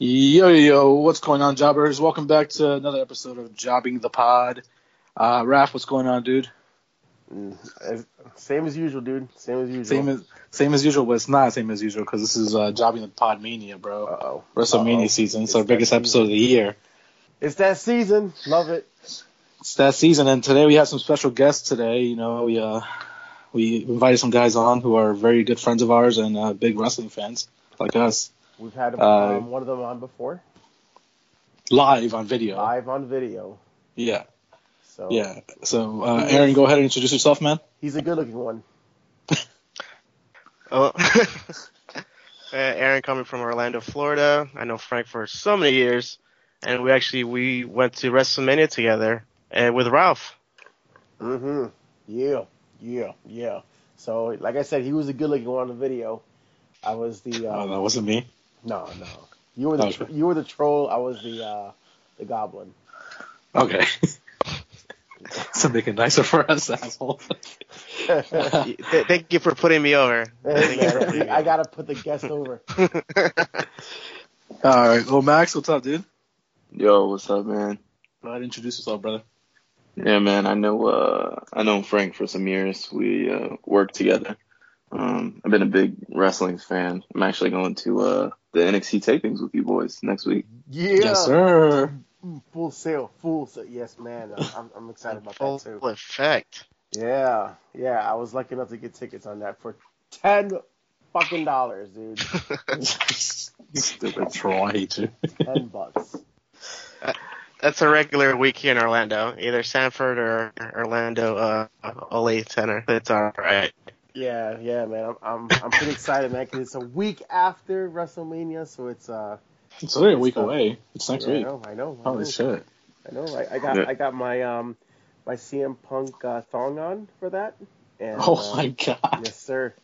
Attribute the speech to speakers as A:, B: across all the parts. A: Yo, yo, yo, what's going on, jobbers? Welcome back to another episode of Jobbing the Pod. Uh, Raph, what's going on, dude?
B: As- Same as usual, dude. Same as usual.
A: Same as same as usual, but it's not same as usual because this is uh, Jobbing the Pod Mania, bro.
B: Uh-oh.
A: WrestleMania
B: Uh-oh.
A: season, it's
B: It's
A: our
B: that
A: biggest
B: season.
A: episode of the year.
B: It's that season. Love it.
A: It's that season, and today we have some special guests. Today, you know, we uh, we invited some guys on who are very good friends of ours and uh, big wrestling fans like us,
B: We've had
A: Uh,
B: um, one of them on before,
A: live on video.
B: live on video.
A: Yeah,
B: So
A: yeah. So, uh, Aaron, go ahead and introduce yourself, man.
B: he's a good-looking one.
C: Oh. uh, Aaron coming from Orlando, Florida. I know Frank for so many years, and we actually we went to WrestleMania together and with Ralph.
B: Mm-hmm. Yeah, yeah, yeah. So, like I said, he was a good-looking one on the video. I was the
A: Oh,
B: uh,
A: that wasn't me.
B: no, no. You were the
A: That was-
B: you were the troll. I was the uh, the goblin.
A: Okay. so make it nicer for us, asshole.
C: Y- th- thank you for putting me over. Thank you for putting me
B: I gotta put the guest over.
A: All right. Well, Max, what's up, dude?
D: Yo, what's up, man?
A: Go ahead and introduce yourself, brother.
D: Yeah, man. I know. Uh, I know Frank for some years. We uh, worked together. Um, I've been a big wrestling fan. I'm actually going to uh, the NXT tapings with you boys next week.
B: Yeah.
A: Yes, sir.
B: Full sale, full sale. Yes, man. I'm- I'm, I'm excited about that too.
C: Full effect.
B: Yeah, yeah. I was lucky enough to get tickets on that for ten fucking dollars, dude.
A: Stupid troll, I hate you.
B: Ten bucks.
C: That's a regular week here in Orlando, either Sanford or Orlando uh, Ole Center. It's all right.
B: Yeah, yeah, man. I'm, I'm, I'm pretty excited, man, 'cause it's a week after WrestleMania, so it's uh.
A: It's only a week away. It's next
B: yeah, I
A: week.
B: know, I know. I know,
A: Holy shit.
B: I know. I, I got,
D: Yeah.
B: I got my um, my CM Punk uh, thong on for that. And,
A: Oh
B: uh,
A: my god.
B: Yes, sir.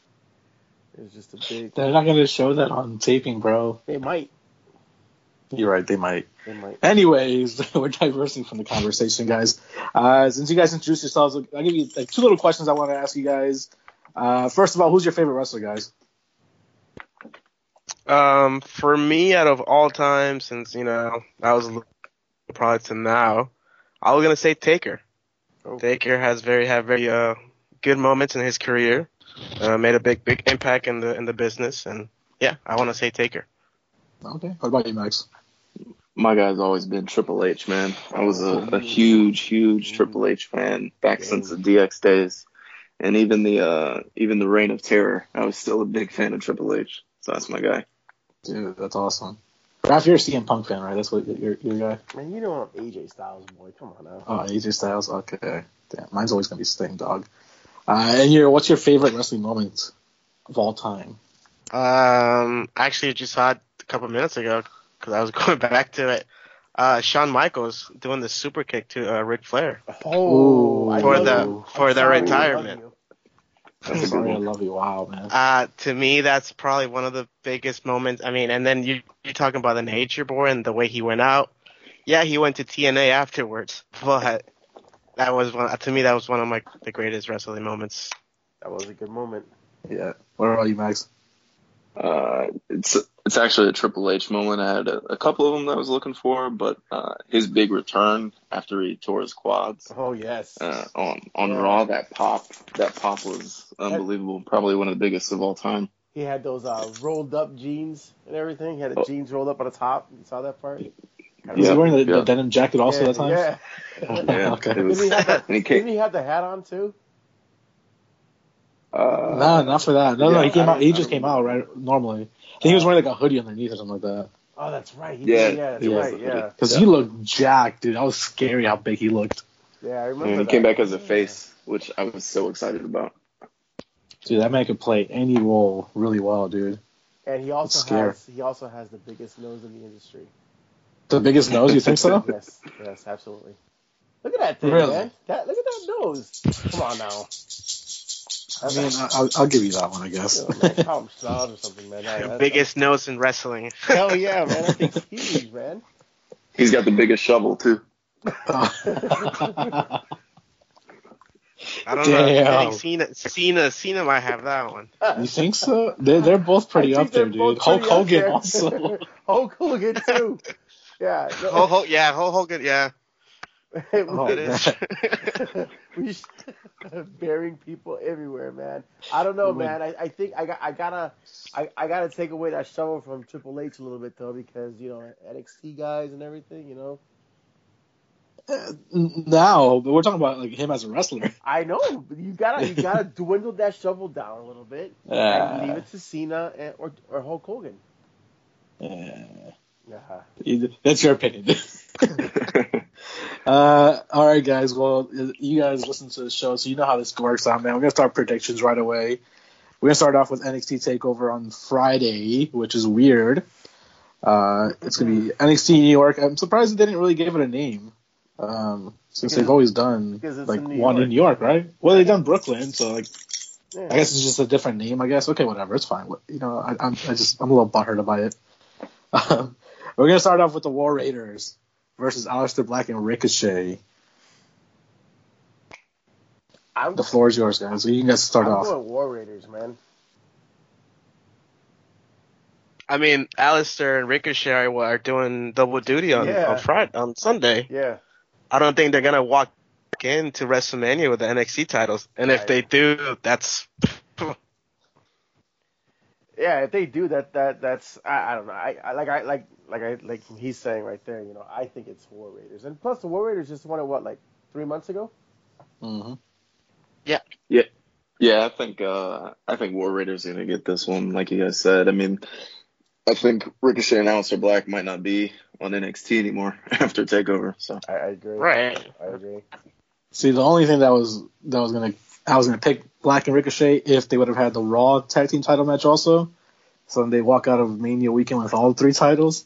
B: It was just a big.
A: They're not going to show that on taping, bro.
B: They might.
A: You're right. They might.
B: They might.
A: Anyways, we're diversing from the conversation, guys. Uh, since you guys introduced yourselves, I'll give you like two little questions I want to ask you guys. Uh, first of all, who's your favorite wrestler, guys?
C: Um, for me, out of all time, since you know I was l- probably to now, I was gonna say Taker.
B: Oh.
C: Taker has very had very uh good moments in his career, uh, made a big big impact in the in the business, and yeah, I want to say Taker.
A: Okay. What about you, Max?
D: My guy's always been Triple H, man. I was a, a huge, huge Triple H fan back since the DX days, and even the uh, even the Reign of Terror. I was still a big fan of Triple H. So that's my guy.
A: Dude, that's awesome. Raph, you're a CM Punk fan, right? That's what your your guy.
B: Man, you know I'm AJ Styles, boy. Come on now.
A: Oh, AJ Styles. Okay. Damn, mine's always gonna be Sting, dog. Uh, and your what's your favorite wrestling moment of all time?
C: Um, I actually just saw it a couple minutes ago because I was going back to it. Uh, Shawn Michaels doing the super kick to uh, Ric Flair
A: Oh, I
C: for
A: love
C: the
A: you.
C: for the
B: Sorry, I love
C: retirement.
B: you.
D: That's a good
A: Sorry, I
D: one.
A: love you. Wow, man.
C: Uh, to me, that's probably one of the biggest moments. I mean, and then you, you're talking about the Nature Boy and the way he went out. Yeah, he went to TNA afterwards, but that was one. To me, that was one of my the greatest wrestling moments.
B: That was a good moment.
A: Yeah. What about you, Max?
D: Uh, it's it's actually a Triple H moment. I had a, a couple of them that I was looking for, but uh, his big return after he tore his quads
B: Oh yes.
D: uh, on on
B: Yeah.
D: Raw that pop that pop was unbelievable. Probably one of the biggest of all time.
B: he had those uh, rolled up jeans and everything. He had the
D: Oh.
B: jeans rolled up on the top. You saw that part?
A: Was he
D: Yeah,
A: wearing the, the
D: yeah.
A: denim jacket also
B: yeah,
A: that time?
B: Yeah.
D: Yeah,
A: okay.
D: it
B: Didn't
D: was.
B: he have the,
D: And he
B: didn't
D: came,
B: he have the hat on too?
D: Uh,
A: no, not for that. No, no,
D: yeah,
A: he came
D: I
A: out. He
D: don't-
A: just
D: I don't
A: came out right normally. I think he was wearing like a hoodie underneath or something like that.
B: Oh, that's right. He
D: Yeah,
B: did, yeah, that's
A: he was
B: right. Yeah,
A: Because he looked jacked, dude. That was scary how big he looked.
B: yeah. I remember.
D: And he
B: that.
D: came back as a
B: Yeah.
D: face, which I was so excited about.
A: Dude, that man could play any role really well, dude.
B: and he also
A: It's scary.
B: has he also has the biggest nose in the industry.
A: The biggest nose, you think so?
B: yes, yes, absolutely. Look at that thing,
A: Really?
B: man. That, look at that nose. Come on now.
A: I mean, I- I'll, I'll give you that one, I guess.
B: like Tom Stroud or something, man. That-
C: The
B: that-
C: biggest nose in wrestling.
B: Hell yeah, man. That thing's huge, man.
D: He's got the biggest shovel too.
C: I don't know.
A: Damn.
C: I think Cena, Cena, Cena might have that one.
A: you think so? They're, they're both pretty
B: I think
A: up there,
B: they're
A: dude.
B: both
A: Hulk
B: pretty up
A: Hogan
B: there.
A: also.
B: Hulk Hogan too. Yeah. no,
C: Hulk, Hogan- yeah, Hulk Hogan, yeah.
B: it
A: Oh,
C: It
B: was-
C: is.
B: we should, burying people everywhere, man. I don't know, man. I, I think I got I gotta I, I gotta take away that shovel from Triple H a little bit though, because you know NXT guys and everything, you know.
A: Uh, now, but we're talking about like him as a wrestler.
B: I know, but you gotta you gotta dwindle that shovel down a little bit and leave
A: Uh,
B: it to Cena and, or or Hulk Hogan. Yeah.
A: uh, that's your opinion. Uh, all right, guys. Well, you guys listen to the show, so you know how this works out, man. We're gonna start predictions right away. We're gonna start off with NXT Takeover on Friday, which is weird. Uh, it's gonna be NXT New York. I'm surprised they didn't really give it a name, um, since they've always done
B: Because it's
A: like
B: in New
A: one
B: York.
A: in New York, right? Well, they've done Brooklyn, so like
B: yeah.
A: I guess it's just a different name. I guess okay, whatever. It's fine. What- You know, I, I'm I just I'm a little butthurt about it. Um, we're gonna start off with the War Raiders versus Aleister Black and Ricochet.
B: I'm,
A: The floor is yours, guys. So you can guys start
B: I'm
A: off.
B: going War Raiders, man.
C: I mean, Alistair and Ricochet are, are doing double duty on,
B: Yeah.
C: on Friday, on Sunday.
B: Yeah.
C: I don't think they're gonna walk into WrestleMania with the NXT titles, and if
B: Right.
C: they do, that's
B: Yeah, if they do that, that that's I, I don't know. I, I like I like like I like he's saying right there. You know, I think it's War Raiders, and plus the War Raiders just won it what like three months ago. Mm-hmm.
A: Mhm.
D: Yeah, I think uh, I think War Raiders are gonna get this one, like you guys said. I mean, I think Ricochet and Aleister Black might not be on NXT anymore after Takeover. So
B: I, I agree.
C: right.
B: I agree.
A: See, the only thing that was that was gonna I was gonna pick Black and Ricochet if they would have had the Raw tag team title match also. So then they walk out of Mania weekend with all three titles,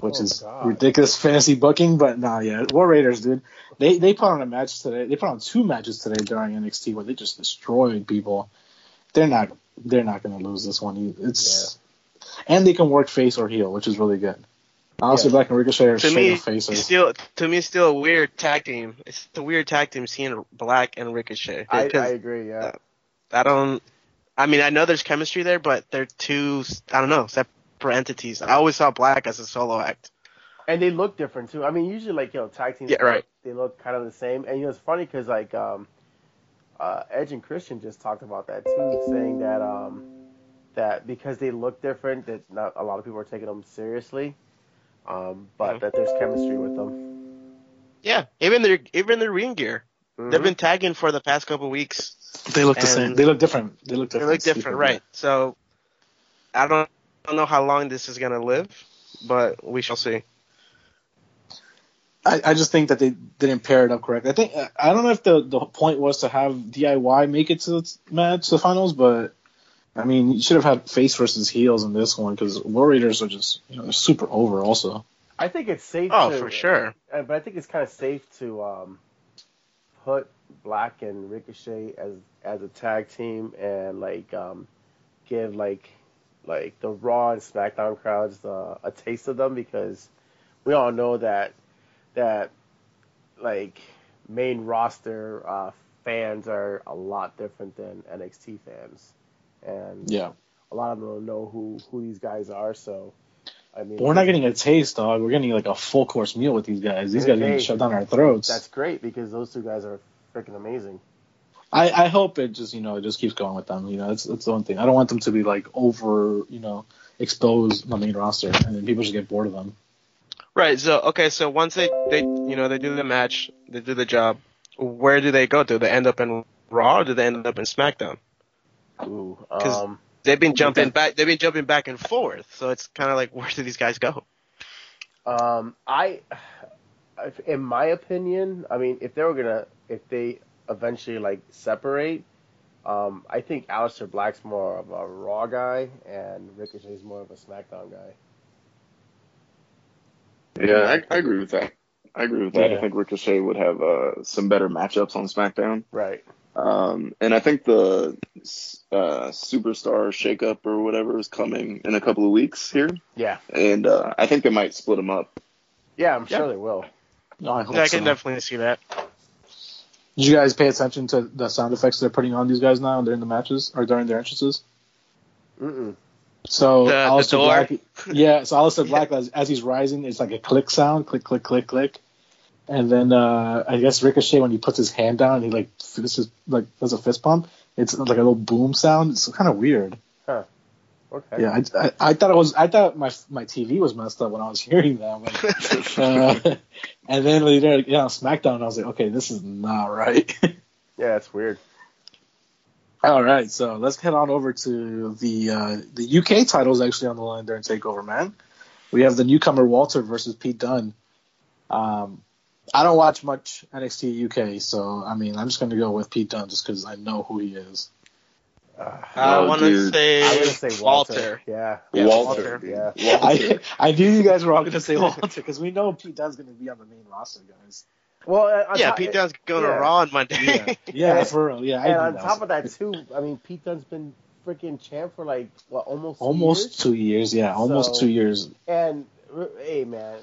A: which
B: Oh,
A: is
B: God.
A: ridiculous fantasy booking. But nah, yeah, War Raiders, dude. They they put on a match today. They put on two matches today during NXT where they just destroyed people. They're not they're not gonna lose this one. either. It's and they can work face or heel, which is really good. Honestly,
B: Yeah.
A: Black and Ricochet are
C: To
A: straight
C: me,
A: up faces.
C: it's still to me, it's still a weird tag team. It's a weird tag team seeing Black and Ricochet.
B: I, I
C: 'Cause uh,
B: agree. Yeah.
C: I, don't. I mean, I know there's chemistry there, but they're two. I don't know separate entities. I always saw Black as a solo act.
B: And they look different too. I mean, usually like you know tag teams.
C: Yeah, right.
B: They look kind of the same. And you know it's funny because like um, uh, Edge and Christian just talked about that too, saying that um, that because they look different, that not a lot of people are taking them seriously, um, but
C: Mhm.
B: that there's chemistry with them.
C: Yeah, even their even their ring gear. They've
B: Mhm.
C: been tagging for the past couple weeks.
A: They look the
C: And-
A: same. They look different. They look
C: They
A: different.
C: look different,
A: Stupid.
C: right? So I don't, I don't know how long this is gonna live, but we shall see.
A: I, I just think that they didn't pair it up correctly. I think I- I don't know if the the point was to have DIY make it to the match, the finals, but I mean you should have had face versus heels in this one because War Raiders are just you know they're super over. Also,
B: I think it's safe.
C: Oh,
B: to,
C: for sure.
B: Uh, but I think it's kind of safe to um, put Black and Ricochet as as a tag team and like um, give like like the Raw and SmackDown crowds the, a taste of them because we all know that that like main roster uh, fans are a lot different than NXT fans, and
A: yeah,
B: a lot of them don't know who who these guys are. So I mean,
A: but we're not getting a taste, dog. We're getting like a full course meal with these guys. These guys are getting
B: Okay.
A: shoved down our throats.
B: That's great because those two guys are freaking amazing.
A: I, I hope it just you know it just keeps going with them. You know, that's that's the one thing. I don't want them to be like over you know exposed on the main roster and then people just get bored of them.
C: Right. So okay. So once they they you know they do the match, they do the job. Where do they go? Do they end up in Raw? or Do they end up in SmackDown?
B: Ooh,
C: 'Cause-
B: um,
C: They've been jumping
A: Okay.
C: back. They've been jumping back and forth. So it's kind of like, where do these guys go?
B: Um, I, if, in my opinion, I mean, if they were gonna, if they eventually like separate, um, I think Aleister Black's more of a Raw guy and Ricochet's more of a SmackDown guy.
D: Yeah, I, I agree with that. I agree with that.
A: Yeah.
D: I think Ricochet would have uh, some better matchups on SmackDown.
B: Right.
D: Um, and I think the uh, superstar shakeup or whatever is coming in a couple of weeks here.
B: Yeah.
D: And uh, I think they might split them up.
B: Yeah, I'm sure they will.
A: No, I hope
C: I
A: so.
C: can definitely see that.
A: Did you guys pay attention to the sound effects they're putting on these guys now during the matches or during their entrances?
B: Mm-mm.
A: So
C: The- the
A: Aleister
C: door?
A: Black, yeah. So Alistair Black, as, as he's rising, it's like a click sound, click, click, click, click, and then uh, I guess Ricochet when he puts his hand down, he like f- this is like does a fist pump. It's like a little boom sound. It's kind of weird.
B: Okay.
A: Yeah, I, I, I thought it was. I thought my my TV was messed up when I was hearing that. I'm like, uh, and then later, yeah, on SmackDown, I was like, okay, this is not right.
B: Yeah, it's weird.
A: All right, so let's head on over to the uh, the UK titles actually on the line during Takeover, man. We have the newcomer Walter versus Pete Dunne. Um, I don't watch much NXT UK, so I mean, I'm just gonna go with Pete Dunne just because I know who he is.
B: Uh,
C: I
D: Oh,
C: want to
D: dude.
C: say,
B: I would say Walter.
C: Walter.
B: Yeah.
C: Yeah,
D: Walter.
C: Walter.
B: Yeah.
A: I I knew you guys were all gonna say Walter because we know Pete Dunne's gonna be on the main roster, guys.
B: Well, and on
C: Yeah,
B: top-
C: Pete Dunne's going
B: yeah.
C: to Raw on Monday.
A: Yeah, for real. Yeah, I
B: And
A: knew
B: on
A: that
B: top
A: was-
B: of that too, I mean, Pete Dunne's been freaking champ for like what almost two years?
A: almost two years. Yeah, almost
B: So-
A: two years.
B: And r- hey, man,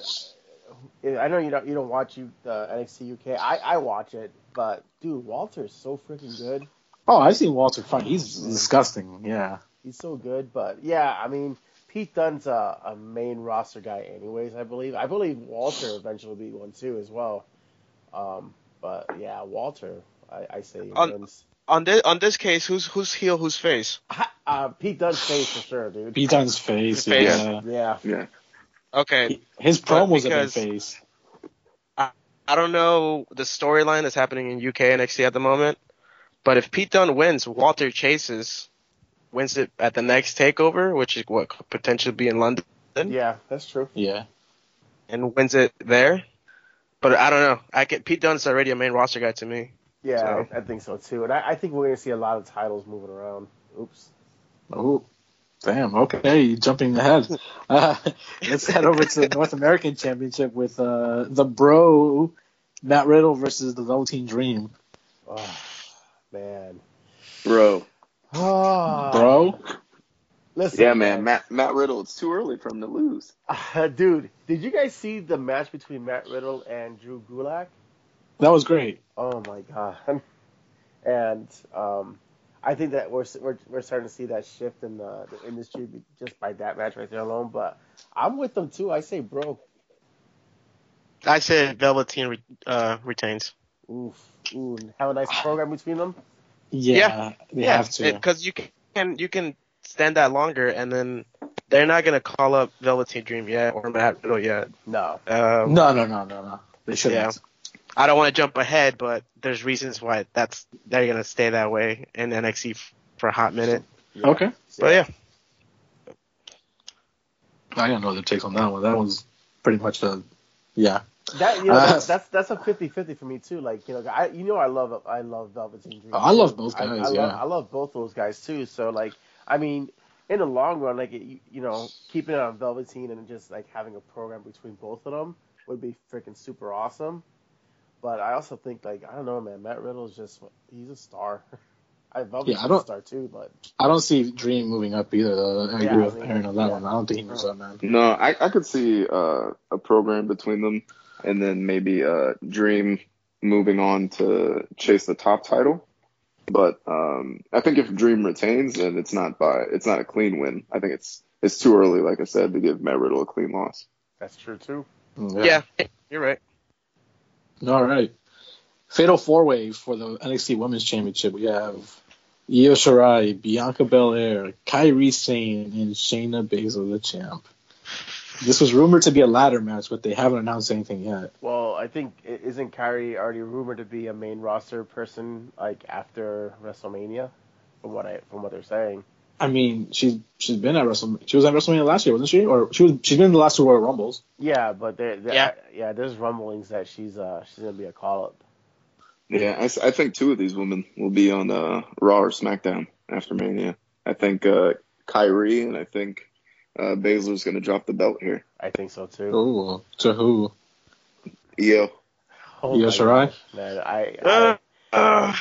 B: I I know you don't you don't watch you uh, NXT UK. I I watch it, but dude, Walter's so freaking good.
A: Oh, I've seen Walter fight. He's disgusting. Yeah.
B: He's so good, but yeah, I mean, Pete Dunne's a, a main roster guy, anyways. I believe. I believe Walter eventually will be one too as well. Um, but yeah, Walter, I, I say he
C: On-
B: wins.
C: on this on this case, who's who's heel, who's face?
B: Uh, Pete Dunne's face for sure, dude.
A: Pete Dunne's face.
C: Face.
A: Yeah.
B: yeah,
D: Yeah.
C: Okay,
A: His
C: But
A: promos have been
C: because-
A: face.
C: I don't know the storyline that's happening in UK NXT at the moment, but if Pete Dunne wins, Walter chases, wins it at the next takeover, which is what could potentially be in London,
B: yeah, that's true.
A: Yeah.
C: and wins it there. But I don't know. I can Pete Dunne's already a main roster guy to me.
B: Yeah,
C: So-
B: I, I think so too. And I, I think we're gonna see a lot of titles moving around. Oops.
A: Oh, damn. Okay, you're jumping ahead. Uh, let's head over to the North American Championship with uh, the Bro Matt Riddle versus the Velveteen Dream.
B: Oh, man.
D: Bro.
A: Uh, Bro,
B: Listen,
D: Yeah, man. Matt, Matt Riddle, it's too early for him to lose.
B: dude, did you guys see the match between Matt Riddle and Drew Gulak?
A: that was great.
B: Oh my god. And um, I think that we're, we're we're starting to see that shift in the, the industry be- just by that match right there alone. But I'm with them too. I say, bro,
C: I said Velveteen re- uh, retains.
B: oof, ooh, and have a nice program between them.
A: Yeah,
C: Yeah.
A: they have to.
C: because you can you can stand that longer, and then they're not gonna call up Velveteen Dream yet or Matt Riddle yet.
B: No,
C: Um,
A: no, no, no, no, no. They shouldn't.
C: I don't want to jump ahead, but there's reasons why that's they're gonna stay that way in NXT f- for a hot minute.
A: Okay.
C: But yeah,
A: I got no other take on that one. That was pretty much a. Yeah.
B: that you know
A: Uh,
B: that's that's, that's a 50-50 for me too. Like you know, I you know I love I love Velveteen Dream.
A: Oh, I love both
B: I- I,
A: guys,
B: love,
A: yeah.
B: I love both those guys too. So like, I mean, in the long run, like you, you know, keeping it on Velveteen and just like having a program between both of them would be freaking super awesome. But I also think like I don't know, man. Matt Riddle's just he's a star. I Velveteen's
A: Yeah, I don't-
B: a star too, but
A: I don't see Dream moving up either, though. I
B: Yeah,
A: agree
B: I
A: with
B: mean,
A: Aaron on that
B: yeah.
A: one. I don't think he moves up, man.
D: No, I, I could see uh, a program between them and then maybe uh, Dream moving on to chase the top title. But um, I think if Dream retains, then it's not by it's not a clean win. I think it's it's too early, like I said, to give Matt Riddle a clean loss.
B: that's true too.
C: yeah, you're right.
A: All right. Fatal four way for the NXT Women's Championship. We have Io Shirai, Bianca Belair, Kyrie Sane, and Shayna Baszler, the champ. This was rumored to be a ladder match, but they haven't announced anything yet.
B: Well, I think i- isn't Kyrie already rumored to be a main roster person like after WrestleMania? from what I from what they're saying.
A: I mean, she's she's been at WrestleMania. She was at WrestleMania last year, wasn't she? Or she was she's been in the last two Royal Rumbles.
B: Yeah, but there, there yeah.
C: Yeah.
B: there's rumblings that she's uh she's gonna be a call up.
D: Yeah, I, s- I think two of these women will be on uh, Raw or SmackDown after Mania. I think uh, Kyrie and I think uh, Baszler's going to drop the belt here.
B: I think so too.
A: Ooh, to who?
D: Yeah,
B: Oh
A: Io
B: my
A: Shirai?
B: gosh, Man, I, I
C: Uh, uh,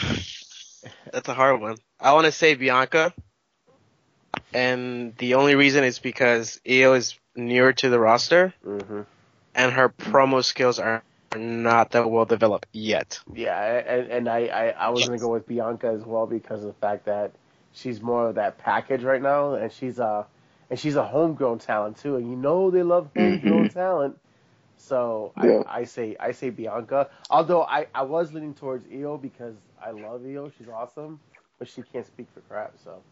C: that's a hard one. I want to say Bianca, and the only reason is because Io is newer to the roster,
B: mhm.
C: and her promo skills are not that well developed yet.
B: yeah, and and I I, I was gonna go with Bianca as well because of the fact that she's more of that package right now, and she's uh and she's a homegrown talent too, and you know they love
A: Mm-hmm.
B: homegrown talent. So
D: Yeah.
B: I, I say I say Bianca. Although I, I was leaning towards Io because I love Io, she's awesome, but she can't speak for crap. So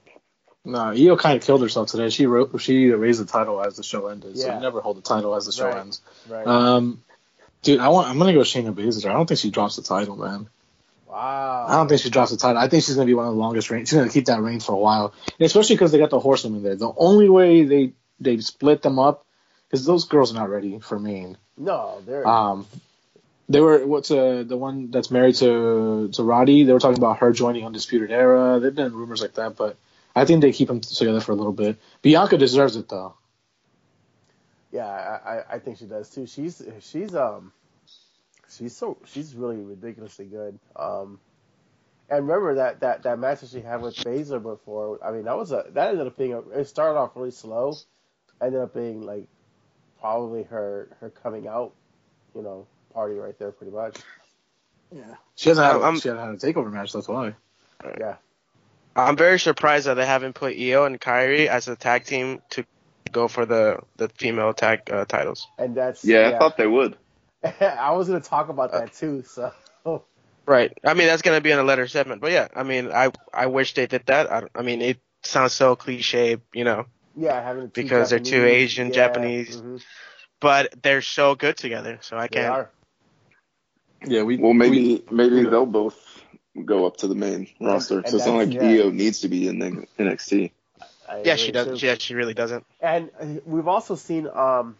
A: No, Io kind of killed herself today. She wrote, she raised the title as the show ended, so
B: Yeah.
A: you never hold the title as the show
B: Right.
A: ends.
B: right,
A: Um, dude, I want I'm gonna go Shayna Baszler. I don't think she drops the title, man.
B: wow.
A: I don't think she drops the title. I think she's gonna be one of the longest reigns. She's gonna keep that reign for a while, and especially because they got the horsewomen there. The only way they they split them up because those girls are not ready for Mean.
B: no, there.
A: Um, they were what's uh, the one that's married to to Roddy. They were talking about her joining Undisputed Era. There've been rumors like that, but I think they keep them together for a little bit. Bianca deserves it though.
B: Yeah, I, I- I think she does too. She's she's um she's so she's really ridiculously good. Um and remember that that that match that she had with Baszler before. I mean, that was a that ended up being a, it started off really slow, ended up being like probably her her coming out, you know, party right there pretty much.
A: She hasn't had,
C: I'm-
A: she hasn't had a takeover match. That's why.
B: Yeah.
C: I'm very surprised that they haven't put Io and Kyrie as a tag team to go for the the female tag uh, titles.
B: And that's
D: yeah, I thought they would.
B: I was going to talk about
C: Uh,
B: that too, so
C: Right. I mean, that's gonna be in a later segment, but yeah. I mean, I I wish they did that. I, I mean, it sounds so cliche, you know,
B: yeah, having two
C: Because they're two
B: Japanese-
C: Asian,
B: yeah,
C: Japanese.
B: mhm,
C: but they're so good together. So
B: they
C: I can't.
B: are.
A: Yeah, we
D: Well, maybe maybe
A: yeah.
D: they'll both go up to the main roster.
B: and
D: So it's not
B: that's-
D: like
B: yeah.
D: Io needs to be in the NXT.
B: I
C: Yeah, she
B: agree,
C: does.
B: too.
C: Yeah, she really doesn't.
B: And uh, we've also seen um,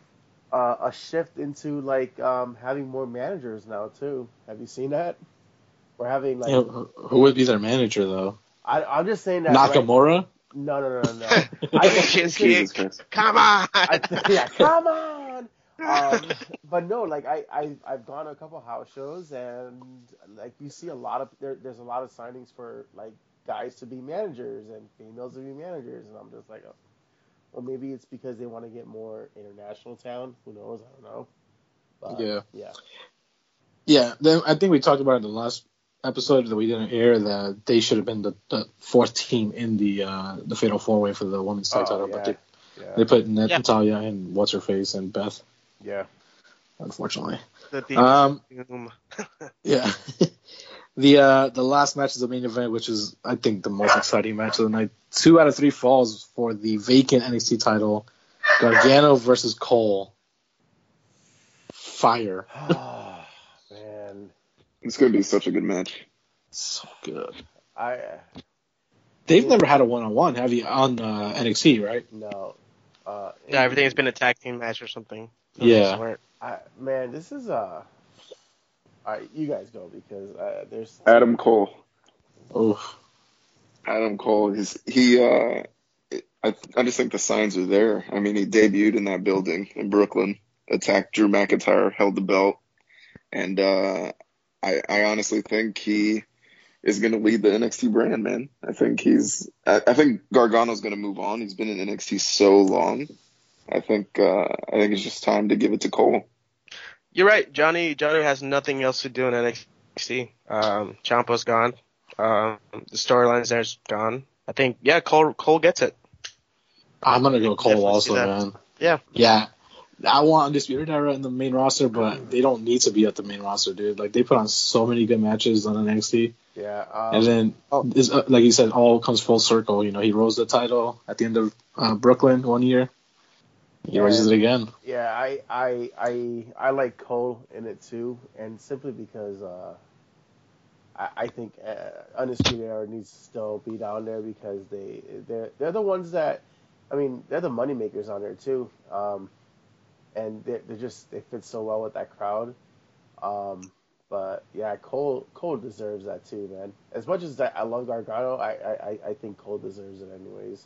B: uh, a shift into like um, having more managers now too. Have you seen that? We're having like
A: Yeah, who who would be their manager though?
B: I, I'm just saying that. Right,
A: Nakamura.
B: no, no, no, no. no.
D: Jesus
C: Shinsuke,
D: Christ.
C: come on!
B: I th- yeah, come on. Um, but no, like I, I I've gone to a couple house shows and like you see a lot of there, there's a lot of signings for like guys to be managers and females to be managers and I'm just like, oh, well maybe it's because they want to get more international talent. Who knows? I don't know. But,
A: Yeah.
B: yeah,
A: Yeah, then I think we talked about it in the last episode that we didn't air that they should have been the, the fourth team in the uh, the fatal four way for the women's tag
B: Oh,
A: title, but
B: yeah.
A: they,
B: yeah,
A: they put Nat-
C: Yeah.
A: Natalia and what's her face and Beth,
B: yeah.
A: unfortunately.
C: The deep
A: Um,
C: doom.
A: yeah. the uh, the last match is the main event, which is I think the most exciting match of the night. Two out of three falls for the vacant NXT title, Gargano versus Cole. Fire,
B: man,
D: It's going to be such a good match.
A: so good.
B: I
A: They've never had a one on one, have you, on uh, NXT, right?
B: no. Uh,
C: Yeah, everything's been a tag team match or something.
A: Yeah.
C: Swear.
B: I, man, this is uh. All right, you guys go because uh, there's
D: Adam Cole.
A: Oh,
D: Adam Cole is he uh I I just think the signs are there. I mean, he debuted in that building in Brooklyn, attacked Drew McIntyre, held the belt, and uh I I honestly think he is going to lead the NXT brand, man. I think he's I, I think Gargano's going to move on. He's been in NXT so long. I think uh I think it's just time to give it to Cole.
C: You're right. Johnny Johnny has nothing else to do in NXT. Um, Ciampa's gone. Um, the storylines there's gone. I think yeah, Cole Cole gets it.
A: I'm gonna go Cole
C: Definitely
A: also,
C: see that.
A: man.
C: Yeah.
A: yeah. I want Undisputed Era in the main roster, but they don't need to be at the main roster, dude. Like they put on so many good matches on NXT,
B: yeah.
A: and
B: Um,
A: then
C: Oh.
A: it's, uh, like you said, all comes full circle. You know, he rose the title at the end of uh, Brooklyn one year. He
B: Yeah.
A: raises it again.
B: yeah, I, I I I like Cole in it too, and simply because uh, I, I think uh, Undisputed Era needs to still be down there because they they're they're the ones that I mean they're the money makers on there too, um, and they they just they fit so well with that crowd. Um, but yeah, Cole Cole deserves that too, man. As much as I I love Gargano, I I, I- I think Cole deserves it anyways.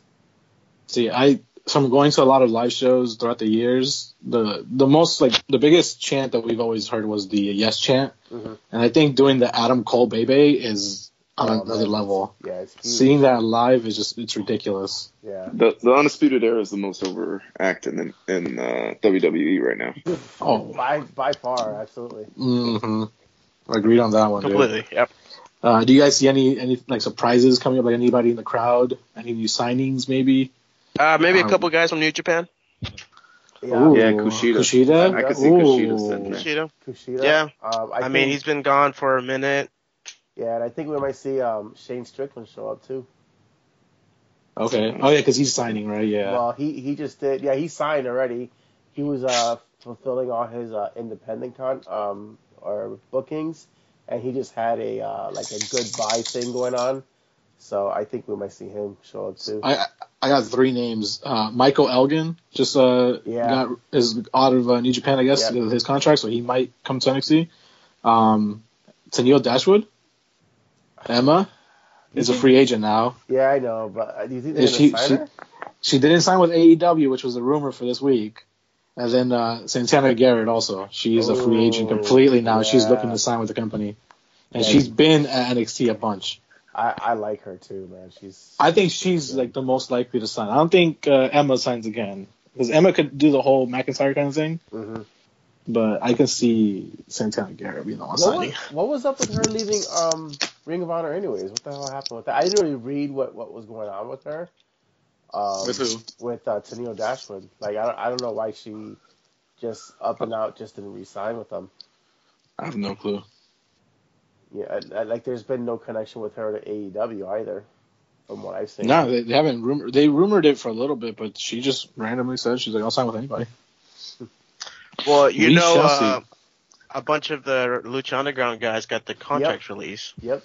A: See, I from going to a lot of live shows throughout the years, the the most like the biggest chant that we've always heard was the yes chant,
B: Mhm.
A: and I think doing the Adam Cole Bebe is on
B: Oh,
A: another
B: man. Hmm.
A: level.
B: Yeah, it's huge.
A: Seeing that live is just it's ridiculous.
B: Yeah.
D: The, the Undisputed Era is the most overact in, in uh, WWE right now.
A: Oh.
B: By by far, absolutely.
A: Mm-hmm. Agreed on that one. dude.
C: Completely. Yep.
A: Uh, do you guys see any any like surprises coming up? Like anybody in the crowd? Any new signings? Maybe.
C: Uh, maybe a
A: Um,
C: couple guys from New Japan.
B: Yeah.
A: Ooh,
D: Yeah, Kushida.
A: Kushida.
B: I- I could
D: see Kushida sitting
A: Ooh.
D: there.
C: Kushida.
B: Kushida.
C: Yeah.
B: Um, I,
C: I
B: think,
C: mean, he's been gone for a minute.
B: yeah, and I think we might see um, Shane Strickland show up too.
A: Okay. Oh yeah, because he's signing, right? Yeah.
B: Well, he he just did. Yeah, he signed already. He was uh, fulfilling all his uh, independent con um or bookings, and he just had a uh, like a goodbye thing going on. So I think we might see him show up too.
A: I I got three names. Uh, Michael Elgin just uh,
B: Yeah.
A: got is out of uh, New Japan, I guess,
B: Yeah.
A: with his contract, so he might come to NXT. Um, Tennille Dashwood, Emma is a free agent now.
B: yeah, I know, but uh, do you think they're
A: Is
B: gonna
A: she-
B: sign
A: she-
B: her?
A: She didn't sign with AEW, which was a rumor for this week. And then uh, Santana Garrett also. She's a free agent
B: Oh,
A: completely now. She's
B: yeah.
A: looking to sign with the company, and
B: Yeah.
A: she's been at NXT a bunch.
B: I, I like her too, man. She's
A: I think she's like the most likely to sign. I don't think uh, Emma signs again because Emma could do the whole McIntyre kind of thing.
B: Mhm.
A: But I can see Santana Garrett being the one
B: What
A: signing.
B: was, what was up with her leaving um, Ring of Honor, anyways? What the hell happened with that? I didn't really read what, what was going on with her. Um,
A: With who?
B: With uh, Tennille Dashwood. Like I don't, I don't know why she just up and out just didn't re-sign with them.
A: I have no clue.
B: Yeah, I- I- like there's been no connection with her to AEW either, from what I've seen.
A: No, they, they haven't rumored. They rumored it for a little bit, but she just randomly said she's like, "I'll sign with anybody."
C: Well, you
A: We
C: know,
A: shall
C: uh, a bunch of the Lucha Underground guys got the contract release.
B: Yep.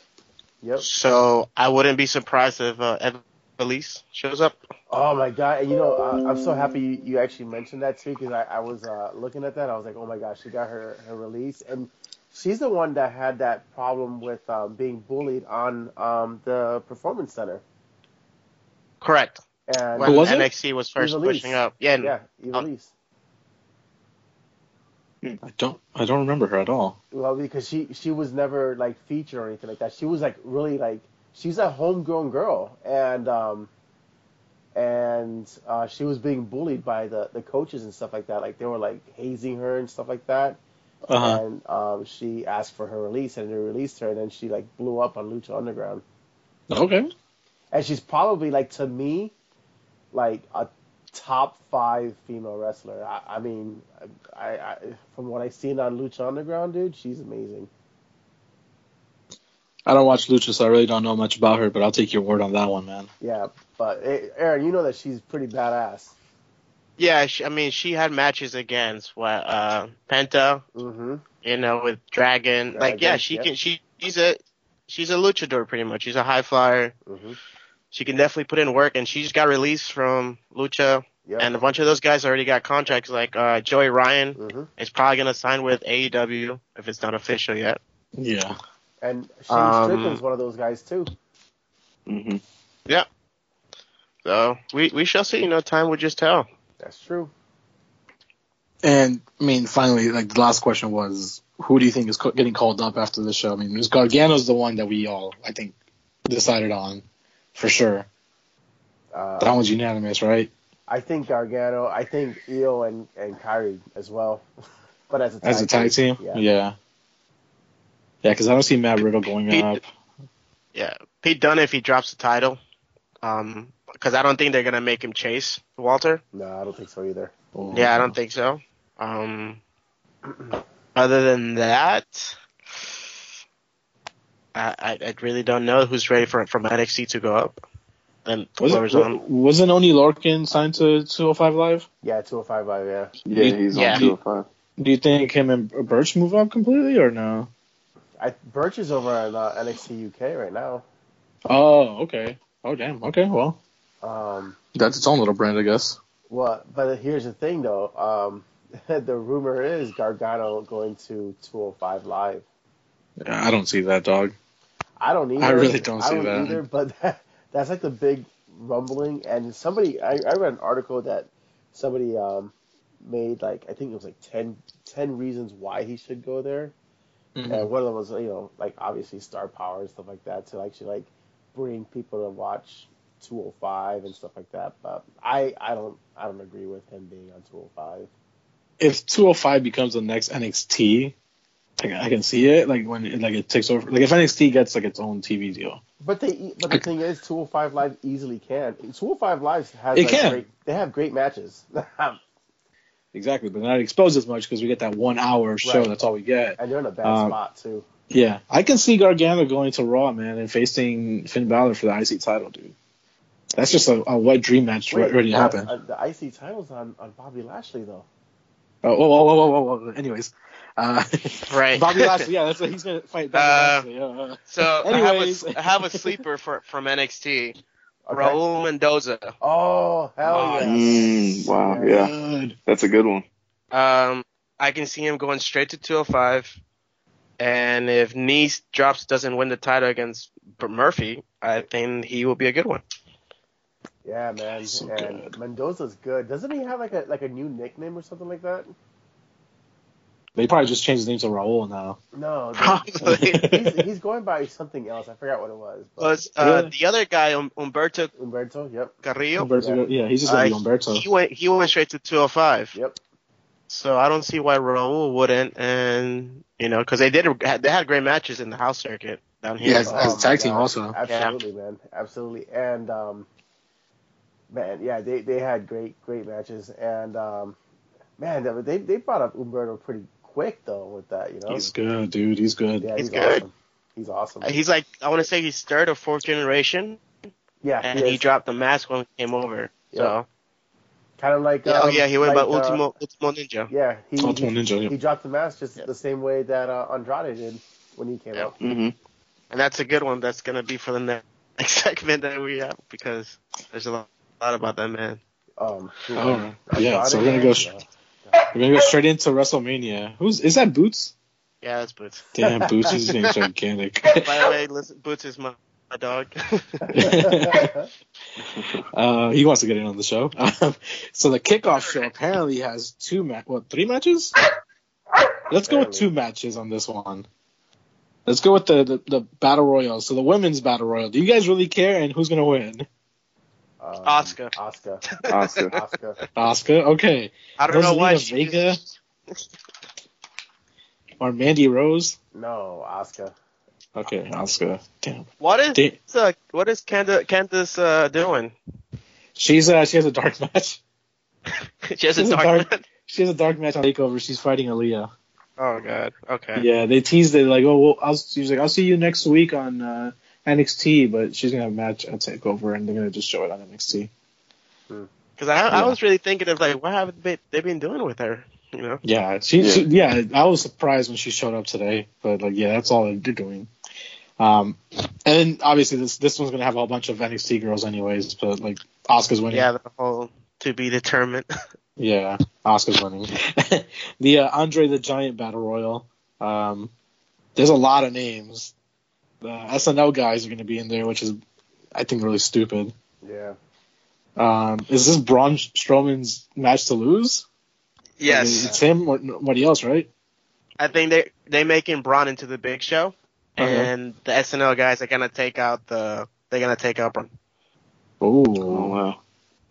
B: Yep.
C: So I wouldn't be surprised if uh, Ev- Elise shows up.
B: Oh my god! And you know, I, I'm so happy you, you actually mentioned that too because I, I was uh, looking at that. I was like, oh my gosh, she got her, her release, and she's the one that had that problem with um, being bullied on um, the performance center.
C: Correct.
B: And
C: When
A: was it?
C: NXT was first
B: Elise.
C: pushing up. Yeah. and-
B: yeah, you release.
A: I don't. I don't remember her at all.
B: Well, because she she was never like featured or anything like that. She was like really like she's a homegrown girl, and um, and uh, she was being bullied by the the coaches and stuff like that. Like they were like hazing her and stuff like that.
A: Uh
C: Uh-huh.
A: huh.
B: and um, she asked for her release, and they released her, and then she like blew up on Lucha Underground,
A: Okay.
B: and she's probably like to me, like a top five female wrestler. I, I mean, I, I from what I've seen on Lucha Underground, dude, she's amazing.
A: I don't watch Lucha, so I really don't know much about her. But I'll take your word on that one, man.
B: Yeah, but eh, Aaron, you know that she's pretty badass.
C: Yeah. She, I mean, she had matches against what uh, Penta,
B: Mm-hmm.
C: you know, with Dragon.
B: Dragon,
C: Like, yeah, she
B: yeah.
C: can. She she's a she's a luchador pretty much. She's a high flyer.
B: Mm-hmm.
C: She can definitely put in work, and she just got released from Lucha.
B: Yep.
C: And a bunch of those guys already got contracts. Like uh, Joey Ryan
B: hmm
C: is probably gonna sign with AEW if it's not official yet.
A: Yeah.
B: And Shane
C: Um,
B: Strickland's one of those guys too.
D: hmm
C: So we we shall see. You know, time will just tell.
B: That's true.
A: And I mean, finally, like the last question was, who do you think is co- getting called up after the show? I mean, is Gargano's the one that we all, I think, decided on for sure.
B: Uh,
A: That one's unanimous, right?
B: I think Gargano. I think Io and and Kyrie as well. But as a tag
A: As a tag team, yeah,
B: yeah.
A: yeah, because I don't see Matt Riddle going
C: Pete-
A: up.
C: Yeah, Pete Dunne if he drops the title, um, because I don't think they're gonna make him chase Walter.
B: No, I don't think so either.
A: Or-
C: Yeah, I don't think so. Um, other than that, I, I I really don't know who's ready for from NXT to go up. And
A: Was
C: whoever's on.
A: it, wasn't Oni Larkin signed to 205 Live?
B: Yeah, 205 Live, yeah.
D: Yeah, he's oh
C: Yeah.
D: on 205.
A: Do you think him and Birch move up completely or no?
B: I, Birch is over at uh, NXT UK right now.
A: Oh, okay. Oh, damn. Okay, well,
B: Um,
A: that's its own little brand, I guess.
B: well, but here's the thing though. Um, the rumor is Gargano going to 205 Live.
A: Yeah, I don't see that, dog.
B: I don't either.
A: I really don't
B: I
A: see
B: don't
A: that.
B: either. But that, that's like the big rumbling. And somebody, I, I read an article that somebody um, made like I think it was like 10, 10 reasons why he should go there.
A: Mm-hmm.
B: And one of them was you know like obviously star power and stuff like that to actually like bring people to watch 205 and stuff like that. But I I don't I don't agree with him being on 205.
A: If 205 becomes the next NXT, I, I can see it. Like when it, like it takes over. Like if NXT gets like its own TV deal,
B: But they, e- but the thing is, 205 Live easily can. 205 Live has
A: It
B: like,
A: can.
B: Great, they have great matches.
A: exactly. But they're not exposed as much because we get that one hour show.
B: Right.
A: That's all we get.
B: And they're in a bad
A: Um,
B: spot too.
A: Yeah, I can see Gargano going to Raw, man, and facing Finn Balor for the IC title, dude. That's just a, a wet dream match
B: Wait,
A: ready to
B: uh,
A: happen.
B: uh, the IC title's on, on Bobby Lashley though.
A: Oh, whoa, whoa, whoa, whoa, whoa, whoa. Anyways, uh,
C: Right.
A: Bobby Lashley. Yeah, that's what he's gonna fight. Bobby Lashley. Uh,
C: So
A: Anyways.
C: I have a, I have a sleeper for, from NXT,
B: Okay.
C: Raul Mendoza.
B: Oh hell
A: Oh,
B: yeah!
D: Mm, wow,
B: Yeah.
D: yeah,
A: Good.
D: that's a good one.
C: Um, I can see him going straight to 205. And if Nice drops doesn't win the title against B- Murphy, I think he will be a good one.
B: Yeah, man.
A: So
B: and
A: good.
B: Mendoza's good. Doesn't he have like a like a new nickname or something like that?
A: They probably just changed his name to Raul now.
B: No,
C: Probably.
B: he's, he's going by something else. I forgot what it was. But
C: Plus, uh,
A: Really?
C: the other guy, um, Umberto
B: Umberto. Yep.
C: Carrillo,
A: Umberto, yeah. he's just gonna be
C: Uh,
A: Umberto.
C: he went he went straight to 205.
B: Yep.
C: So I don't see why Raul wouldn't, and you know, because they did they had great matches in the house circuit down here.
A: Yes. As a
B: Oh, my
A: tag team also.
B: Absolutely, man. Absolutely. And um man, yeah, they, they had great great matches and um man, they- they they brought up Umberto pretty quick though with that, you know.
A: He's good, dude. He's good.
B: yeah,
C: he's
B: he's,
C: good. Uh,
B: awesome. He's awesome.
C: He's like I want to say he's third or fourth generation,
B: yeah,
C: and
B: he
C: he dropped the mask when he came over. So
B: kind of like
C: yeah, oh
B: um,
C: yeah, he went
B: like,
C: by
B: uh,
C: Ultimo Ultimo Ninja.
B: Yeah, he,
A: Ultimate
B: he,
A: Ninja.
B: he
A: yeah.
B: dropped the mask just
C: Yeah.
B: the same way that uh, Andrade did when he came
C: Yeah.
B: up.
D: hmm
C: And that's a good one. That's gonna be for the ne- next segment that we have because there's a lot, lot about that man.
B: Um, who-
A: All right. Oh, Yeah, so we're
B: Andrade,
A: gonna go. Sh-
B: yeah.
A: we're gonna go straight into WrestleMania. Who's is that? Boots.
C: Yeah, that's Boots.
A: Damn, Boots is being gigantic.
C: By the way, listen, Boots is my, my dog.
A: uh, he wants to get in on the show. Um, so the kickoff show apparently has two ma- what three matches? Let's go with two matches on this one. Let's go with the, the, the battle royal. So the women's battle royal. Do you guys really care? And who's gonna win?
B: Um,
C: Oscar.
B: Oscar.
D: Oscar.
B: Oscar.
A: Oscar. Okay.
C: I don't know why
A: Rosalina
C: she
A: Vega? Or Mandy Rose.
B: No, Oscar.
A: Okay, Oscar. Damn.
C: What is
A: Da-
C: uh, what is Candace, Candace uh, doing?
A: She's uh she has a dark match.
C: she has a
A: She's a
C: dark.
A: She has a dark match on Takeover. She's fighting Aaliyah.
C: oh God. Okay.
A: Yeah, they teased it like, oh, well, I'll, she was like, I'll see you next week on uh, NXT, but she's gonna have a match at Takeover, and they're gonna just show it on NXT.
C: Because I, I
A: Yeah.
C: was really thinking of like what have they they been doing with her? You know.
A: Yeah, she,
D: Yeah.
A: she, yeah, I was surprised when she showed up today, but like, yeah, that's all they're doing. Um, and obviously this this one's gonna have a whole bunch of NXT girls, anyways. But like, Oscar's winning.
C: Yeah, the whole to be determined.
A: Yeah, Oscar's winning. the uh, Andre the Giant Battle Royal. Um, there's a lot of names. The SNL guys are going to be in there, which is, I think, really stupid.
B: Yeah.
A: Um, is this Braun Strowman's match to lose?
C: yes,
A: it's him or nobody else, right?
C: I think they they making Braun into the Big Show,
A: Uh-huh.
C: and the SNL guys are gonna take out the they're gonna take out Braun.
A: Ooh.
D: Oh wow.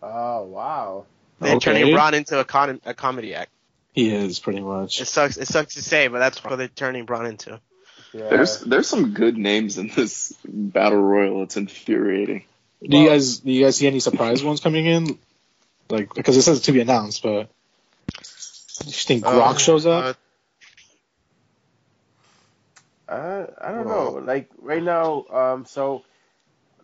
B: Oh wow.
C: They're
A: Okay.
C: turning Braun into a, con- a comedy act.
A: He is pretty much.
C: It sucks. It sucks to say, but that's what they're turning Braun into.
B: Yeah.
D: There's there's some good names in this battle royal. It's infuriating.
A: do you guys do you guys see any surprise ones coming in? Like because it says to be announced, but you think Grok
C: Uh,
A: shows up?
C: uh,
B: Uh, I don't
C: Well-
B: know. Like right now, um, so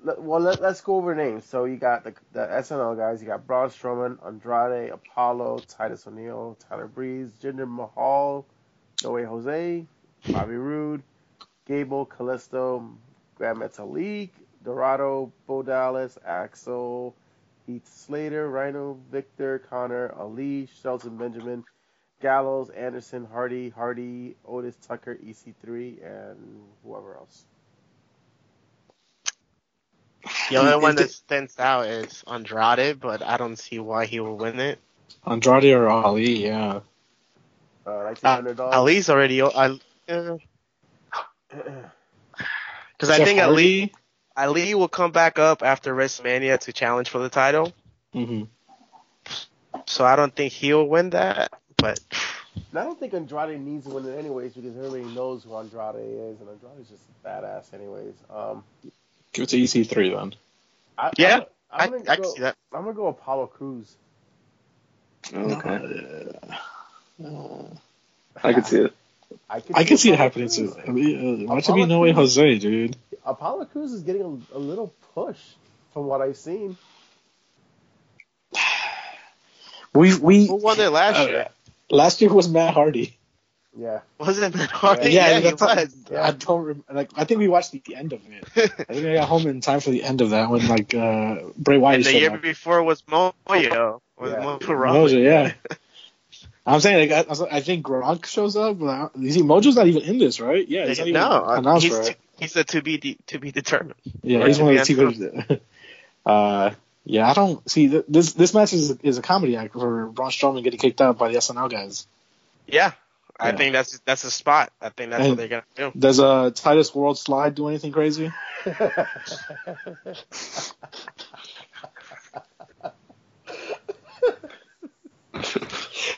B: le- well, let, let's go over names. So you got the the SNL guys. You got Braun Strowman, Andrade, Apollo, Titus O'Neil, Tyler Breeze, Jinder Mahal, No Way Jose, Bobby Roode, Gable, Callisto, Grand Metalik, Dorado, Bo Dallas, Axel, Heath Slater, Rhino, Victor, Connor, Ali, Shelton Benjamin, Gallows, Anderson, Hardy, Hardy, Otis Tucker, EC3, and whoever else.
C: The only one that stands out is Andrade, but I don't see why he will win it.
A: Andrade or Ali, yeah.
B: Uh, 19
C: Uh,
B: underdog.
C: Ali's already. Because I
A: Jeff
C: think Ali
A: Hardy?
C: Ali will come back up after WrestleMania to challenge for the title.
A: Mhm.
C: So I don't think he'll win that. But
B: And I don't think Andrade needs to win it anyways because everybody knows who Andrade is, and Andrade's just a badass anyways. Um,
A: Give it to EC3 then.
B: I, I'm
C: Yeah,
B: gonna-
C: I,
B: I'm, gonna
C: I can
B: go,
C: see that.
B: I'm gonna go Apollo Cruz.
D: Okay.
A: Uh, uh,
D: I could see it.
B: I can
A: I can see it
B: Apollo
A: happening
B: Crews.
A: too. I mean, uh, why should
B: Apollo
A: be no way
B: Crews-
A: Jose, dude?
B: Apollo Cruz is getting a, a little push from what I've seen.
A: We we
C: Who won it last
A: uh,
C: year?
A: Last year was Matt Hardy.
B: Yeah,
C: Wasn't Matt Hardy?
A: Yeah,
C: Yeah, he
A: that's what-
C: was.
B: Yeah.
A: I don't rem- like. I think we watched the end of it. I think I got home in time for the end of that when like uh, Bray Wyatt
C: and the
A: showed
C: year
A: up.
C: before was Moyo. Was
B: Yeah.
C: Mojo
A: Mojo,
C: Rawley.
A: yeah. I'm saying like, I, I think Gronk shows up. but I- You see, Mojo's not even in this, right? Yeah, he's not even
C: no, uh,
A: announced,
C: he's
A: right?
C: to, he's a to be de- to be determined.
A: yeah,
C: right,
A: he's
C: to
A: one
C: be
A: of the two. uh, yeah, I don't see th- this. This match is is a comedy act for Braun Strowman getting kicked out by the SNL guys.
C: Yeah, I
A: Yeah.
C: think that's that's a spot. I think that's
A: And-
C: what they're gonna do.
A: Does uh, Titus World Slide do anything crazy?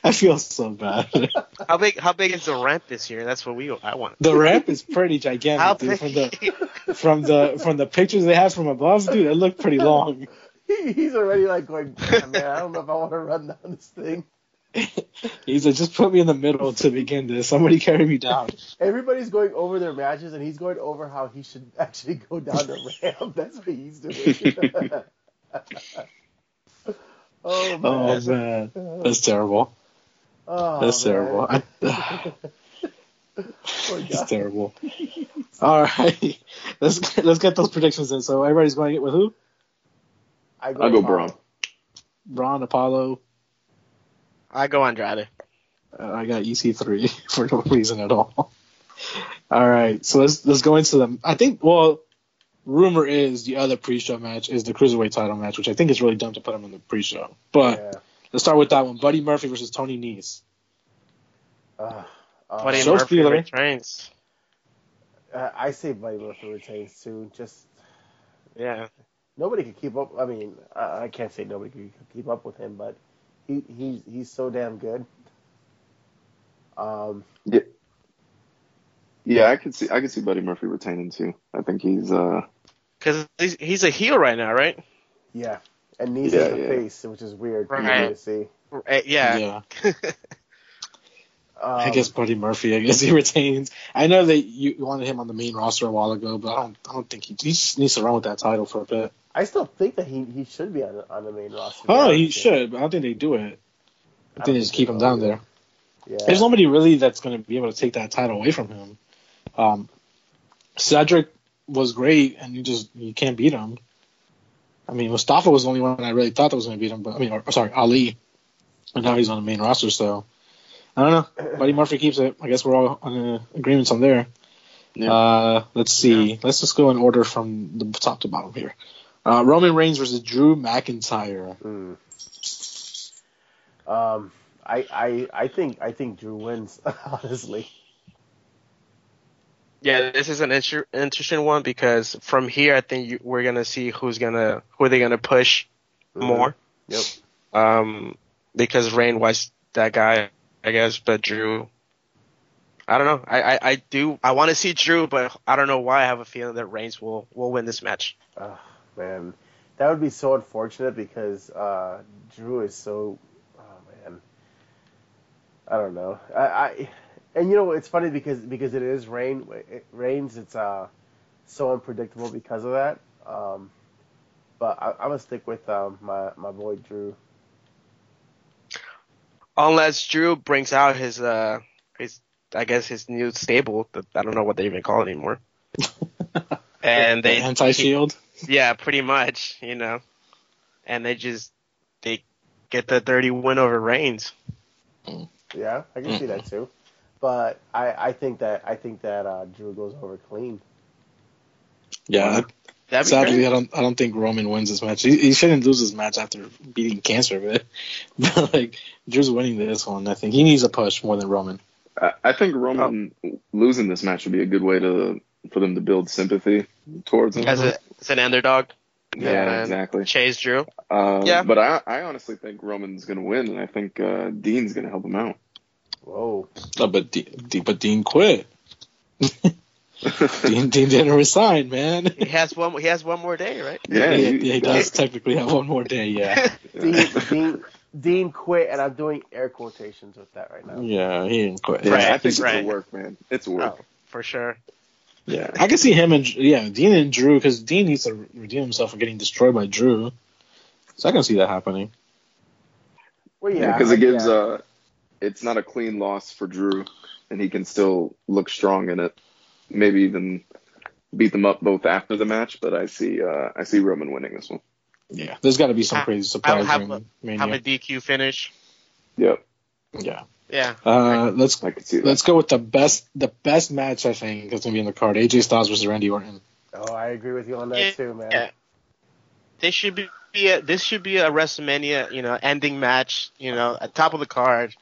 A: I feel so bad.
C: How big how big is the ramp this year? That's what we I want.
A: the ramp is pretty
C: How
A: gigantic dude,
C: big?
A: from the from the from the pictures they have from above, dude. It looked pretty long.
B: He- he's already like going, "Damn, man, I don't know if I want to run down this thing.
A: He's like, just put me in the middle to begin this. Somebody carry me down.
B: Everybody's going over their matches, and he's going over how he should actually go down the ramp. That's what he's doing. oh
A: Oh
B: man,
A: man, that's terrible.
B: Oh,
A: That's
B: man.
A: terrible. I-
B: Poor guy.
A: that's terrible. All right, let's let's get those predictions in. So everybody's going to get with who?
B: I
D: I'll go
B: Apollo.
D: Braun.
A: Braun, Apollo.
C: I go Andrade.
A: Uh, I got EC3 for no reason at all. All right, so let's let's go into them. I think well, rumor is the other pre-show match is the cruiserweight title match, which I think is really dumb to put them in the pre-show. But
B: Yeah.
A: let's start with that one: Buddy Murphy versus Tony Nese.
B: Uh, uh,
C: Buddy
A: Show
C: Murphy
A: stealer.
C: returns.
B: uh, I say Buddy Murphy retains too. Just
C: Yeah,
B: nobody could keep up. I mean, I, I can't say nobody could keep up with him, but he, he's he's so damn good. Um,
D: Yeah, I could see. I could see Buddy Murphy retaining too. I think he's. uh
C: because he's, he's a heel right now, right?
B: yeah, and Nice
D: Yeah,
B: is the
D: yeah.
B: face, which is weird for
C: Right.
B: me to see.
C: Uh, yeah.
B: Um,
A: I guess Buddy Murphy. I guess he retains. I know that you wanted him on the main roster a while ago, but I don't. I don't think he, he just needs to run with that title for a bit.
B: I still think that he, he should be on, the- on the main roster.
A: Oh, he
B: Yeah.
A: should, but I don't think they do it. I think they just keep him down there.
B: Yeah.
A: There's nobody really that's going to be able to take that title away from him. Um, Cedric was great, and you just you can't beat him. I mean, Mustafa was the only one I really thought that was going to beat him, but I mean, or, sorry, Ali, and now he's on the main roster. So I don't know. Buddy Murphy keeps it. I guess we're all on uh, agreements on there.
D: Yeah.
A: Uh, let's see. Let's just go in order from the top to bottom here. Uh, Roman Reigns versus Drew McIntyre.
B: Hmm. Um, I, I I think I think Drew wins honestly.
C: Yeah, this is an inter- interesting one because from here, I think you, we're gonna see who's gonna who they're gonna push
B: Hmm.
C: more.
B: Mm-hmm. Yep.
C: Um, because Rain was that guy, I guess, but Drew. I don't know. I, I, I do. I want to see Drew, but I don't know why. I have a feeling that Reigns will will win this match.
B: Oh, man, that would be so unfortunate because uh, Drew is so. Oh man, I don't know. I, I and you know it's funny because because it is rain. It rains. It's uh so unpredictable because of that. Um, but I, I'm gonna stick with um, my my boy Drew.
C: Unless Drew brings out his uh his I guess his new stable. That I don't know what they even call it anymore. and they
A: Anti Shield.
C: yeah, pretty much, you know. And they just they get the dirty win over Reigns.
B: Yeah, I can see that too. But I, I think that I think that uh, Drew goes over clean.
A: Yeah.
C: That'd be
A: Sadly,
C: great.
A: I don't. I don't think Roman wins this match. He, he shouldn't lose this match after beating cancer, but, but like Drew's winning this one. I think he needs a push more than Roman.
D: I, I think Roman losing this match would be a good way to for them to build sympathy towards him.
C: as, a, as an underdog. Uh,
D: yeah, exactly.
C: Chase Drew.
D: Uh,
C: Yeah.
D: But I, I honestly think Roman's going to win, and I think uh, Dean's going to help him out.
B: Whoa.
A: Oh, but D, D, but Dean quit. Dean, Dean didn't resign, man.
C: He has one. He has one more day, right?
D: yeah,
A: he,
D: you-
A: he does technically have one more day. Yeah,
B: Dean, Dean, Dean quit, and I'm doing air quotations with that right now.
A: yeah, he didn't quit.
D: Yeah,
C: Right,
D: I think it's
C: right.
D: a work, man. It's a work.
C: For sure.
D: Yeah.
A: I can see him and yeah, Dean and Drew because Dean needs to redeem himself for getting destroyed by Drew. So I can see that happening.
B: Well, yeah,
D: Because it gives
B: yeah.
D: uh it's not a clean loss for Drew and he can still look strong in it. Maybe even beat them up both after the match, but I see uh I see Roman winning this one.
A: Yeah, there's got to be some
C: Ha-
A: crazy surprise.
C: have
A: during
C: a-
A: Mania.
C: Have a DQ finish.
D: Yep.
A: yeah,
C: Yeah.
A: uh, let's
D: I could see that.
A: Let's go with the best the best match I think that's gonna be in the card. AJ Styles versus Randy Orton.
B: Oh, I agree with you on that
C: Yeah,
B: too, man.
C: yeah. This should be. be a, this should be a WrestleMania, you know, ending match. You know, at top of the card,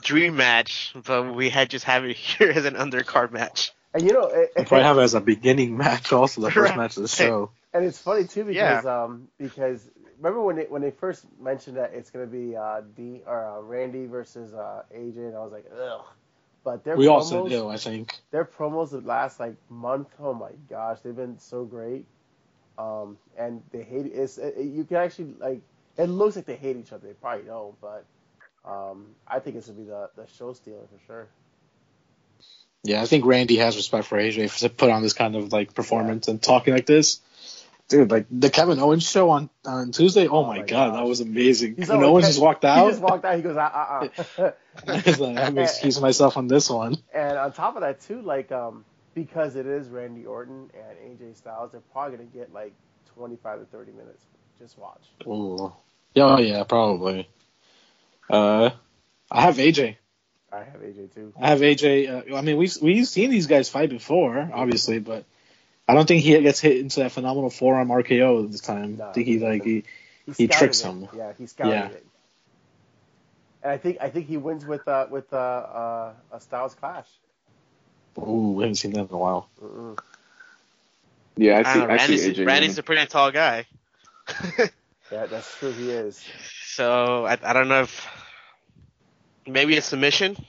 C: dream match. But we had just have it here as an undercard match.
B: And you know, it,
A: They probably have it as a beginning match also the first
C: Right.
A: match of the show.
B: and it's funny too
C: Yeah.
B: because um because remember when they when they first mentioned that it's gonna be uh D or uh, Randy versus uh AJ, and I was like, ugh. But their
A: We
B: promos,
A: also do, I think.
B: their promos the last like month. Oh my gosh, they've been so great. Um, and they hate it's it, it- you can actually like it looks like they hate each other. They probably don't, but um, I think it's gonna be the the show stealer for sure.
A: Yeah, I think Randy has respect for AJ to put on this kind of like performance and talking like this. Dude, like the Kevin Owens show on, on Tuesday, oh, my,
B: my
A: god,
B: gosh.
A: that was amazing.
B: He's
A: Kevin
B: like,
A: Owens
B: "Hey,"
A: just walked
B: He
A: out.
B: just walked out. He goes, uh, uh, uh.
A: I was like, I'm gonna excuse myself on this one.
B: And on top of that too, like um, because it is Randy Orton and AJ Styles, they're probably gonna get like 25 to 30 minutes. Just watch.
A: Ooh. Yeah, Oh yeah, probably. Uh I have AJ.
B: I have AJ too.
A: I have AJ. Uh, I mean, we've we've seen these guys fight before, obviously, but I don't think he gets hit into that phenomenal forearm RKO this time.
B: No.
A: I think he like he, He
B: scouted
A: tricks
B: it.
A: him.
B: Yeah, he scouted
A: Yeah.
B: it. And I think I think he wins with uh, with uh, uh, a Styles clash.
A: ooh, we haven't seen that in a while.
B: Mm-mm.
D: Yeah, I
C: I
D: see
C: don't know,
D: I see
C: Randy's, Randy's
D: AJ.
C: a
D: winning.
C: pretty tall guy,
B: Yeah, that's true. He is.
C: so I, I don't know if maybe a submission.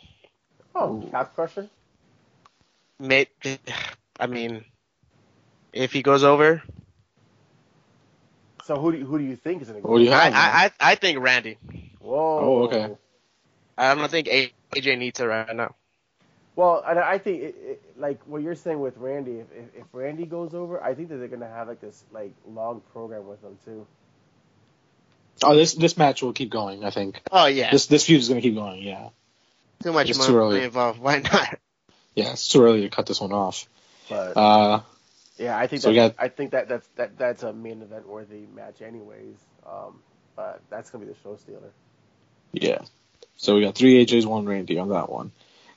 B: Oh, calf crusher.
C: May, I mean, if he goes over,
B: So who do you, who do you think is gonna go?
A: What do you
C: I,
A: have?
C: I I I think Randy.
B: Whoa.
A: Oh, okay.
C: I don't think A- AJ needs it right now.
B: Well, and I think it, it, like what you're saying with Randy, if, if if Randy goes over, I think that they're gonna have like this like long program with him too.
A: oh, this this match will keep going. I think
C: Oh yeah,
A: this this feud is gonna keep going. Yeah,
C: too much
A: it's
C: money
A: too early.
C: involved. Why not?
A: yeah. It's too early to cut this one off.
B: But
A: Uh,
B: yeah, I think
A: so we
B: that, I think that that's that that's a main event worthy match anyways. Um, but that's gonna be the show stealer.
A: yeah. So we got three AJs, one Randy on that one.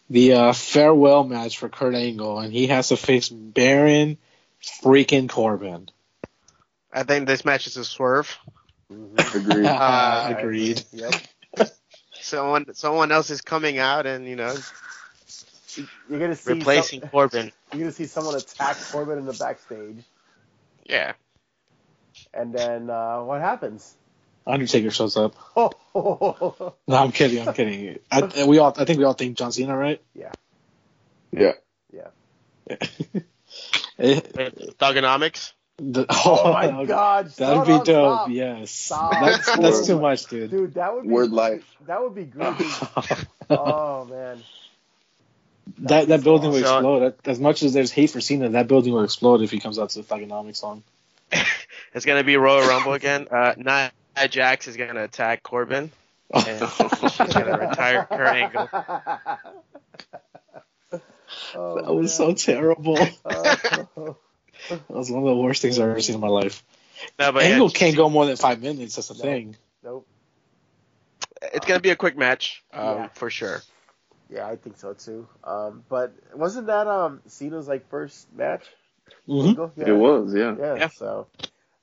A: The uh, farewell match for Kurt Angle, and he has to face Baron freaking Corbin.
C: I think this match is a swerve.
D: Agreed.
C: Uh,
A: Agreed.
B: Yep.
C: Someone someone else is coming out and you know
B: You're gonna see
C: replacing
B: some-
C: Corbin.
B: you're gonna see someone attack Corbin in the backstage,
C: Yeah,
B: and then uh, what happens?
C: Uh,
A: Undertaker shows up.
B: Oh,
A: No, I'm kidding. I'm kidding. I, we all, I think we all think John Cena, right?
D: yeah.
A: Eh,
C: With Thugonomics.
A: the-
B: oh my God!
A: That'd
B: Stop,
A: be
B: stop,
A: dope.
B: stop.
A: Yes,
B: Stop.
A: that's that's too much, dude.
B: Dude, that would be
D: Word life.
B: That would be great. oh man,
A: that that building will
C: So-
A: explode. That- As much as there's hate for Cena, that building will explode if he comes out to the Thugonomics song.
C: It's gonna be Royal Rumble again. Uh, Nia Jax is gonna attack Corbin. And she's gonna retire her ankle.
B: Oh,
A: That was so
B: man.
A: terrible. that
B: Oh,
A: was one of the worst things I've ever seen in my life.
C: No, but yeah,
A: Angle
C: just-
A: can't go more than five minutes. That's the
B: No.
A: thing.
B: nope.
C: It's gonna be a quick match, um,
B: Yeah.
C: for sure.
B: Yeah, I think so too. Um, but wasn't that um Cena's like first match?
A: Mm-hmm.
B: Eagle?
D: It was, yeah.
B: Yeah,
C: Yeah.
B: So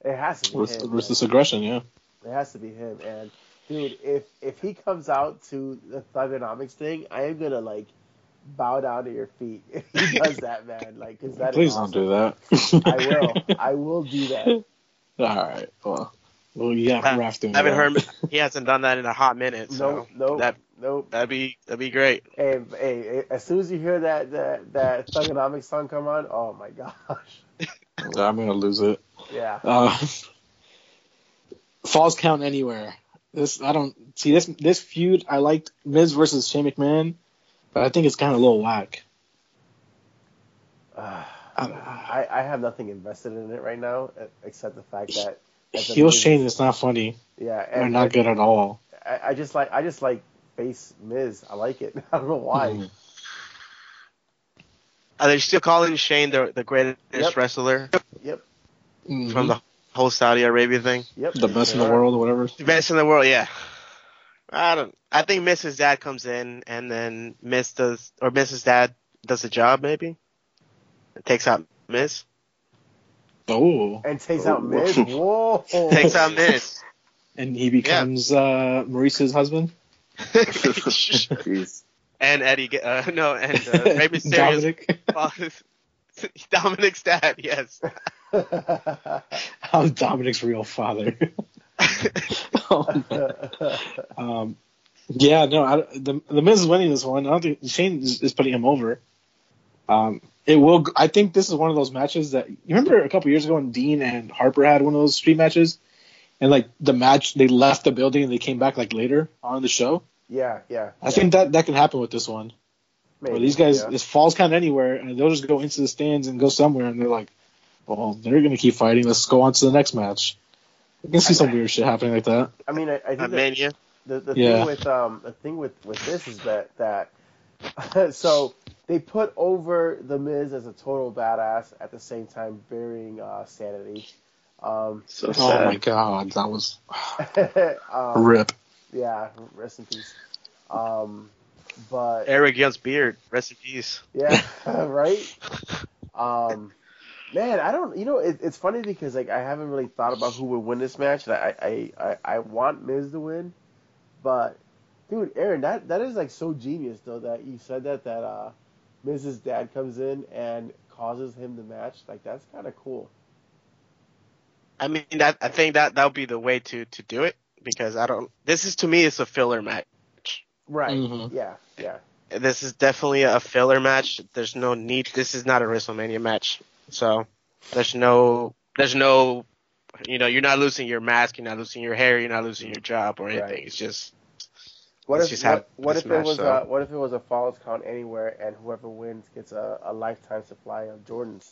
B: it has to be him. man.
A: Versus aggression, yeah.
B: It has to be him. And dude, if if he comes out to the Thugonomics thing, I am gonna like bow down to your feet if he does that, man. Like, cause that is
A: Please
B: awesome.
A: don't do that.
B: I will. I will do that.
A: All right. Well, well, yeah,
C: Uh,
A: we're after
C: I haven't heard he hasn't done that in a hot minute, so
B: Nope, nope,
C: that
B: nope.
C: that'd be that'd be great.
B: Hey, hey, as soon as you hear that that that Thugonomics song come on, oh my gosh,
A: I'm gonna lose it.
B: yeah.
A: Uh, falls count anywhere. This I don't see this this feud. I liked Miz versus Shane McMahon, but I think it's kind of a little whack.
B: Uh,
A: Uh,
B: I, I have nothing invested in it right now, e- except the fact that that the
A: heel
B: Miz-
A: Shane is not funny.
B: yeah,
A: They're
B: and
A: not good at all.
B: I, I just like I just like face Miz. I like it. I don't know why.
A: Mhm.
C: Are they still calling Shane the the greatest
B: Yep.
C: wrestler
B: Yep,
C: from the whole Saudi Arabia thing?
B: yep.
A: Mm-hmm. the best in the
B: Sure.
A: world or whatever.
C: Best in the world, yeah. I don't. I think Mrs. Dad comes in, and then Miss does, or Mrs. Dad does the job. Maybe takes out Miss,
A: Oh,
B: And takes out Miz. Whoa.
C: takes out Miss.
A: and he becomes uh, Maurice's husband.
D: Jeez.
C: and Eddie, Ga- uh, no, and uh, Rey Mysterio's
A: Dominic,
C: Dominic's, Dominic's dad. Yes.
A: I'm Dominic's real father.
C: Uh,
A: Oh, man. Um, yeah, no, I, the the Miz is winning this one. I don't think Shane is, is putting him over. Um, it will. g- I think this is one of those matches that you remember a couple years ago when Dean and Harper had one of those street matches, and like the match they left the building and they came back like later on the show.
B: yeah, yeah.
A: I think that that can happen with this one. Where these guys,
B: yeah.
A: this falls count anywhere, and they'll just go into the stands and go somewhere, and they're like, "Well, they're gonna keep fighting. Let's go on to the next match." I can see some weird shit happening like that.
B: I mean, I, I
C: At
B: think that
C: Mania.
B: the, the
A: Yeah.
B: thing with um the thing with with this is that that so they put over the Miz as a total badass at the same time burying uh, sanity. Um,
D: So
A: Oh my
D: sad.
A: god, that was
B: um,
A: rip.
B: Yeah, rest in peace. Um, but
C: Eric Young's beard. Rest in peace.
B: yeah, right. Um, man, I don't. You know, it, it's funny because like I haven't really thought about who would win this match. And I, I, I, I want Miz to win, but dude, Aaron, that that is like so genius though that you said that that uh, Miz's dad comes in and causes him the match. Like that's kind of cool.
C: I mean, that, I think that that would be the way to to do it because I don't. This is to me, it's a filler match.
B: Right.
A: Mhm.
B: Yeah. Yeah.
C: This is definitely a filler match. There's no need. This is not a WrestleMania match. So there's no there's no you know you're not losing your mask, you're not losing your hair, you're not losing your job or anything.
B: Right.
C: It's just
B: What
C: Let's
B: if
C: just have
B: what, what
C: this
B: if
C: match,
B: it was
C: so.
B: a, what if it was a Falls count anywhere and whoever wins gets a, a lifetime supply of Jordans?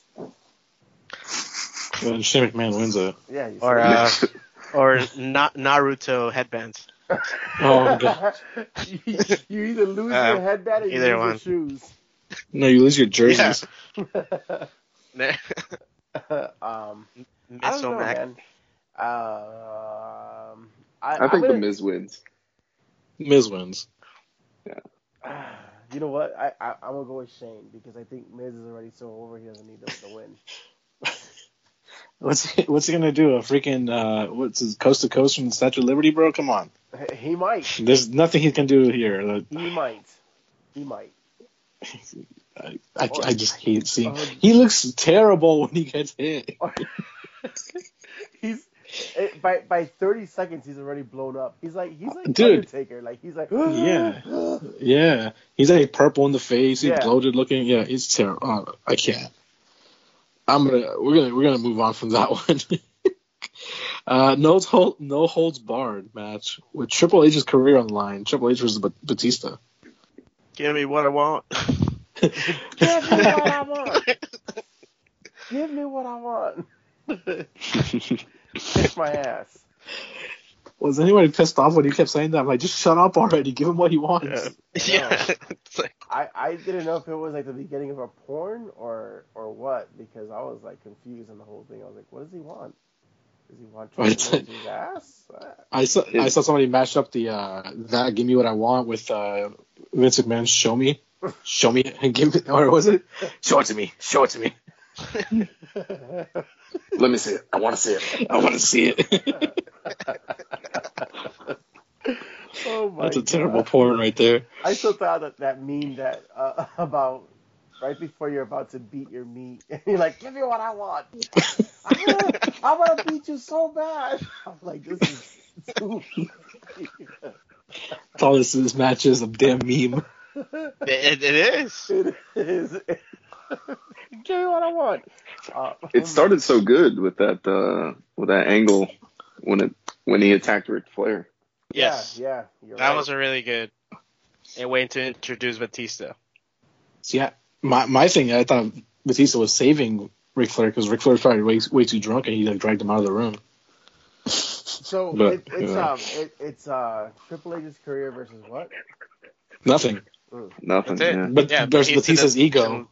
A: When Shane McMahon wins it.
B: Yeah. You
C: or
B: see?
C: uh, or not Naruto headbands.
A: Oh god.
B: you, you either lose
C: Uh,
B: your headband or you
C: either
B: lose
C: one.
B: your shoes.
A: No, you lose your jerseys.
B: um, I don't know,
C: Mitsumac.
B: man. Um, I,
D: I think
B: am
D: the Miz wins.
A: Miz wins.
B: You know what? I, I I'm gonna go with Shane because I think Miz is already so over. He doesn't need the, the win.
A: What's he, what's he gonna do? A freaking uh, what's his coast to coast from the Statue of Liberty, bro? Come on.
B: He might.
A: There's nothing he can do here. Like,
B: He might. He might.
A: I, I, I just hate seeing.
B: Um,
A: He looks terrible when he gets hit.
B: he's it, by by 30 seconds he's already blown up. He's like he's like
A: Dude.
B: Undertaker. Like he's like
A: Yeah. Yeah, he's like purple in the face. He's
B: Yeah.
A: bloated looking. Yeah, it's terrible. Uh, I can't. I'm gonna we're gonna we're gonna move on from that one. uh, no hold, no holds barred match with Triple H's career on the line. Triple H versus Bat- Batista.
C: Give me what I want.
B: Give me what I want. Give me what I want. Kick my ass.
A: Was anybody pissed off when you kept saying that? I'm like, just shut up already. Give him what he wants.
C: Yeah, it's like
B: I, I didn't know if it was like the beginning of a porn or or what because I was like confused in the whole thing. I was like, what does he want? Does he want to
A: Right.
B: his ass? Uh,
A: I saw I saw somebody match up the uh, that give me what I want with uh, Vince McMahon's show me, show me and give it or was it show it to me, show it to me.
D: Let me see it. I want to see it. I want to see it.
B: oh my
A: That's a
B: God.
A: terrible porn right there.
B: I still thought that that mean that uh, about right before you're about to beat your meat, and you're like, "Give me what I want. I wanna- I want to beat you so bad." I'm like, "This is too."
A: That's all this this match is a damn meme.
C: It, it is.
B: it is. Give me what I want. Uh,
D: it started so good with that uh, with that angle when it when he attacked Ric Flair.
C: Yes.
B: Yeah, yeah you're
C: That
B: right.
C: was a really good a way to introduce Batista.
A: So yeah, my my thing I thought Batista was saving Ric Flair because Ric Flair was probably way, way too drunk and he like dragged him out of the room.
B: so.
A: But,
B: it, it's
A: yeah.
B: um, it, it's uh, Triple H's career versus what? Mm.
A: Nothing.
D: Nothing.
C: That's it.
D: Yeah.
A: But
C: yeah,
A: there's Batista's
C: doesn't-
A: ego.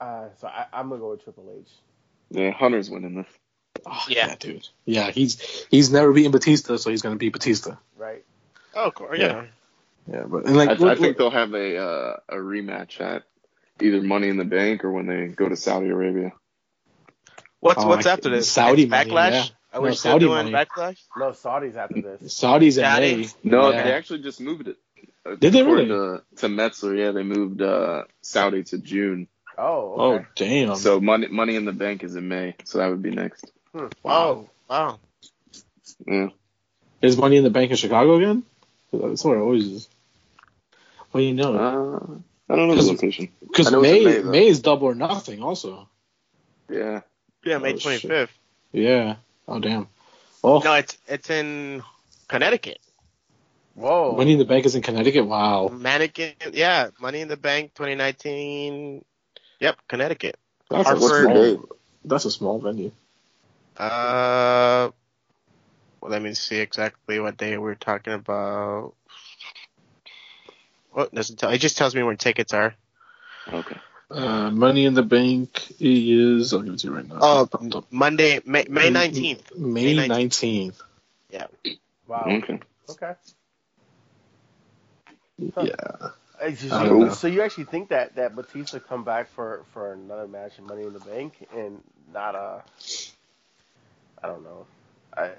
B: Uh, so I, I'm gonna go with Triple H.
D: yeah, Hunter's winning this.
A: Oh,
C: Yeah.
A: yeah, dude. Yeah, he's he's never beaten Batista, so he's gonna beat Batista.
B: Right.
C: Oh, of course, yeah.
A: Yeah, but and like
D: I, I
A: look-
D: think they'll have a uh, a rematch at either Money in the Bank or when they go to Saudi Arabia.
C: What's
A: Oh,
C: what's
A: I-
C: after this?
A: Saudi
C: Next
A: money,
C: backlash?
A: yeah. No,
C: Are we still
A: Saudi
C: doing
A: money.
C: backlash?
B: No, Saudi's after this.
A: Saudis in
C: Got
A: May.
C: it.
D: No,
A: Yeah.
D: they actually just moved it. Uh,
A: Did they
D: according
A: really?
D: To, to Metzler, yeah, they moved uh, Saudi to June.
B: Oh.
A: Oh
B: Okay.
A: damn!
D: so Money Money in the Bank is in May, so that would be next.
C: Wow. Wow.
D: Yeah.
A: is Money in the Bank in Chicago again? That's what it always is. Well, you know,
D: Uh, I don't know the
A: 'Cause-
D: location. I
A: because
D: know it's
A: May
D: in May,
A: May,
D: though.
A: is double or nothing. Also,
D: Yeah.
C: Yeah, May
A: Oh,
C: twenty
A: shit.
C: fifth.
A: yeah. Oh damn. Oh,
C: No, it's it's in Connecticut.
B: Whoa.
A: Money in the Bank is in Connecticut. Wow,
C: Mannequin yeah, Money in the Bank twenty nineteen. Yep, Connecticut.
A: that's a
C: Hartford.
D: What's the date?
A: small. That's a small venue.
C: Uh, well, let me see exactly what day we're talking about. What doesn't tell? It just tells me where tickets are.
D: Okay.
A: Uh, Money in the Bank is. I'll give it to you right now.
D: Uh,
C: Oh, Mm-hmm. Monday, May May nineteenth.
A: May
C: May 19th.
A: nineteenth.
B: Wow.
A: Um, Hmm?
D: Okay.
B: Okay.
A: Yeah.
B: Uh, So,
A: I don't know.
B: so you actually think that that Batista come back for for another match in Money in the Bank and not a? I don't know. I,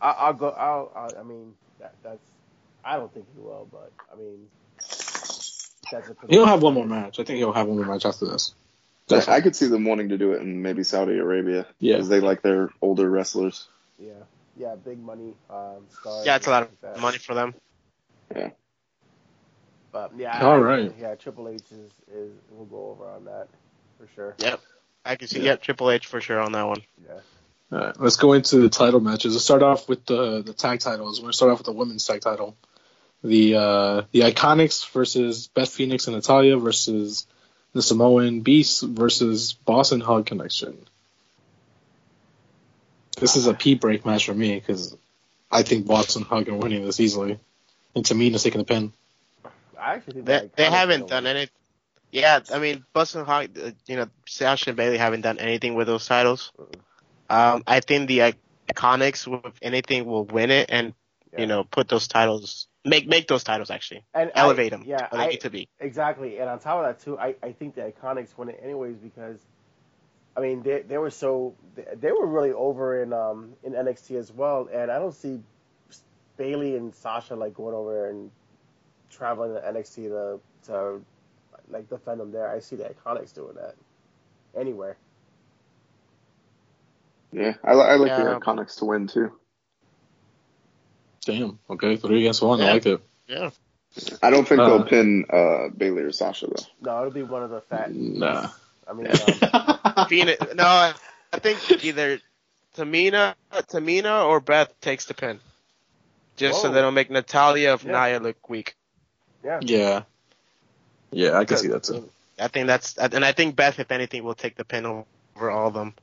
B: I I'll go. I'll, i I mean that, that's. I don't think he will, but I mean. That's a
A: He'll have one more match. I think he'll have one more match after this.
D: I, I could see them wanting to do it in maybe Saudi Arabia.
A: Yeah.
D: Because they like their older wrestlers.
B: Yeah, yeah, big money. Um, stars
C: Yeah, it's a
B: and
C: lot
B: stuff like
C: of
B: that.
C: money for them.
B: But yeah,
A: All
B: I-
A: right.
B: Yeah, Triple H is is will go over on that for sure.
C: Yep, I can see.
A: Yeah.
C: Yep, Triple H for sure on that one.
B: Yeah.
A: All right, let's go into the title matches. Let's start off with the the tag titles. We're gonna start off with the women's tag title. The uh, the Iconics versus Beth Phoenix and Natalia versus the Samoan Beast versus Boston Hug Connection. This is a pee break match for me because I think Boston Hug are winning this easily, and Tamina's taking the pin.
B: I actually think
C: They,
B: that
C: they
B: Iconics
C: haven't
B: will
C: done
B: win.
C: any. Yeah, I mean, Boston Hog, uh, you know, Sasha and Bailey haven't done anything with those titles.
B: Mm-hmm.
C: Um, I think the Iconics, with anything, will win it and
B: Yeah.
C: you know put those titles, make make those titles actually
B: and I-
C: elevate them.
B: Yeah,
C: where they
B: I-
C: need to be.
B: Exactly, and on top of that too, I, I think the Iconics win it anyways because, I mean they they were so they, they were really over in um in NXT as well, and I don't see Bailey and Sasha like going over and traveling to NXT to to like defend them there. I see the Iconics doing that anywhere.
D: Yeah. I, li- I like
C: Yeah.
D: the Iconics to win, too.
A: Damn. Okay, three against one.
C: Yeah.
A: I like it.
C: Yeah.
D: I don't think
A: Uh.
D: they'll pin uh, Bailey or Sasha, though.
B: No, it'll be one of the fat.
A: Nah.
B: I mean, um,
C: Phoenix. No, I I think either Tamina, Tamina or Beth takes the pin, just so
B: Whoa.
C: they don't make Natalia of
B: Yeah.
C: Naya look weak.
B: yeah,
A: Yeah. Yeah, I can see that too.
C: I think that's, and I think Beth, if anything, will take the pin over all of them.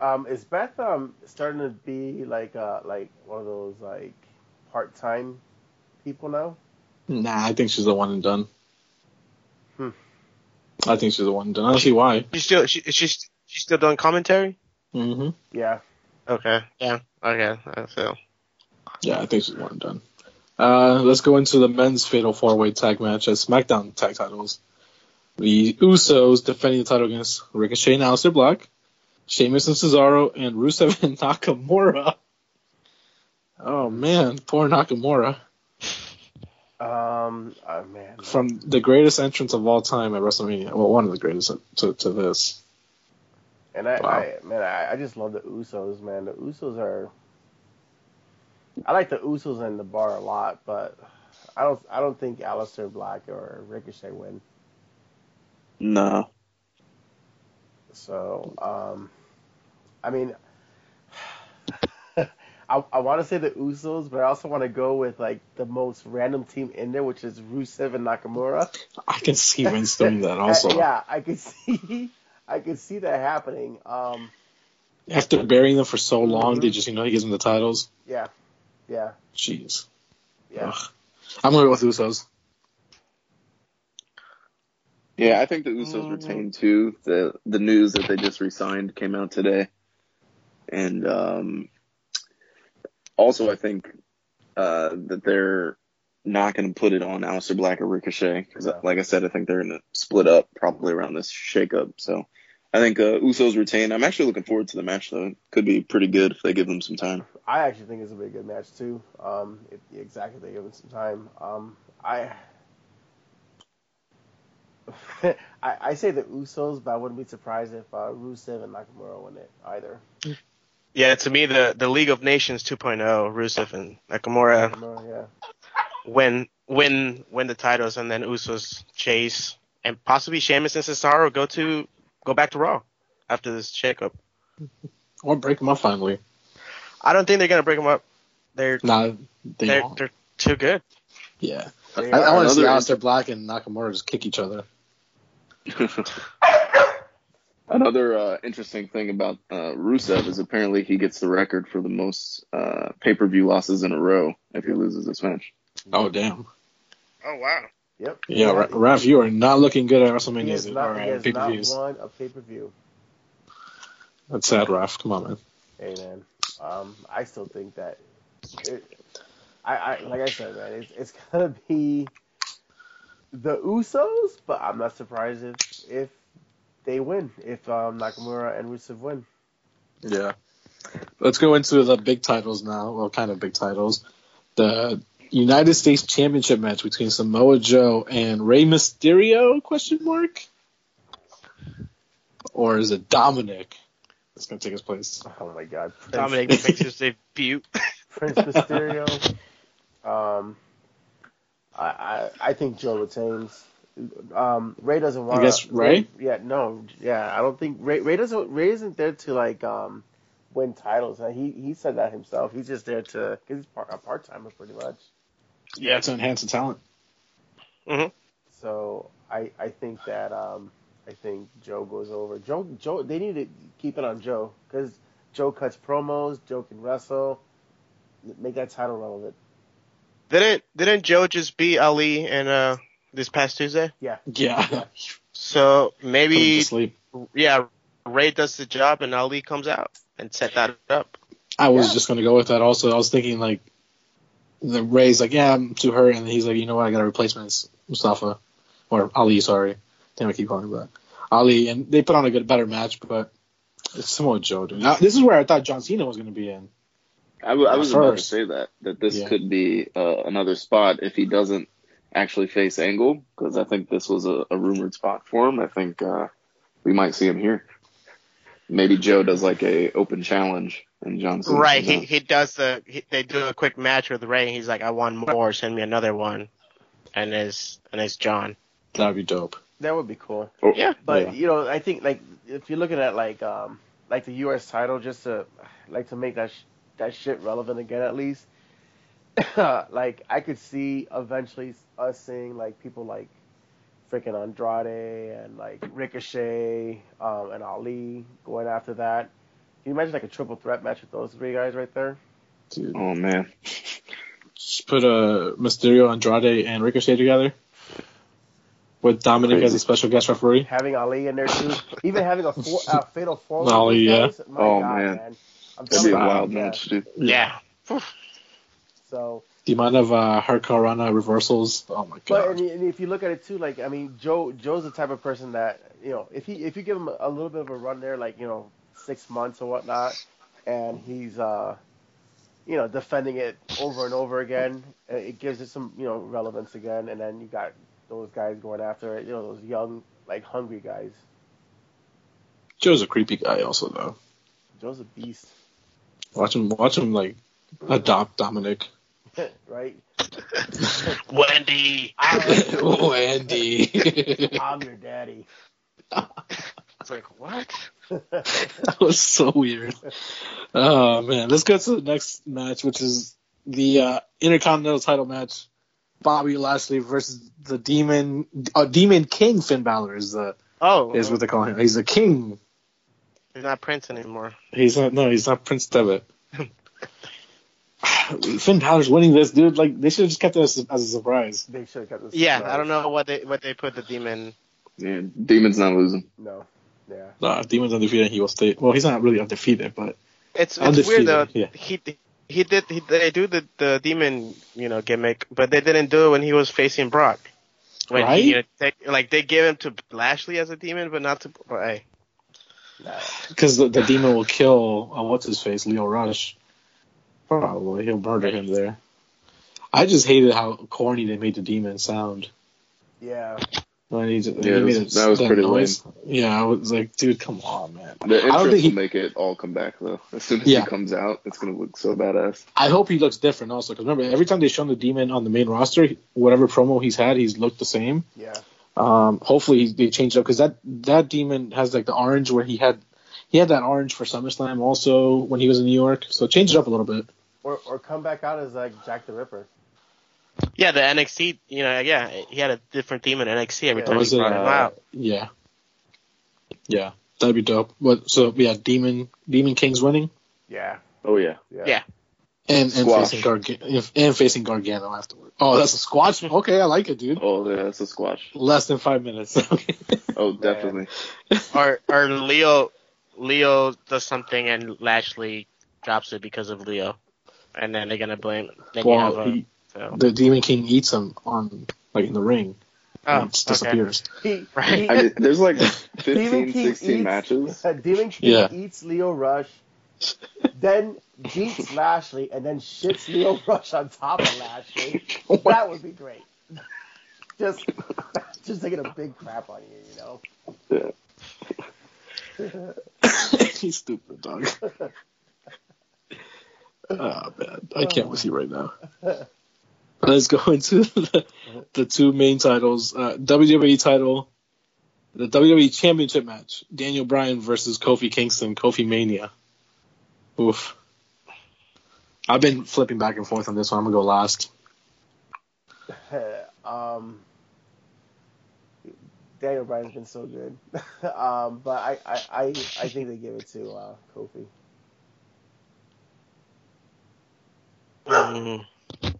B: Um, is Beth um starting to be like uh like one of those like part time people now?
A: Nah, I think she's the one and done.
B: Hmm.
A: I think she's the one and done. I don't see why.
C: She still she she's she's still doing commentary.
A: hmm
B: Yeah.
C: Okay. Yeah. Okay. I feel.
A: Yeah, I think she's the one and done. Uh, let's go into the men's fatal four way tag match as SmackDown tag titles. The Usos defending the title against Ricochet and Aleister Black, Sheamus and Cesaro, and Rusev and Nakamura. Oh man, poor Nakamura
B: Um. Oh, man.
A: from the greatest entrance of all time at WrestleMania. Well, one of the greatest to, to this.
B: And I,
A: Wow.
B: I man, I, I just love the Usos, man. The Usos are. I like the Usos and the Bar a lot, but I don't. I don't think Aleister Black or Ricochet win.
D: No.
B: So, um, I mean, I, I want to say the Usos, but I also want to go with like the most random team in there, which is Rusev and Nakamura.
A: I can see Vince doing that
B: Uh,
A: also.
B: yeah, I could see. I could see that happening. Um,
A: After burying them for so long,
B: Mhm.
A: they just you know he gives them the titles.
B: yeah, yeah,
A: Jeez.
B: yeah.
A: Ugh. I'm gonna go with Usos.
D: Yeah, I think the Usos
C: Mm.
D: retain too. The the news that they just resigned came out today, and um, also I think uh, that they're not going to put it on Aleister Black or Ricochet because,
B: No.
D: like I said, I think they're going to split up probably around this shakeup. So I think uh, Usos retain. I'm actually looking forward to the match though. It could be pretty good if they give them some time.
B: I actually think it's a pretty good match too. Um, if, exactly, they give it some time. Um, I, I, I say the Usos, but I wouldn't be surprised if uh, Rusev and Nakamura win it either.
C: Yeah. To me, the the League of Nations 2.0, Rusev and Nakamura
B: Nakamura, yeah.
C: win win win the titles, and then Usos chase and possibly Sheamus and Cesaro go to go back to Raw after this shakeup.
A: Or break them up finally.
C: I don't think they're gonna break them up. They're
A: Nah, they
C: they're,
A: won't.
C: they're too good.
A: Yeah.
B: They
A: I,
B: are
A: I want to see
D: Another-
A: Aleister Black and Nakamura just kick each other.
D: Another uh, interesting thing about uh, Rusev is apparently he gets the record for the most uh, pay per view losses in a row if he loses this match.
A: Oh damn.
C: Oh wow.
B: Yep.
A: Yeah, Ra-
B: He-
A: Raph, you are not looking good at WrestleMania
B: He has
A: or
B: not, he
A: uh,
B: has
A: pay per
B: not
A: views.
B: won a pay per view.
A: That's sad, Raph. Come on, man.
B: Hey man, um, I still think that. It, I, I like I said, man, it's, it's gonna be the Usos, but I'm not surprised if if they win, if um, Nakamura and Rusev win.
A: Yeah. Let's go into the big titles now. Well, kind of big titles. The United States Championship match between Samoa Joe and Rey Mysterio? Question mark. Or is it Dominic? That's gonna take his place.
B: Oh my God, Prince,
C: Dominic makes his debut.
B: Prince Mysterio. um, I, I I think Joe retains. Um, Ray doesn't want.
A: guess Ray?
B: Yeah, no, yeah, I don't think Ray. Ray doesn't. Ray isn't there to like um win titles. Uh, He he said that himself. He's just there to. Cause he's part, a part timer pretty much.
A: Yeah, to enhance the talent.
B: So I I think that um I think Joe goes over. Joe Joe they need to keep it on Joe because Joe cuts promos. Joe can wrestle. Make that title relevant.
C: Didn't didn't Joe just beat Ali and uh this past Tuesday?
A: Yeah.
C: So
A: Put him
C: maybe
A: to sleep.
C: yeah, Ray does the job and Ali comes out and set that up.
A: I was
B: Yeah.
A: just gonna go with that. Also, I was thinking like, the Ray's like, yeah, I'm too hurt, and he's like, you know what, I got a replacement. It's Mustafa or Ali. Sorry, damn, I keep calling him that Ali. And they put on a good, better match, but it's Samoa Joe, dude. Now, this is where I thought John Cena was gonna be in.
D: I, w- I was about to
A: First.
D: say that that this
A: Yeah.
D: could be uh, another spot if he doesn't actually face Angle because I think this was a, a rumored spot for him. I think uh, we might see him here. Maybe Joe does like a open challenge and Johnson.
C: Right. He he does the he, they do a quick match with Ray and he's like, I want more, send me another one. And it's and it's John.
A: That'd be dope.
B: That would be cool.
D: Or-
C: Yeah.
B: But
A: Yeah.
B: you know, I think like if you're looking at like um like the U.S. title, just to like to make that sh- that shit relevant again, at least. like I could see eventually us seeing like people like freaking Andrade and like Ricochet um, and Ali going after that. Can you imagine like a triple threat match with those three guys right there?
A: Dude,
D: Oh man,
A: Just put uh, Mysterio, Andrade, and Ricochet together with Dominic as
D: Crazy.
A: a special guest referee.
B: Having Ali in there too, even having a, four, a fatal four. way
A: Ali,
B: these
A: yeah.
B: days, My
D: Oh,
B: God,
D: man.
B: man. I'm
D: That'd be
B: telling
D: a
B: you,
D: wild
B: yeah.
D: match, dude.
C: Yeah.
B: So,
A: The amount of uh, hardcore Rana reversals. Oh my
B: but
A: god.
B: and, and if you look at it too, like I mean, Joe Joe's the type of person that you know, if he if you give him a little bit of a run there, like you know, six months or whatnot, and he's uh, you know, defending it over and over again, it- it gives it some you know relevance again, and then you got those guys going after it, you know, those young like hungry guys.
A: Joe's a creepy guy, also though.
B: Joe's a beast,
A: Watch him, watch him like adopt Dominic.
B: right?
C: Wendy. I
A: oh, Andy.
B: I'm your daddy.
C: was like, what?
A: that was so weird. Oh man, let's go to the next match, which is the uh, Intercontinental Title match: Bobby Lashley versus the Demon, uh, Demon King Finn Balor is the
C: Oh,
A: is what they call him. He's the king.
C: he's not Prince anymore.
A: He's not. No, he's not Prince Devitt. Finn Balor's winning this, dude. Like they should have just kept it as, as a surprise.
B: They should have got this.
C: Yeah, I don't know what they what they put the demon.
D: Yeah, Demon's not losing.
B: No, yeah.
A: Nah, Demon's undefeated. He will stay. Well, he's not really undefeated, but
C: It's it's
A: Undefeated,
C: weird though.
A: yeah.
C: He he did he, they do the the demon you know gimmick, but they didn't do it when he was facing Brock. When
A: Right?
C: he, you know, they, like they gave him to Lashley as a demon, but not to. But, hey,
B: Nah.
A: because the, the demon will kill uh, what's his face, Leo Rush. Probably he'll murder him there. I just hated how corny they made the demon sound.
B: Yeah.
A: When he,
D: Yeah, that was- that was pretty
A: lame. Yeah, I was like, dude, come on, man.
D: The
A: I don't
D: entrance
A: think he.
D: will make it all come back though. As soon as
A: Yeah.
D: he comes out, it's gonna look so badass.
A: I hope he looks different also, because remember, every time they've shown the demon on the main roster, whatever promo he's had, he's looked the same.
B: Yeah.
A: Um, hopefully they changed up because that that demon has like the orange where he had he had that orange for SummerSlam also when he was in New York. So change it up a little bit.
B: Or or come back out as like Jack the Ripper.
C: yeah, the NXT, you know, yeah, he had a different demon in NXT every
B: Yeah.
C: time
A: Was
C: he
A: it,
C: brought him
A: uh,
C: out.
A: Yeah, yeah, that'd be dope. But so yeah, demon demon king's winning
B: Yeah.
D: Oh yeah.
B: Yeah.
C: Yeah.
A: and and
D: Squash.
A: facing Gargano and facing Gargano afterward. Oh, that's a squash. Okay, I like it, dude.
D: Oh yeah, that's a squash.
A: Less than five minutes.
D: Oh definitely.
C: Or or Leo Leo does something and Lashley drops it because of Leo, and then they're gonna blame. Then you have
A: well,
C: a,
A: he,
C: so.
A: the demon king eats him on like in the ring
C: Oh,
A: and just
C: okay.
A: disappears.
B: He,
C: Right.
B: he-
D: I mean, there's like
B: Demon
D: 15,
B: King
D: 16
B: eats- uh,
D: matches.
B: Demon King
A: Yeah.
B: eats Leo Rush, then beats Lashley, and then shits Leo Rush on top of Lashley. That would be great. Just just taking a big crap on you, you know.
D: Yeah.
A: He's stupid, dog. oh man, I can't with you right now. Let's go into the, the two main titles: uh, WWE title, the WWE Championship match, Daniel Bryan versus Kofi Kingston, Kofi Mania. Oof. I've been flipping back and forth on this one. I'm gonna go last.
B: um, Daniel Bryan's been so good, um, but I, I, I, I think they give it to uh, Kofi.
C: Mm.
B: I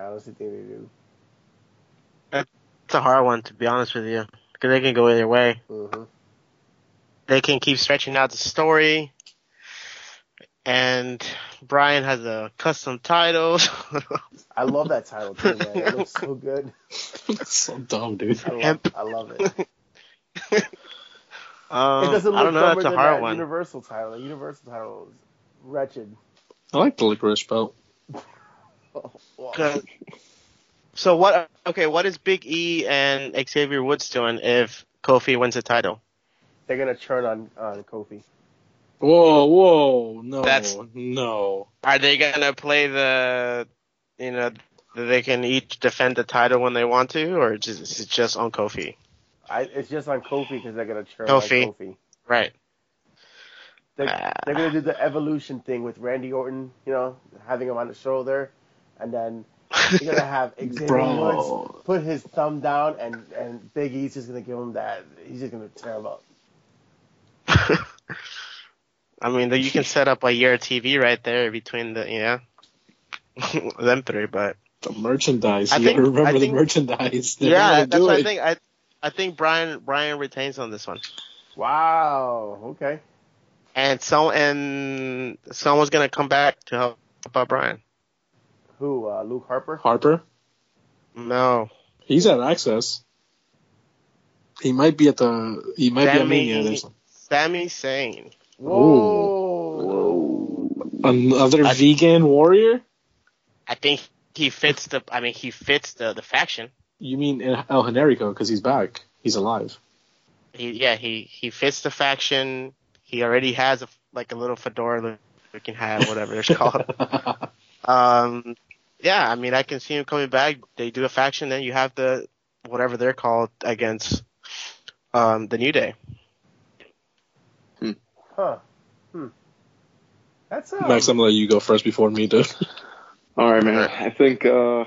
B: honestly think they do.
C: It's a hard one to be honest with you, because they can go either way.
B: hmm
C: They can keep stretching out the story, and Brian has a custom title.
B: I love that title too, man. It looks so good.
A: That's so dumb, dude.
B: I love,
C: Hemp.
B: I love it. It
C: Um,
B: doesn't
C: I
B: look
C: don't know.
B: dumber
C: It's a
B: than
C: hard
B: that
C: one.
B: Universal title. The Universal title is wretched.
A: I like the licorice belt.
B: Oh, wow.
C: Cause- So what? Okay, what is Big E and Xavier Woods doing if Kofi wins the title?
B: They're gonna turn on on Kofi.
A: Whoa, whoa, no,
C: That's-
A: no.
C: Are they gonna play the, you know, that they can each defend the title when they want to, or just, is it just on Kofi?
B: I, it's just on Kofi because they're gonna turn
C: Kofi.
B: on Kofi.
C: Right.
B: They're,
C: Ah.
B: they're gonna do the evolution thing with Randy Orton, you know, having him on the shoulder, and then You're gonna have Xavier
A: Bro.
B: Woods put his thumb down, and and Big E's just gonna give him that. He's just gonna tear him up.
C: I mean, you can set up a year of TV right there between the, you know. them three, but
A: The merchandise.
C: I
A: you
C: think-
A: gotta remember
C: I
A: the
C: think-
A: merchandise. They're
C: yeah,
A: gonna
C: that's
A: do
C: what I
A: it.
C: think. I I think Brian Brian retains on this one,
B: Wow. Okay.
C: and so and someone's gonna come back to help out Brian.
B: Who? Uh, Luke Harper.
A: Harper.
C: No,
A: He's at Access. He might be at the. He might
C: Sammy-
A: be at Mania. There's
C: Sammy Sane.
B: Whoa.
D: Whoa.
A: another
C: I-
A: vegan warrior.
C: I think he fits the. I mean, he fits the the faction.
A: You mean El Generico because he's back. He's alive.
C: He yeah he he fits the faction. He already has a like a little fedora look- looking hat, whatever it's called. Um, yeah, I mean, I can see him coming back. They do a faction, then you have the whatever they're called against um, the New Day.
B: Huh. Hmm. That's um,
A: Max, I'm gonna let you go first before me, dude.
D: All right, man. I think uh,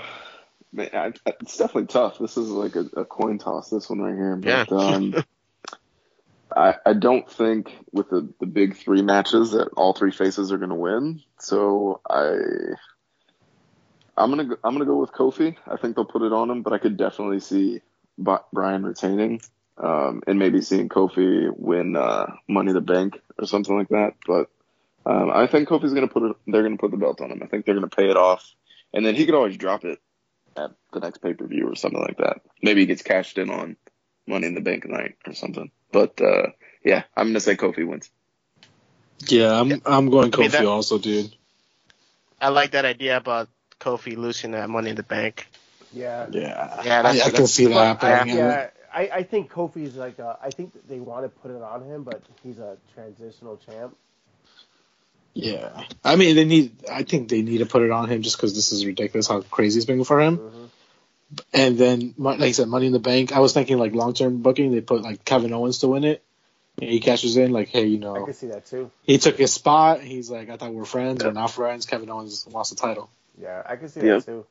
D: man, I, I- it's definitely tough. This is like a, a coin toss. This one right here,
C: Yeah.
D: but um, I, I don't think with the, the big three matches that all three faces are going to win. So I, I'm gonna go, I'm gonna go with Kofi. I think they'll put it on him, but I could definitely see B- Brian retaining, um, and maybe seeing Kofi win uh, Money in the Bank or something like that. But um, I think Kofi's gonna put it. They're gonna put the belt on him. I think they're gonna pay it off, and then he could always drop it at the next pay per view or something like that. Maybe he gets cashed in on Money in the Bank night or something. But uh, yeah, I'm gonna say Kofi wins.
A: Yeah, I'm. I'm going
C: I mean,
A: Kofi
C: that-
A: also, dude.
C: I like that idea about Kofi losing that Money in the Bank.
B: yeah.
A: Yeah,
C: Yeah, that's-
A: I, I can see that
B: But I,
A: happening.
B: yeah, I, I think Kofi's like uh, I think they want to put it on him, but he's a transitional champ.
A: Yeah, I mean they need. I think they need to put it on him just because this is ridiculous how crazy it's been for him.
D: Mm-hmm.
B: hmm
A: And then, mon- like I said, Money in the Bank. I was thinking like long term booking. They put like Kevin Owens to win it. And he cashes in like, hey, you
B: I
A: know,
B: could see that too.
A: he took his spot. He's like, I thought we were friends. We're not friends. Kevin Owens wants the title.
B: Yeah, I could see
D: Yeah.
B: that too.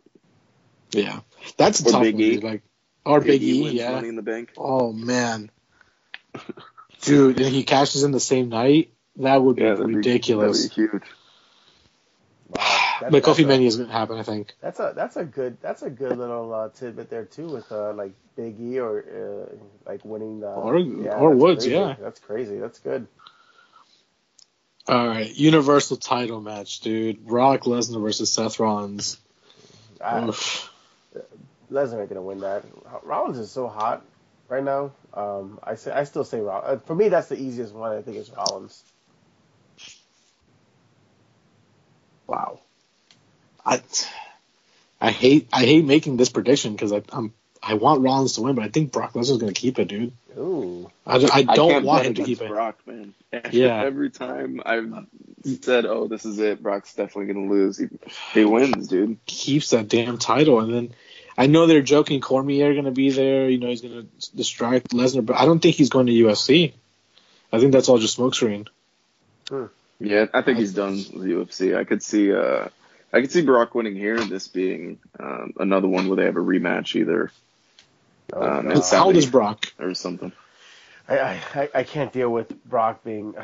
A: Yeah, that's a
D: Or
A: tough.
D: Big
A: one,
D: E.
A: dude. Like, or Big
D: He
A: E.
D: wins
A: Yeah.
D: Money in the Bank.
A: Oh man, dude, and he cashes in the same night. That would be
D: Yeah, that'd be-
A: ridiculous.
D: that'd be huge.
B: Wow, that-
A: but
B: that's
A: Kofi
B: a-
A: Mania is gonna happen, I think.
B: That's a that's a good that's a good little uh, tidbit there too with uh, like Big E or uh, like winning the
A: Or- or
B: that's
A: Woods,
B: crazy.
A: yeah.
B: that's crazy that's good
A: All right, Universal title match, dude. Brock Lesnar versus Seth Rollins.
B: I,
A: Oof.
B: Lesnar ain't gonna win that Rollins is so hot right now um, I say I still say Rollins for me that's the easiest one I think is Rollins
A: Wow. I I hate I hate making this prediction because I'm I want Rollins to win, but I think Brock Lesnar's gonna keep it, dude.
B: ooh
A: I, ju- I
D: I
A: don't
D: can't
A: want
D: bet
A: him to
D: against
A: keep it.
D: Brock, man.
A: Yeah.
D: Every time I've said, "Oh, this is it. Brock's definitely gonna lose." He, he wins, dude.
A: Keeps that damn title, and then I know they're joking. Cormier gonna be there. You know he's gonna s- distract Lesnar, but I don't think he's going to UFC. I think that's all just smokescreen.
D: Yeah, I think he's done with UFC. I could see, uh, I could see Brock winning here, and this being um, another one where they have a rematch either
B: Oh,
D: Um,
B: God.
D: it's-
A: How old is Brock?
D: or something.
B: I, I, I- I can't deal with Brock being.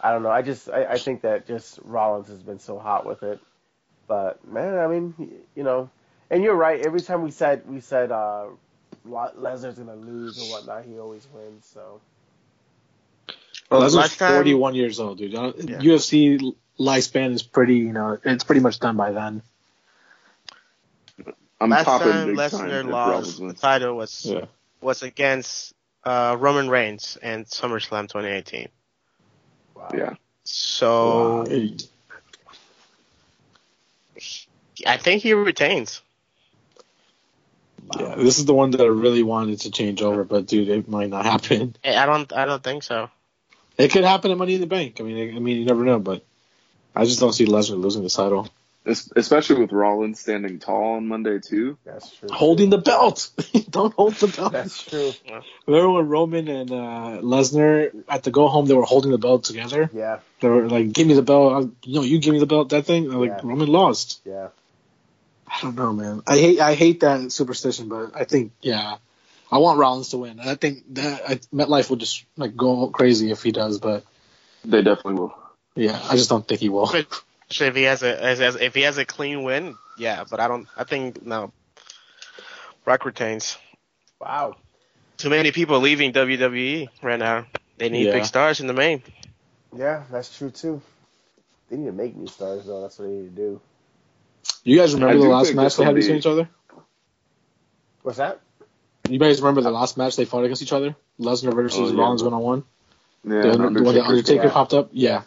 B: I don't know. I just I, I think that just Rollins has been so hot with it. But man, I mean, you know, and you're right. Every time we said we said uh, Lo- Lesnar's gonna lose or whatnot, he always wins. So
C: Well,
A: Lesnar's
C: Oh, last time-
A: 41 years old, dude. Uh,
C: Yeah.
A: UFC lifespan is pretty, you know, it's pretty much done by then.
D: I'm
C: Last
D: popping
C: time
D: big time
C: Lesnar
D: if Rollins
C: lost the
D: wins.
C: title was
A: Yeah.
C: was against uh, Roman Reigns and SummerSlam 2018.
B: wow.
D: Yeah,
A: Uh,
C: So I think he retains.
A: Yeah, this is the one that I really wanted to change over, but dude, it might not happen.
C: I I don't I don't think so.
A: It could happen at Money in the Bank. I mean, I, I mean, you never know, but I just don't see Lesnar losing the title,
D: Es- especially with Rollins standing tall on Monday too.
B: That's true.
A: holding the belt. don't hold the belt.
B: That's true.
A: Remember when Roman and uh, Lesnar at the go home they were holding the belt together?
B: Yeah,
A: They were like, "Give me the belt." I'll, no, you give me the belt. That thing. Like
B: Yeah.
A: Roman lost.
B: yeah.
A: I don't know, man. I hate I hate that superstition, but I think yeah, I want Rollins to win. And I think that I, MetLife will just like go crazy if he does, but
D: They definitely will.
A: yeah, I just don't think he will.
C: But Especially if he has a as, as, if he has a clean win, yeah. But I don't. I think no. Brock retains.
B: Wow.
C: Too many people leaving WWE right now. They need
A: Yeah.
C: big stars in the main.
B: Yeah, that's true too. They need to make new stars though. That's what they need to do.
A: You guys remember
D: I
A: the
D: do
A: last
D: think
A: match
D: this
A: they had
D: will
A: between
D: be-
A: each other?
B: What's that?
A: You guys remember the last match they fought against each other? Lesnar versus
D: Oh, yeah.
A: Rollins one on one.
D: Yeah,
A: The Under- the one that Undertaker
B: yeah.
A: popped up. Yeah.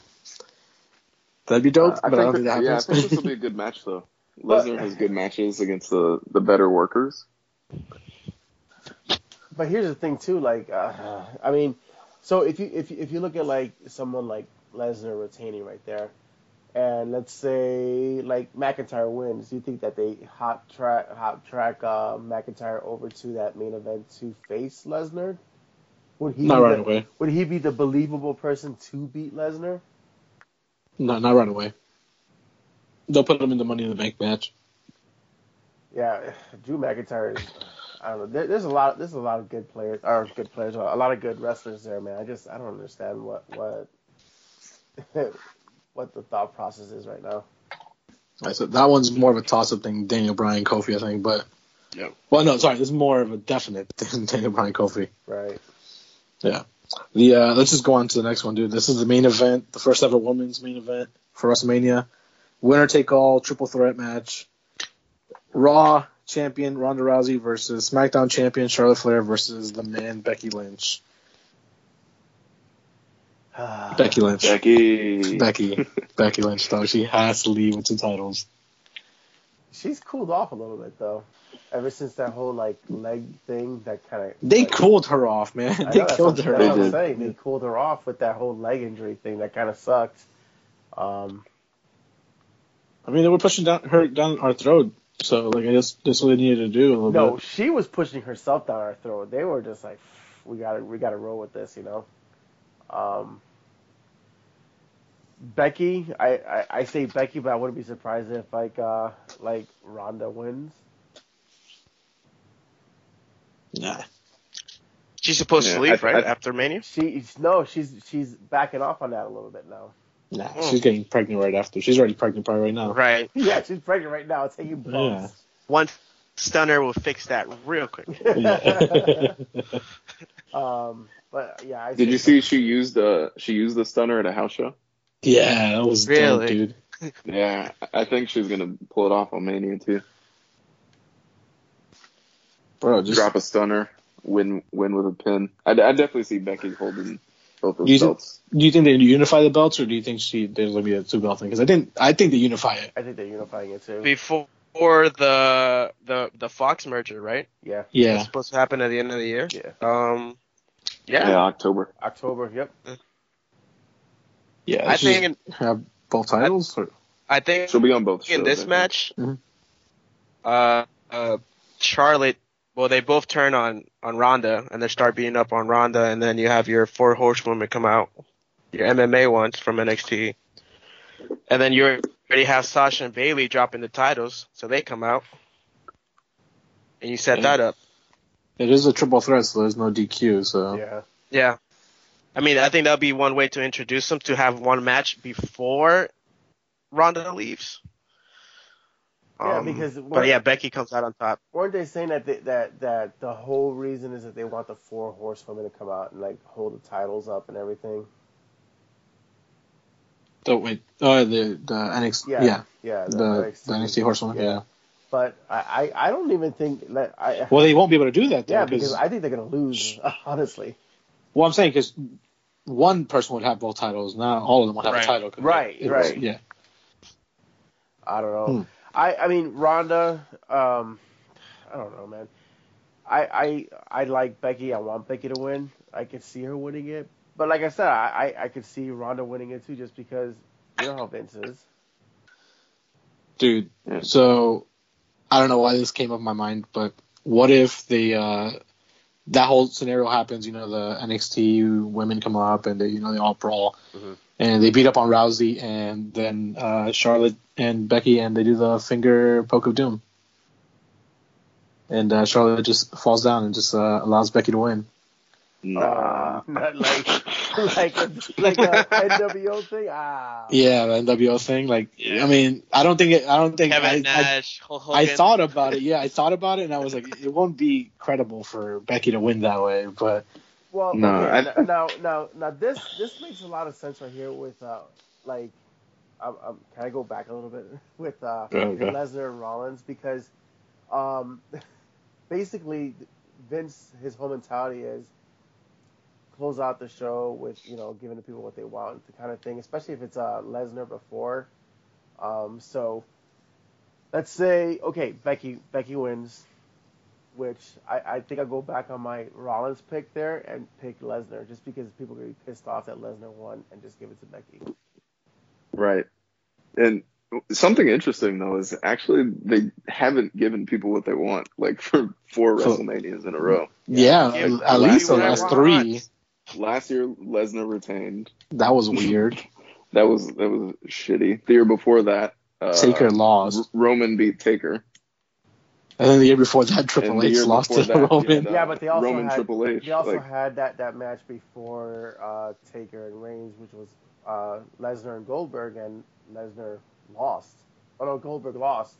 A: That'd be dope,
D: Uh,
A: but I don't
D: thi-
A: think that
D: yeah, I
A: happens.
D: think this will be a good match though.
B: But-
D: Lesnar has good matches against the the better workers.
B: But here's the thing too, like uh, I mean, so if you if you, if you look at like someone like Lesnar retaining right there, and let's say like McIntyre wins, do you think that they hop track hop track uh, McIntyre over to that main event to face Lesnar? Would he
A: not
B: be
A: right
B: the,
A: away.
B: Would he be the believable person to beat Lesnar?
A: No, not right away. They'll put him in the Money in the Bank match.
B: Yeah, Drew McIntyre. Is, I don't know. There, there's a lot. There's a lot of good players. Or good players. A lot of good wrestlers there, man. I just I don't understand what what what the thought process is right now.
A: Right, so that one's more of a toss-up thing, Daniel Bryan, Kofi, I think. But
D: Yeah.
A: well, no, sorry, this is more of a definite than Daniel Bryan, Kofi.
B: Right.
A: The uh, let's just go on to the next one, dude. This is the main event, the first ever women's main event for WrestleMania. Winner take all, triple threat match. Raw champion Ronda Rousey versus SmackDown champion Charlotte Flair versus the man Becky Lynch. Becky Lynch.
D: Becky.
A: Becky. Becky Lynch, though. She has to leave with two titles.
B: She's cooled off a little bit though. Ever since that whole like leg thing, that kind of
A: They cooled her off, man.
B: I know,
A: They
B: that's
A: killed
B: what-
A: her.
B: That's what
D: They
B: I'm
D: did.
B: saying. They cooled her off with that whole leg injury thing. That kind of sucked. Um,
A: I mean, they were pushing down her down our throat. So, like, I guess that's what they needed to do a little
B: no,
A: bit.
B: she was pushing herself down our throat. They were just like, we gotta, we gotta roll with this, you know. Um, Becky, I, I, I say Becky, but I wouldn't be surprised if like, uh, like Ronda wins.
A: Nah.
C: She's supposed
D: Yeah,
C: to leave
D: I-
C: right
D: I-
C: after Mania.
B: She, no, she's she's backing off on that a little bit now.
A: Nah. She's getting pregnant right after. She's already pregnant probably Oh. right now.
C: Right.
B: Yeah, she's pregnant right now. Taking bumps.
C: One stunner will fix that real quick.
A: Yeah.
B: um, but yeah, I
D: Did
B: say
D: you see she used uh she used the stunner at a house show?
A: yeah, that was dope,
C: Really?
A: dude.
D: Yeah, I think she's gonna pull it off on Mania too.
A: Bro, just
D: Drop a stunner, win win with a pin. I, I definitely see Becky holding both those
A: You should-
D: belts.
A: do you think they unify the belts, or do you think she there's gonna be a two belt thing? Because I didn't, I think they unify it.
B: I think they're unifying it too.
C: Before the the the Fox merger, right?
B: Yeah,
A: Yeah,
C: It's supposed to happen at the end of the year.
B: yeah.
C: Um, yeah.
D: Yeah, October.
B: October. Yep.
A: yeah.
C: I
A: she should
C: think
A: have both titles. or-
C: I think
D: She'll be on both.
C: in
D: shows, I
C: this
D: think.
C: match,
A: Mhm.
C: uh, uh, Charlotte. Well, they both turn on on Ronda and they start beating up on Ronda, and then you have your four horsewomen come out, your MMA ones from NXT, and then you already have Sasha and Bailey dropping the titles, so they come out, and you set
D: Yeah.
C: that up.
A: It is a triple threat, so there's no DQ. So
B: Yeah.
C: Yeah. I mean, I think that'll be one way to introduce them to have one match before Ronda leaves.
B: Yeah,
C: Um,
B: because
C: but yeah, Becky comes out on top.
B: weren't they saying that they, that that the whole reason is that they want the four horsewomen to come out and like hold the titles up and everything?
A: oh wait, oh the the NXT, yeah,
B: Yeah, yeah.
A: the, the NXT, horsewoman, yeah.
B: yeah. But I, I, I don't even think that I.
A: Well, they won't be able to do that, though,
B: yeah, because I think they're gonna lose. Honestly.
A: Well, I'm saying because one person would have both titles, not all of them would have
C: Right.
A: a title. 'cause
B: Right,
A: it's-
B: right.
A: Yeah.
B: I don't know.
A: Hmm.
B: I, I mean Rhonda. Um, I don't know, man. I, I I like Becky. I want Becky to win. I could see her winning it, but like I said, I I, I could see Rhonda winning it too, just because you know how Vince is.
A: Dude,
D: Yeah.
A: so I don't know why this came up in my mind, but what if the uh, that whole scenario happens? You know, the NXT women come up and they, you know, they all brawl
B: Mhm.
A: and they beat up on Rousey, and then uh, Charlotte and Becky and they do the finger poke of doom, and uh,
D: Mm.
A: Charlotte just falls down and just uh, allows Becky to win.
D: Nah.
B: Um, not like like like the NWO thing. Ah,
A: Yeah, the NWO thing. Like, I mean, I don't think it, I don't think
E: Kevin
A: I, I
C: uh,
E: Nash, Hulk
A: I
E: Hogan.
A: thought about it. Yeah, I thought about it, and I was like, it won't be credible for Becky to win that way. But
B: Well,
D: No,
B: okay,
D: I-
B: n- now, now, now, this this makes a lot of sense right here with uh, like, um, um, can I go back a little bit with uh,
D: Yeah, okay.
B: Lesnar and Rollins because, um, basically Vince his whole mentality is close out the show with you know giving the people what they want the kind of thing, especially if it's uh, Lesnar before. Um, so let's say okay, Becky Becky wins which I, I think I'll go back on my Rollins pick there and pick Lesnar just because people are going to be pissed off that Lesnar won and just give it to Becky.
D: Right. And something interesting though is actually they haven't given people what they want like for four
A: So-
D: WrestleManias in a row.
A: yeah,
C: Yeah,
A: at
D: Becky
A: least the
D: won
A: last
D: once.
A: three,
D: Last year Lesnar retained.
A: that was weird.
D: That was that was shitty. The year before that, uh,
A: Taker lost,
D: R- Roman beat Taker.
A: and then the year before that, Triple
D: the
A: H
D: year
A: lost to
D: before that,
A: Roman.
D: yeah,
B: Yeah, but they also
D: uh, Roman
B: had-
D: Triple H.
B: They also
D: like,
B: had that, that match before uh, Taker and Reigns, which was uh, Lesnar and Goldberg, and Lesnar lost. Oh no, Goldberg lost.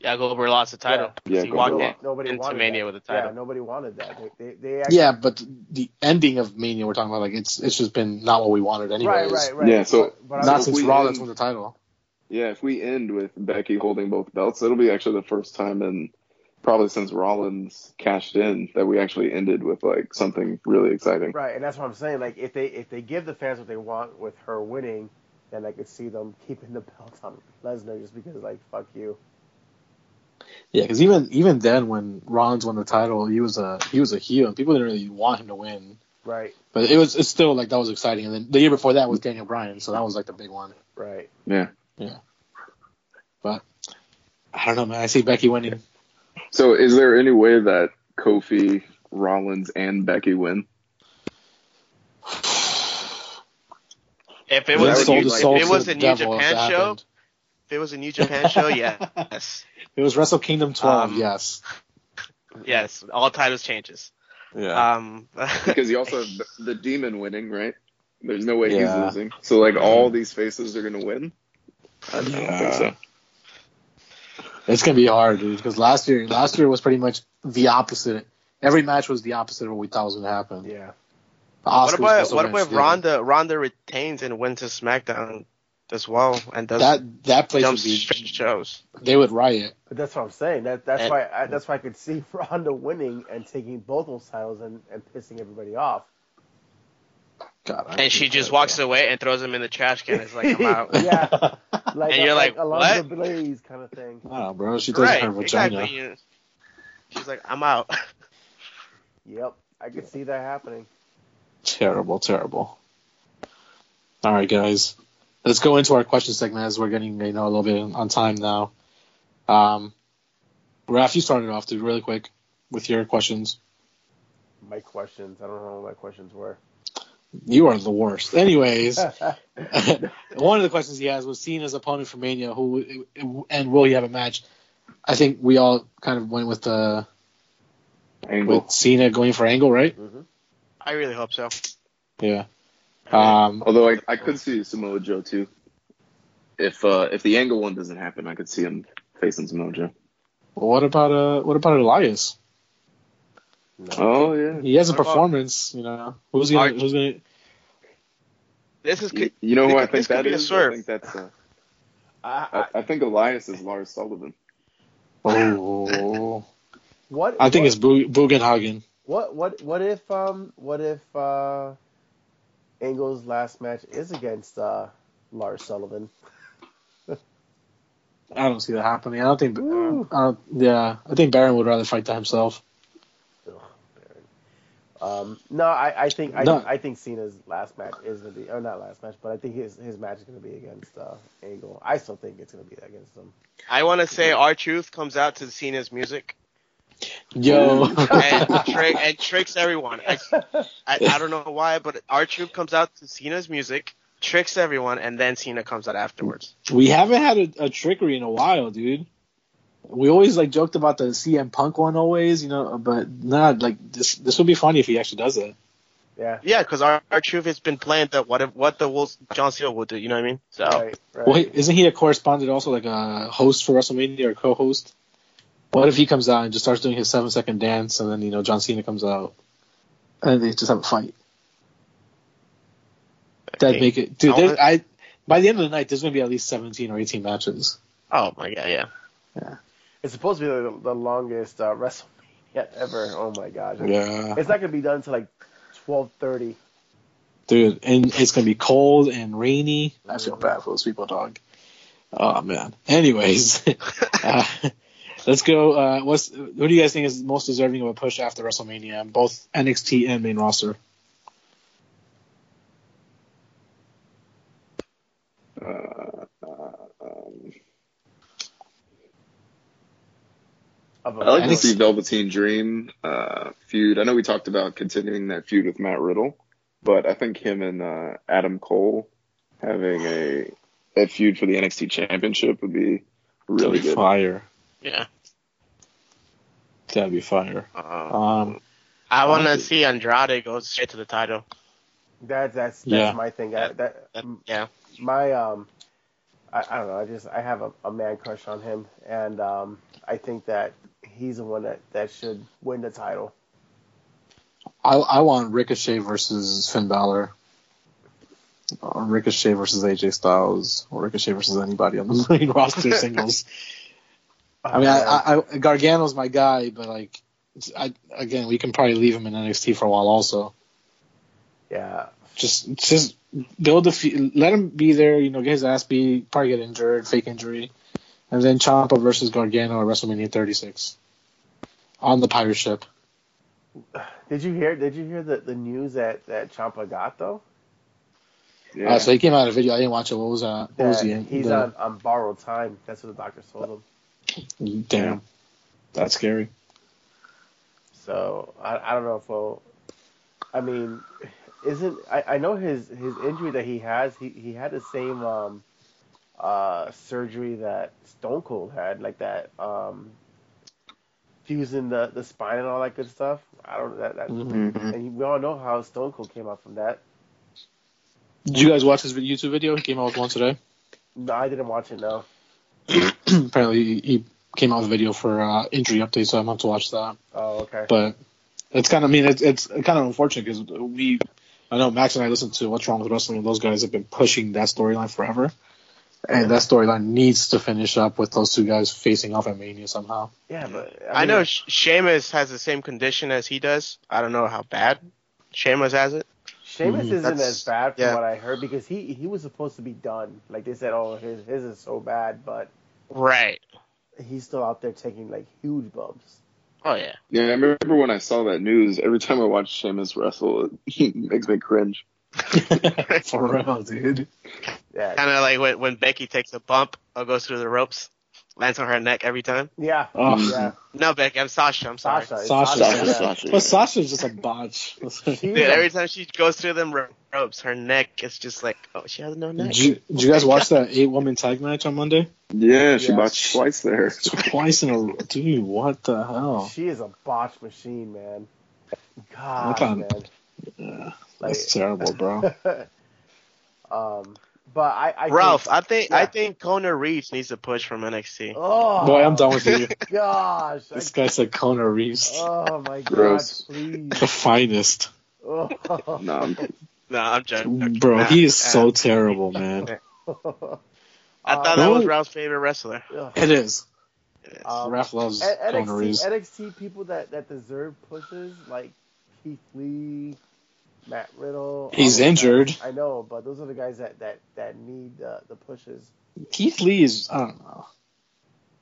E: Yeah, Goldberg lost the title.
D: Yeah,
E: he
D: Goldberg
E: walked
D: lost.
E: in,
B: Nobody
E: into
B: wanted
E: Mania
B: that.
E: with the
B: Yeah,
E: title.
B: nobody wanted that. They, they, they actually,
A: Yeah, but the ending of Mania we're talking about, like it's it's just been not what we wanted, anyways.
B: right, right, right.
D: Yeah, so-
B: but, but I
A: Not
B: was-
D: So
A: since
D: we
A: Rollins won
D: end-
A: the title.
D: Yeah, if we end with Becky holding both belts, it'll be actually the first time in probably since Rollins cashed in that we actually ended with like something really exciting.
B: Right, and that's what I'm saying. Like if they if they give the fans what they want with her winning, then I could see them keeping the belt on Lesnar just because like fuck you.
A: Yeah, because even even then, when Rollins won the title, he was a he was a heel, and people didn't really want him to win.
B: Right,
A: But it was it's still like that was exciting. And then the year before that was Daniel Bryan, so that was like the big one.
B: right.
D: Yeah.
A: I don't know, man. I see Becky winning.
D: So is there any way that Kofi, Rollins, and Becky win?
C: If it
D: That
C: was
D: would
C: a
D: be
C: New,
D: like-
C: if it was
A: to the
C: a New
A: devil if
C: Japan
A: that
C: show,
A: happened.
C: if it was a New Japan show, yes,
A: It was Wrestle Kingdom 12.
C: Um,
A: yes.
C: yes, all titles changes.
A: Yeah.
C: Um,
D: Because you also have the demon winning, right? There's no way
A: Yeah.
D: he's losing. So like all these faces are gonna win. I don't think so.
A: It's gonna be hard, dude. Because last year, last year was pretty much the opposite. Every match was the opposite of what we thought was gonna happen.
B: Yeah.
C: what
A: Oscar was supposed
C: about
A: to win
C: what about if
A: still.
C: Ronda Ronda retains and wins to SmackDown as well and does
A: That that place
C: jump
A: would be.
C: straight shows?
A: They would riot.
B: But that's what I'm saying. That that's
C: And-
B: why I, that's why I could see Ronda winning and taking both those titles and, and pissing everybody off.
A: God, I
C: And she
A: hate
C: just
A: that,
C: walks
A: bro.
C: away and throws him in the trash can. It's like I'm out.
B: yeah. Like
C: And you're like,
B: Alonzo
C: what?
B: Blaze kind of thing.
A: Nah, bro. She does
C: right,
A: her vagina.
C: exactly. You- She's like I'm out.
B: Yep, I could see that happening.
A: Terrible, terrible. All right, guys, let's go into our question segment as we're getting you know a little bit on time now. Um, Raph, you started off, dude, really quick with your questions.
B: My questions. I don't know what my questions were.
A: You are the worst. Anyways, one of the questions he has was seen as opponent for Mania, who and will he have a match? I think we all kind of went with the
D: Angle.
A: with Cena going for Angle, right?
C: I really hope so.
A: Yeah. Um,
D: Although I, I could see Samoa Joe too. If uh, if the angle one doesn't happen, I could see him facing Samoa Joe.
A: what about uh, what about Elias?
B: No.
D: Oh yeah.
A: He has a
C: What about-
A: performance, you know. Who's gonna?
C: Arch-
A: Who's gonna?
C: This is
D: You, you know who I
C: This
D: think
C: could
D: that
C: be a
D: is? I
C: swerve.
D: think that's uh,
B: I,
D: I,
B: I,
D: I think Elias is Lars Sullivan.
A: Oh,
B: what?
A: I think
B: what-
A: it's Bu- Bugenhagen.
B: What what what if um what if uh Angle's last match is against uh Lars Sullivan?
A: I don't see that happening. I don't think.
B: Ooh.
A: Uh, yeah, I think Baron would rather fight that himself.
B: Ugh, Baron. Um no, I, I think I,
A: No.
B: I think Cena's last match is gonna be or not last match, but I think his his match is gonna be against uh Angle. I still think it's gonna be against him.
C: I want to say our truth comes out to Cena's music
A: Yo,
C: and, tri- and tricks everyone. I, I, I don't know why, but our truth comes out to Cena's music, tricks everyone, and then Cena comes out afterwards.
A: we haven't had a, a trickery in a while, dude. We always like joked about the CM Punk one, always, you know. But not like this. This would be funny if he actually does it.
B: Yeah.
C: Yeah, because our, our truth has been playing the what if what the Wolves, John Cena will do. You know what I mean? So
A: Oh.
B: Right. Right.
A: Well, he- isn't he a correspondent also, like a host for WrestleMania or co-host? What if he comes out and just starts doing his seven-second dance, and then you know John Cena comes out, and they just have a fight? That'd
C: okay.
A: make it, dude.
C: I
A: there-
C: wanna-
A: I by the end of the night, there's gonna be at least seventeen or eighteen matches.
C: Oh my god, yeah.
B: It's supposed to be the, the longest uh, WrestleMania ever. Oh my gosh.
A: Yeah,
B: It's not gonna be done till like twelve thirty.
A: dude, and it's gonna be cold and rainy. I feel bad for those people, dog. Oh man. Anyways, uh, let's go. Uh, what's who do you guys think is most deserving of a push after WrestleMania, both NXT and main roster?
D: Uh, uh, um, I like to
A: Alex-
D: see Velveteen Dream uh, feud. I know we talked about continuing that feud with Matt Riddle, but I think him and uh, Adam Cole having a that feud for the NXT Championship would be really
A: That'd be
D: good.
A: fire.
C: Yeah.
A: That'd be fire.
C: Um,
A: Um,
C: I want to
A: honestly-
C: see Andrade go straight to the title.
B: That, that's that's
A: Yeah.
B: my thing. That, that,
C: That- yeah.
B: my um, I, I don't know. I just I have a, a man crush on him, and um, I think that he's the one that that should win the title.
A: I I want Ricochet versus Finn Balor. Or Ricochet versus AJ Styles, or Ricochet versus anybody on the main roster singles. I mean, I, I, I Gargano's my guy, but like, it's- I, again, we can probably leave him in NXT for a while. Also,
B: yeah,
A: just just build the fe- let him be there. You know, get his ass beat, probably get injured, fake injury, and then Ciampa versus Gargano at WrestleMania 36 on the pirate ship.
B: Did you hear? Did you hear the, the news that that Champa got though?
D: Yeah.
A: Uh, so he came out of a video. I didn't watch it. What was uh, what was
B: That
A: the
B: he's
A: the-
B: on on borrowed time. That's what the doctor told him.
A: Damn, that's scary.
B: So I, I don't know if we'll. I mean, isn't I, I know his his injury that he has. He he had the same um, uh, surgery that Stone Cold had, like that um, fusing the the spine and all that good stuff. I don't that that.
A: Mm-hmm.
D: Mhm.
B: And we all know how Stone Cold came out from that.
A: Did you guys watch his vid- YouTube video? He came out with one today.
B: No, I didn't watch it. No.
A: Apparently, he- he came out with a video for uh, injury update, so I'm gonna have to watch that.
B: Oh, okay.
A: but it's kind of I mean it's it's kind of unfortunate because we I know Max and I listened to What's Wrong with Wrestling and those guys have been pushing that storyline forever, and that storyline needs to finish up with those two guys facing off at Mania somehow.
B: yeah, but
C: I, know
B: mean,
C: Sh- Sheamus has the same condition as he does. I don't know how bad Sheamus has it.
B: Sheamus
A: Mhm.
B: isn't
C: That's-
B: as bad from
C: yeah.
B: what I heard because he he was supposed to be done. Like they said, oh his his is so bad, but
C: Right.
B: he's still out there taking like huge bumps.
C: Oh yeah.
D: Yeah, I remember when I saw that news. Every time I watch Sheamus wrestle, it makes me cringe.
A: For real, dude.
B: Yeah,
C: Kind of like when, when Becky takes a bump or goes through the ropes, lands on her neck every time.
B: yeah,
A: Oh.
B: yeah.
C: No, Becky, I'm Sasha. I'm sorry.
B: Sasha, it's
A: Sasha.
B: Sasha.
A: Sasha,
B: yeah.
A: But Sasha's just a botch.
B: She-
A: did,
C: Dude, every time she goes through them ro- ropes, her neck is just like, oh, she has no neck.
A: you, did you guys watch that eight woman tag match on Monday?
D: Yeah, she
B: Yeah.
D: botched twice there.
A: Twice in a row. Dude, what the hell?
B: She is a botch machine, man. God,
A: Okay.
B: man.
A: Yeah,
B: Like,
A: that's terrible, bro.
B: um, but I, I
C: Ralph, I think I
B: Yeah.
C: think Kona Reeves needs a push from NXT.
B: oh
A: Boy, I'm done with you.
B: Gosh, I-
A: This guy said Conor Reeves,
B: oh my God,
D: Gross.
B: please.
A: the finest.
B: Oh.
D: no, I'm-
C: No, I'm joking.
A: Bro,
C: Nah,
A: he is
C: nah.
A: so terrible, man.
C: I thought that
A: No.
C: was Ralph's favorite wrestler.
B: Ugh.
A: It is.
B: Um,
A: Raph loves
B: N-
A: Conor Reeves.
B: NXT, NXT people that, that deserve pushes like Keith Lee, Matt Riddle.
A: He's
B: all of
A: injured.
B: that. I know, but those are the guys that that that need uh, the pushes.
A: Keith Lee is I don't know.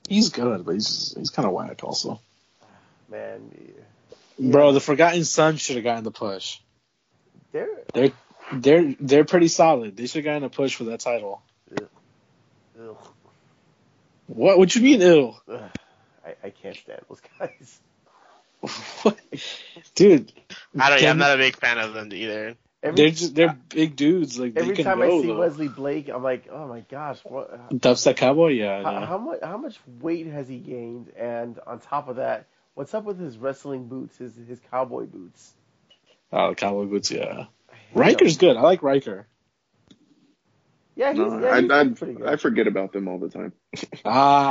A: He's good, but he's just, he's kind of whack also.
B: Man,
A: Bro, the Forgotten Son should have gotten the push.
B: they're
A: They're they're pretty solid. They should have gotten a push for that title.
B: ugh,
A: What? What you mean ill?
B: ugh. I, I can't stand those guys.
A: What? Dude,
C: I don't.
A: Can-
C: I'm not a big fan of them either.
A: they're
B: Every,
A: just they're big dudes. Like
B: every
A: they can
B: time
A: go.
B: I see
A: though.
B: Wesley Blake, I'm like, oh my gosh, what?
A: Dubstep Cowboy, yeah. I
B: How,
A: know.
B: how much how much weight has he gained? And on top of that, what's up with his wrestling boots? His his cowboy boots?
A: Oh, Kawaguchi, yeah. Riker's good. I like Riker.
B: Yeah, he's,
D: No,
B: yeah, he's
D: I,
B: pretty good.
D: I, I forget about them all the time.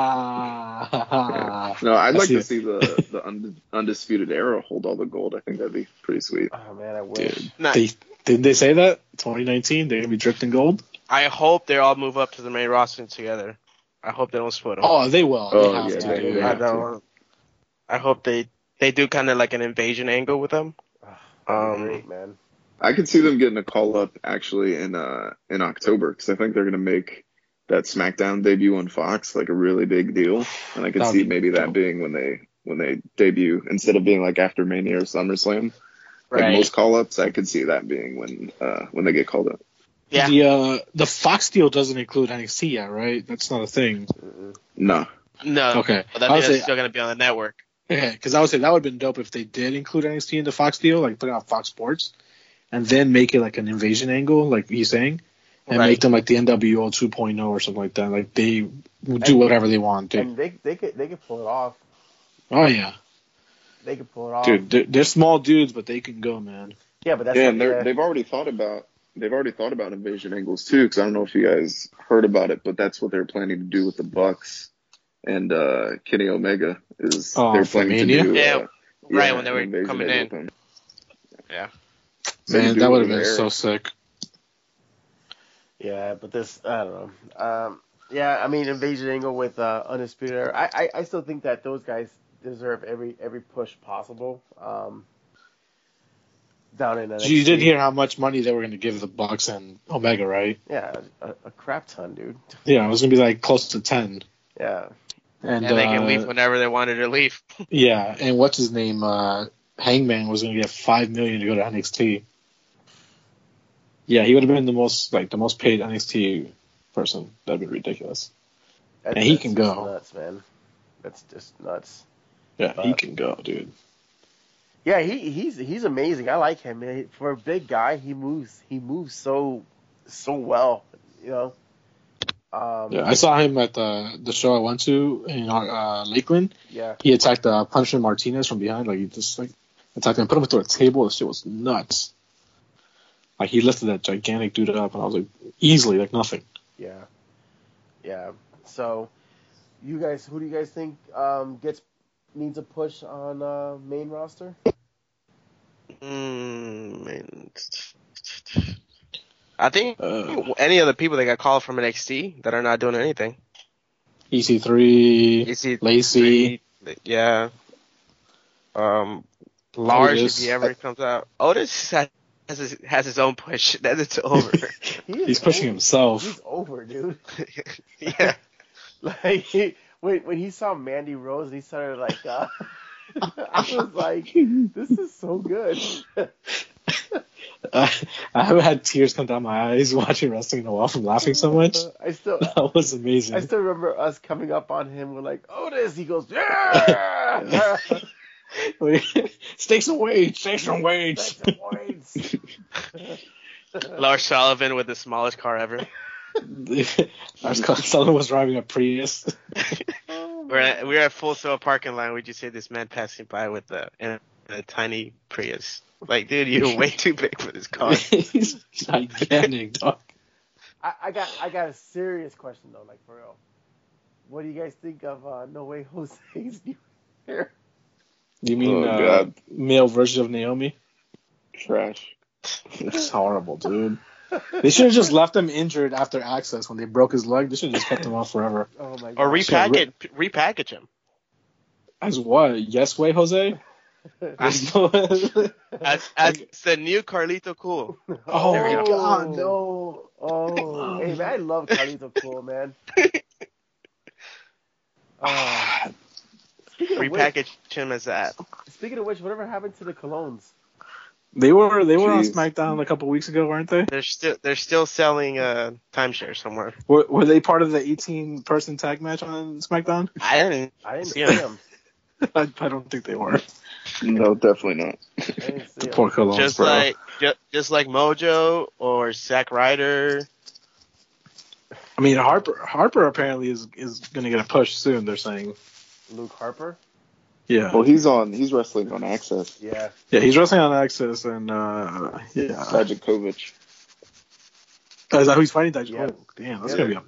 A: Ah.
D: No, I'd
A: I
D: like
A: see
D: to
A: it.
D: see the the und- undisputed era hold all the gold. I think that'd be pretty sweet.
B: oh man, I wish.
A: Dude,
C: Nah,
A: they, didn't they say that? 2019, they're going to be dripped in gold?
C: I hope they all move up to the main roster together. I hope they don't split 'em.
A: Oh, they will.
D: Oh,
A: they have
D: yeah,
A: to.
D: they-
A: dude.
D: they
C: I
D: have to.
C: don't. I hope they they do kind of like an invasion angle with them.
B: Ah,
C: Um,
B: great man.
D: I could see them getting a call up actually in uh in October because I think they're gonna make that SmackDown debut on Fox like a really big deal, and I could
A: That'd
D: see
A: be
D: maybe that
A: dope.
D: being when they when they debut instead of being like after Mania or SummerSlam. Like
C: Right.
D: most call ups, I could see that being when uh when they get called up.
C: Yeah.
A: The, uh, the Fox deal doesn't include NXT yet, right? That's not a thing.
B: Mm-mm.
D: No, Oh,
C: No.
A: Okay.
C: But that
A: I would
C: means
A: say-
C: it's still gonna be on the network.
A: Yeah, because I would say that would have been dope if they did include NXT in the Fox deal, like put it on Fox Sports, and then make it like an invasion angle, like he's saying, and
C: Right.
A: make them like the NWO 2.0 or something like that. Like they do whatever they want. Dude.
B: And they they could they could pull it off.
A: oh yeah,
B: They could pull it off.
D: Um,
A: dude, they're, they're small dudes, but they can go, man.
B: Yeah, but that's
D: yeah, and
B: yeah.
D: they're, they've already thought about they've already thought about invasion angles too. Because I don't know if you guys heard about it, but that's what they're planning to do with the Bucks and uh, Kenny Omega is
A: Oh,
D: they're
A: for
D: planning
A: Mania?
D: to do.
C: Yeah,
D: uh,
C: right, when they were
D: an invasion
C: coming
D: angle
C: in.
D: with them.
C: Yeah.
D: They can
A: man,
D: do
A: that
D: it
A: would have
D: with
A: been
D: Eric.
A: so sick.
B: Yeah, but this I don't know. Um, yeah, I mean Invasion Angle with uh, Undisputed Era. I, I I still think that those guys deserve every every push possible. Um, down in NXT.
A: You did hear how much money they were going to give the Bucks and Omega, right?
B: Yeah, a, a crap ton, dude.
A: Yeah, it was going to be like close to ten.
B: Yeah.
A: And,
C: And, they
A: uh,
C: can leave whenever they wanted to leave.
A: Yeah, and what's his name? Uh, Hangman was going to get five million to go to NXT. Yeah, he would have been the most like the most paid NXT person. That'd be ridiculous.
B: That-
A: And he
B: that's
A: can
B: just
A: go.
B: nuts, man. That's just nuts.
A: Yeah, he
B: Uh,
A: can go, dude.
B: Yeah, he he's he's amazing. I like him, man. For a big guy, he moves he moves so so well, you know. Um,
A: Yeah, I saw him at the the show I went to in uh, Lakeland.
B: yeah.
A: He attacked uh, Punchman Martinez from behind, like he just like attacked him, put him through a table. The shit was nuts. Like he lifted that gigantic dude up, and I was like, easily like nothing.
B: Yeah. Yeah. So, you guys, who do you guys think um, gets needs a push on uh, main roster?
C: Mm, man. I think
A: Uh,
C: any of the people that got called from NXT that are not doing anything.
A: EC3,
C: You see,
A: Lacey,
C: yeah. Um, Lars,
A: Otis.
C: if he ever comes out, Otis has has his, has his own push. Then it's over.
B: He is
A: He's pushing
B: over-
A: himself.
B: He's over, dude.
C: yeah,
B: Like he, when when he saw Mandy Rose, and he started like, uh, I was like, this is so good.
A: I, I haven't had tears come down my eyes watching wrestling in a while from laughing so much.
B: I still.
A: That was
B: I
A: amazing.
B: still remember us coming up on him. We're like, Otis. He goes, yeah.
A: Stakes some weights, stakes some weights.
B: That's the points.
C: Lars Sullivan with the smallest car ever.
A: I was called, someone was driving a Prius.
C: We're at, we're at Full Sail parking lot. We just see this man passing by with a, in a, a tiny Prius. Like, dude, you're way too big for this car.
A: He's gigantic, dog.
B: I, I got I got a serious question though, like for real. What do you guys think of uh, No Way Jose's new hair?
A: You mean
D: Oh,
A: uh,
D: God.
A: male version of Naomi?
D: Trash.
A: It's horrible, dude. They should have just left him injured after Access when they broke his leg. They should have just kept him off forever.
B: Oh my god!
C: Or
A: Shit,
C: repackage repackage him.
A: As what? Yes way, Jose? There's no-
C: As as the new Carlito Cool.
A: Oh,
C: There we go.
A: God,
B: no! Oh, hey man, I love Carlito Cool, man. Uh,
C: Ah.
B: speaking, of which,
C: Repackage him as that.
B: speaking of which, whatever happened to the colognes?
A: They were they were on
D: Jeez.
A: SmackDown a couple weeks ago, weren't they?
C: They're still they're still selling uh timeshare somewhere.
A: Were, were they part of the 18 person tag match on SmackDown?
C: I didn't.
B: I didn't see
C: Yeah.
B: them.
A: I, I don't think they were.
D: No, definitely not.
B: I didn't see
A: The
B: 'em.
A: poor colognes,
C: Just
A: bro.
C: like just, just like Mojo or Zack Ryder.
A: I mean, Harper Harper apparently is is going to get a push soon. They're saying
B: Luke Harper.
A: Yeah.
D: Well, he's on. He's wrestling on Access.
B: Yeah.
A: Yeah, he's wrestling on Access, and uh, yeah,
D: Dijakovic.
A: Oh, is that who he's fighting? Dijakovic.
B: Yeah.
A: Damn, that's
B: Yeah.
A: gonna be a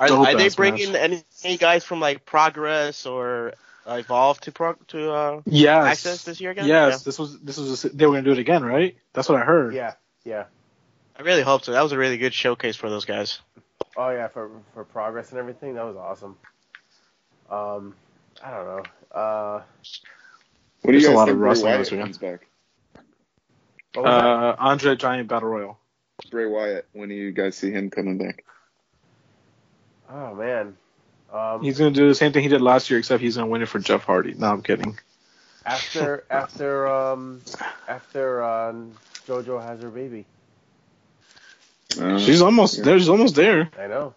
C: Are,
A: Dope
C: are they
A: ass
C: bringing any, any guys from like Progress or uh, Evolve to pro, to uh,
A: yes.
C: Access this year again?
A: Yes, this was this was a, they were gonna do it again, right? That's what I heard.
B: Yeah. Yeah.
C: Yeah. I really hope so. That was a really good showcase for those guys.
B: Oh yeah, for for progress and everything, that was awesome. Um, I don't know. Uh,
D: What do
A: There's a
D: you guys
A: lot
D: think
A: of
D: Bray
A: wrestling
D: Wyatt
A: this weekend.
D: comes back?
B: what was that?
A: Uh, Andre Giant Battle Royal.
D: Bray Wyatt. When do you guys see him coming back?
B: Oh man. Um,
A: He's gonna do the same thing he did last year, except he's gonna win it for Jeff Hardy. No, I'm kidding.
B: after after um after um, JoJo has her baby.
D: Uh,
A: She's almost
D: yeah.
A: there. She's almost there.
B: I know.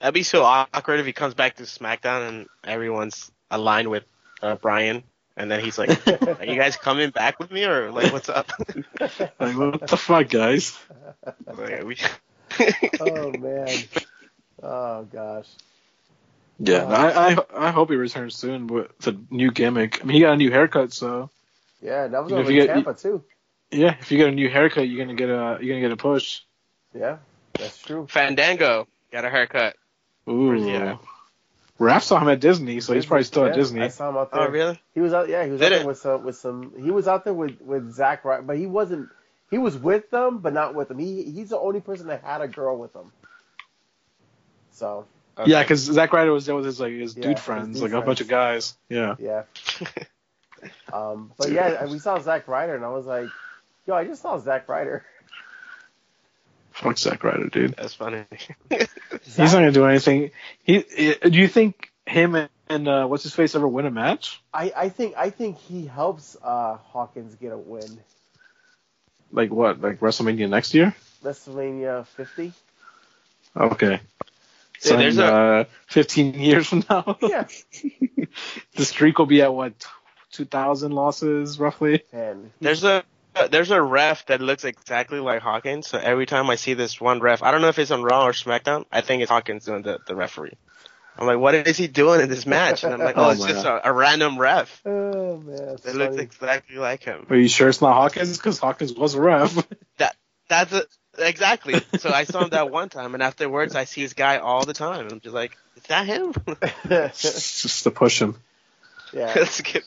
C: That'd be so awkward if he comes back to SmackDown and everyone's aligned with uh, Brian, and then he's like, "Are you guys coming back with me or like what's up?"
A: Like, what the fuck, guys?
C: Like, we-
B: oh man. Oh gosh.
A: Yeah, I, I I hope he returns soon with the new gimmick. I mean, he got a new haircut, so
B: Yeah, that was
A: If
B: over
A: you
B: in
A: get-
B: Tampa too.
A: yeah. If you get a new haircut, you're gonna get a you're gonna get a push.
B: Yeah, that's true.
E: Fandango got a haircut.
A: Ooh,
C: Yeah.
A: Raph saw him at Disney, so he's probably still
B: yeah,
A: at Disney.
B: I saw him out there.
C: oh really?
B: He was out. Yeah, he was
C: Did
B: out
C: it?
B: there with some with some. He was out there with with Zach, right? But he wasn't. He was with them, but not with them. He he's the only person that had a girl with him. So
A: Yeah, because Zack Ryder was there with his like his
B: Yeah,
A: dude
B: his
A: friends,
B: dude
A: like a bunch
B: friends.
A: of guys. Yeah,
B: yeah. um, but yeah, we saw Zach Ryder, and I was like, yo, I just saw Zach Ryder.
A: fuck Zack Ryder, dude.
C: That's funny.
A: He's not gonna do anything. He, i- do you think him and, and uh, what's his face ever win a match?
B: I I think I think he helps uh Hawkins get a win.
A: Like what? Like WrestleMania next year?
B: WrestleMania 50.
A: Okay. So
C: Yeah, there's
A: in,
C: a-
A: uh, 15 years from now,
B: Yeah,
A: the streak will be at what 2,000 losses roughly.
B: and
C: There's a there's a ref that looks exactly like Hawkins. So every time I see this one ref, I don't know if it's on Raw or SmackDown. I think it's Hawkins doing the, the referee. I'm like, what is he doing in this match? And I'm like, oh,
A: Oh
C: it's
A: my
C: just a, a random ref
B: oh man, that's
C: that looks
B: funny.
C: exactly like him.
A: Are you sure it's not Hawkins? Because Hawkins was a ref.
C: That's a, exactly. So I saw him that one time, and afterwards I see this guy all the time, and I'm just like, is that him?
A: Just to push him.
B: yeah.
C: That's good.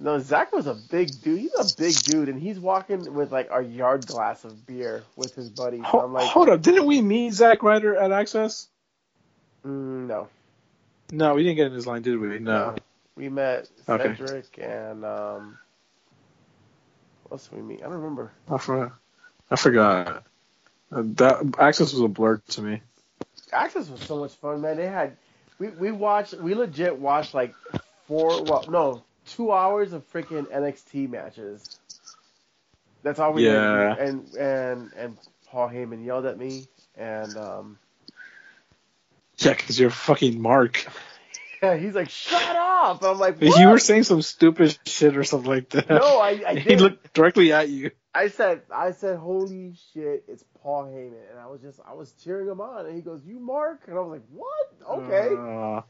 B: No, Zach was a big dude. He's a big dude, and he's walking with like a yard glass of beer with his buddies.
A: Ho-
B: I'm like,
A: Hold up, didn't we meet Zack Ryder at Access?
B: mm, no.
A: No, we didn't get in his line, did we? No.
B: We met
A: Okay.
B: Cedric and um, what else did we meet? I don't remember.
A: I forgot. Oh, I forgot. Uh, that access was a blur to me.
B: Access was so much fun, man. They had we we watched we legit watched like four well no two hours of freaking NXT matches. That's all we
A: Yeah.
B: did. And and and Paul Heyman yelled at me and um.
A: Yeah, because you're fucking Mark.
B: Yeah, he's like, shut up. I'm like, what?
A: You were saying some stupid shit or something like that.
B: no, I, I
A: he
B: did.
A: looked directly at you.
B: I said, I said, holy shit, it's Paul Heyman, and I was just, I was cheering him on, and he goes, you Mark, and I was like, what? Okay,
A: Uh,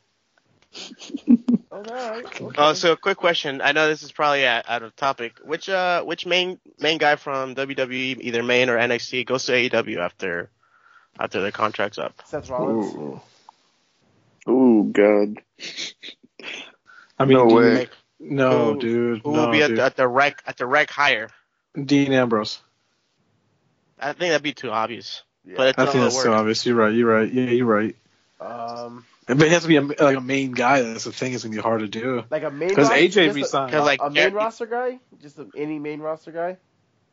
B: I was all right. Okay.
C: Uh, so, quick question. I know this is probably out, out of topic. Which uh, which main main guy from WWE, either main or NXT, goes to AEW after after their contract's up?
B: Seth Rollins.
D: Ooh. Ooh, God.
A: I mean,
D: No
A: dude,
D: way.
A: No,
C: Who-
A: dude.
C: Who
A: no,
C: will be at
A: dude.
C: the, at the rec at the rec hire?
A: Dean Ambrose.
C: I think that'd be too obvious.
B: Yeah.
C: But it's
A: I
C: not
A: think
C: gonna
A: that's so
C: work.
A: obvious. You're right. You're right. Yeah, you're right.
B: Um,
A: But it has to be a, like a main guy. That's the thing. It's gonna be hard to do.
B: like a main
A: Because
B: roster-
A: AJ
B: just a-
A: resigned.
C: Because like
B: a main
C: yeah,
B: roster guy, just a, any main roster guy.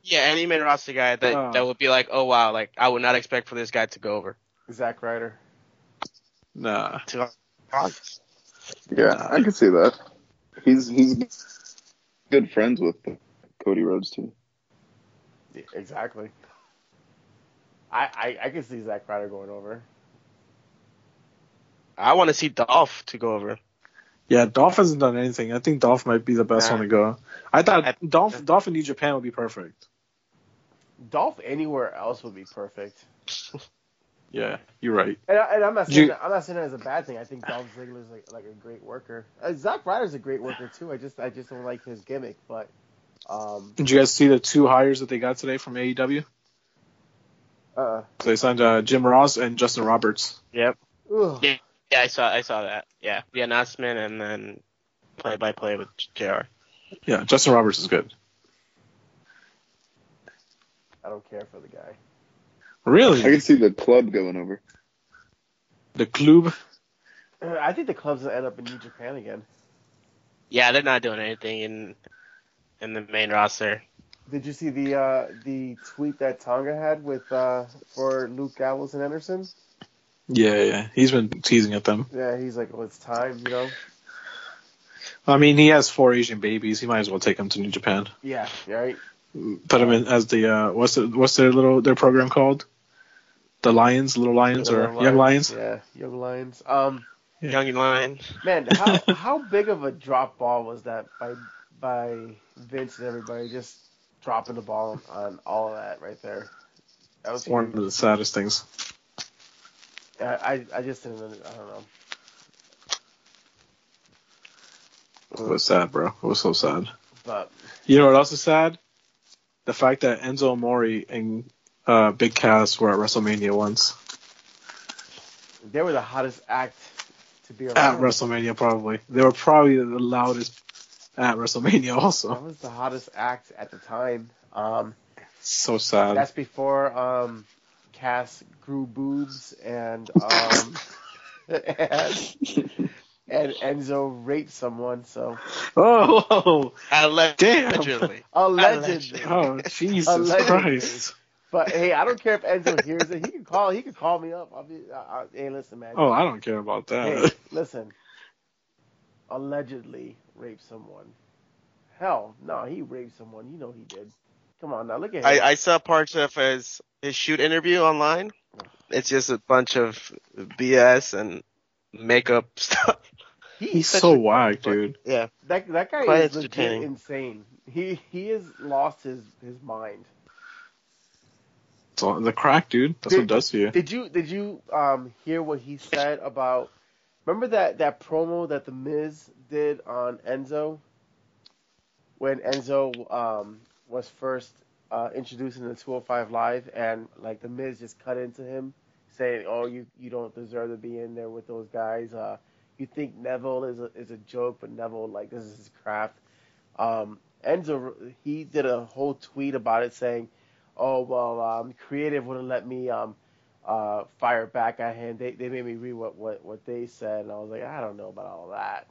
C: yeah, any main roster guy that
A: Oh.
C: that would be like, oh wow, like I would not expect for this guy to go over.
B: Zack Ryder.
A: Nah.
C: To
D: Yeah, I can see that. He's he's good friends with Cody Rhodes too.
B: Yeah, exactly. I, I I can see Zack Ryder going over.
C: I want to see Dolph to go over.
A: Yeah, Dolph hasn't done anything. I think Dolph might be the best
C: Nah.
A: one to go. I thought
C: I-
A: Dolph, Dolph in New Japan would be perfect.
B: Dolph anywhere else would be perfect.
F: Yeah, you're right.
B: And, I, and I'm not
D: Do
B: saying
D: you-
B: that, I'm not saying that as a bad thing. I think Dolph Ziggler is like, like a great worker. Uh, Zack Ryder's a great worker too. I just I just don't like his gimmick. But um,
A: Did you guys see the two hires that they got today from AEW?
B: uh,
A: So they signed uh, Jim Ross and Justin Roberts.
C: Yep.
B: ugh.
C: Yeah. Yeah, I saw I saw that. Yeah, the announcement and then play by play with JR.
A: Yeah, Justin Roberts is good.
B: I don't care for the guy.
D: I
A: Really?
D: can see the club going over.
A: The club?
B: Uh, I think the club's gonna end up in New Japan again.
C: Yeah, they're not doing anything in in the main roster.
B: Did you see the uh, the tweet that Tonga had with uh, for Luke Gallows and Anderson?
A: Yeah, yeah. He's been teasing at them.
B: Yeah, he's like, well, it's time, you know.
A: I mean, he has four Asian babies. He might as well take them to New Japan.
B: Yeah, right.
A: Put them in as the uh, what's the, what's their little their program called? The Lions, Little Lions, or Young Lions?
B: Yeah, young lions. Um,
C: Young Lion.
B: Man, how how big of a drop ball was that by by Vince and everybody just dropping the ball on all of that right there? That was
A: It's one of
B: huge.
A: the saddest things.
B: I, I I just didn't. under- I don't know.
A: It was sad, bro. It was so sad.
B: But
A: You know what else is sad? The fact that Enzo Mori and uh, Big Cass were at WrestleMania once.
B: they were the hottest act to be around.
A: At WrestleMania, probably. They were probably the loudest at WrestleMania,
B: That
A: also.
B: was the hottest act at the time. Um,
A: So sad.
B: that's before um, Cass grew boobs and um, and, and Enzo raped someone. So
A: Oh, whoa.
E: Allegedly.
B: allegedly.
A: oh, Jesus
B: Allegedly.
A: Christ.
B: But hey, I don't care if Enzo hears it. He can call. He can call me up. I'll be. I, I, hey, listen, man.
A: Oh, I don't care about
B: Hey,
A: that.
B: listen. Allegedly raped someone. Hell, no, he raped someone. You know he did. Come on now, look at him.
C: I, I saw parts of his his shoot interview online. It's just a bunch of BS and makeup stuff.
B: He-
A: He's so whack, dude.
C: Yeah.
B: that that guy
C: Quite
B: is legit
C: entertaining.
B: insane. He he has lost his his mind.
A: It's all- the crack, dude. That's what it does to you.
B: Did you did you um hear what he said about? Remember that that promo that the Miz did on Enzo when Enzo um was first uh, introduced in the 205 Live and like the Miz just cut into him saying, "Oh, you you don't deserve to be in there with those guys. Uh, you think Neville is a, is a joke, but Neville like this is his craft." Um, Enzo he did a whole tweet about it saying, "Oh well, um, creative wouldn't let me um." uh, fire back at him. They they made me read what, what, what they said, and I was like, I don't know about all that.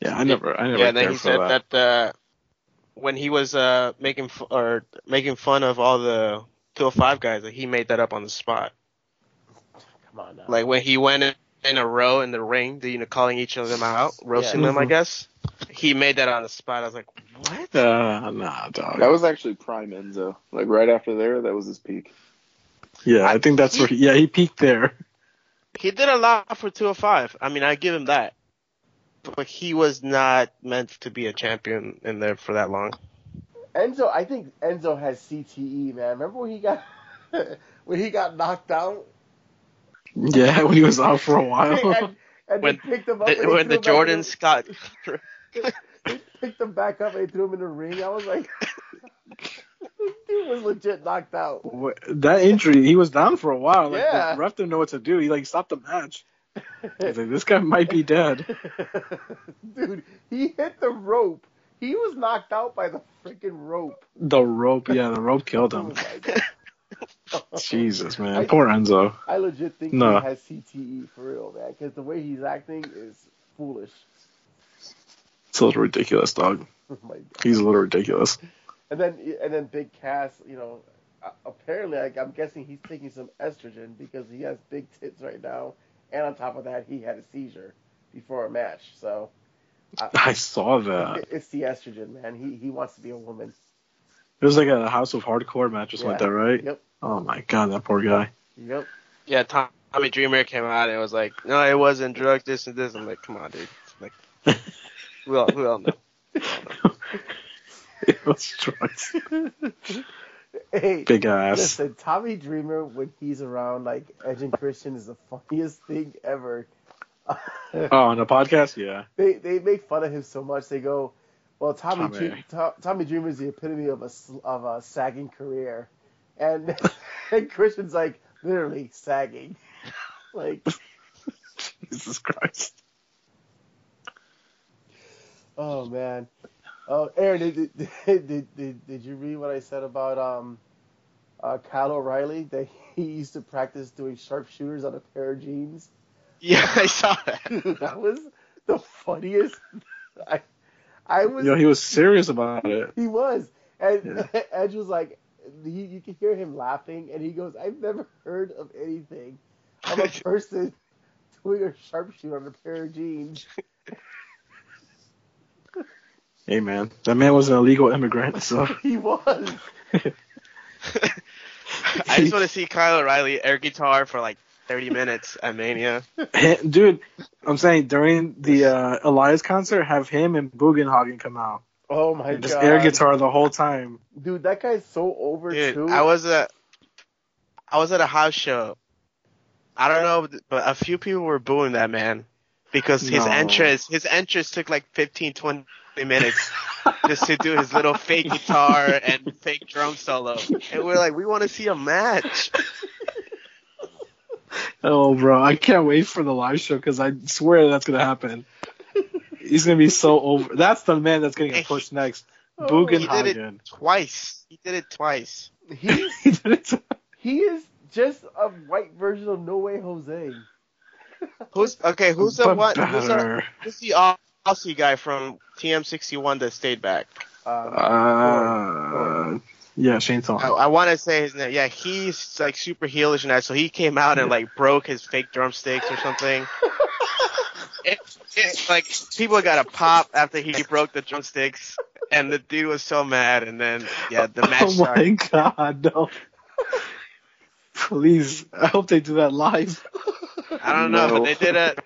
A: Yeah, I never, I never
E: yeah, and then
A: cared
E: he
A: for
E: said
A: that.
E: that, uh,
C: When he was uh making f- or making fun of all the 205 guys, like, he made that up on the spot.
B: Come on now.
C: Like when he went in, in a row in the ring, you know, calling each of them out, roasting
A: Yeah.
C: them, I
E: Mm-hmm.
A: Mhm.
C: guess. He made that on the spot. I was like, what?
A: Uh, nah, dog.
D: That was actually prime Enzo. Like right after there, that was his peak.
A: yeah, I think that's where. He, yeah, he peaked there.
C: He did a lot for 205. I mean, I give him that. But he was not meant to be a champion in there for that long.
B: Enzo, I think Enzo has CTE, man. Remember when he got when he got knocked out
A: Yeah, when he was out for a while.
B: and, and
C: When
B: they picked him up
C: The,
B: and they
C: when
B: threw him
C: the
B: back in
C: Jordan Scott,
B: they picked him back up and threw him in the ring. I was like, this dude was legit knocked out.
A: Wha- that injury, he was down for a while. Like,
B: Yeah.
A: the ref didn't know what to do. He like stopped the match. He's like, this guy might be dead.
B: dude, he hit the rope. He was knocked out by the freaking rope.
A: The rope, yeah, the rope killed
B: Oh
A: him.
B: my God.
A: Jesus, man,
B: I-
A: poor Enzo.
B: I legit think
A: No.
B: he has CTE for real, man. Because the way he's acting is foolish.
A: It's a little ridiculous, dog.
B: Oh my God.
A: He's a little ridiculous.
B: And then and then Big Cass, you know, a- apparently like, I'm guessing he's taking some estrogen because he has big tits right now, and on top of that, he had a seizure before a match. So
A: I saw that.
B: it- it's the estrogen, man. He he wants to be a woman.
A: It was like a House of Hardcore match or something like
B: Yeah.
A: that, right?
B: Yep.
A: Oh my god, that poor guy.
B: Yep.
C: yeah, Tom- Tommy Dreamer came out and was like, no, it wasn't drugs, this and this. I'm like, come on, dude. Like, we all, we all know.
A: It was drugs.
B: Hey,
A: Big ass.
B: listen, Tommy Dreamer when he's around like Edge and Christian is the funniest thing ever.
A: Oh, on a podcast? Yeah.
B: they they make fun of him so much. They go, well, Tommy
A: Tommy.
B: Tommy, Tommy Dreamer is the epitome of a sl- of a sagging career, and and Christian's like literally sagging, like
D: Jesus Christ.
B: oh man. Oh, Aaron, did, did, did, did, did you read what I said about um, uh, Kyle O'Reilly? That he used to practice doing sharpshooters on a pair of jeans.
E: Yeah, I saw that.
B: that was the funniest. I, I was.
A: Yo, he was serious about it.
B: He was. And Edge was like, he, you could hear him laughing, and he goes, I've never heard of anything of a person doing a sharpshooter on a pair of jeans.
A: Hey, man. That man was an illegal immigrant, so.
B: He was.
C: I just want to see Kyle O'Reilly air guitar for like 30 minutes at Mania.
A: Dude, I'm saying during the uh, Elias concert, have him and Bugenhagen come out.
B: Oh my
A: And just
B: god.
A: air guitar the whole time.
B: Dude, that guy's so over
C: Dude,
B: too.
C: I was at I was at a house show. I don't know, but a few people were booing that man because his
A: No.
C: entrance his entrance took like 15, 20 minutes just to do his little fake guitar and fake drum solo. And we're like, we want to see a match.
A: Oh, bro, I can't wait for the live show because I swear that's gonna happen. He's gonna be so over. That's the man that's gonna get pushed next.
B: Oh,
C: He did
A: Bugenhagen.
C: it twice. He did it twice.
B: he,
A: He did it to-
B: he is just a white version of No Way Jose. Um,
C: Who's okay? Who's the
A: but
C: one? Who's the,
A: better.
C: who's the Au- Aussie guy from TM61 that stayed back?
B: Um,
A: Uh, yeah, Shane Thorne.
C: I, I want to say his name. Yeah, he's like super heelish and that. So he came out and like broke his fake drumsticks or something. It, it, like people got a pop after he broke the drumsticks, and the dude was so mad. And then yeah, the match
A: oh
C: started.
A: my god, no. Please, I hope they do that live.
C: I don't know,
D: No.
C: but they did it.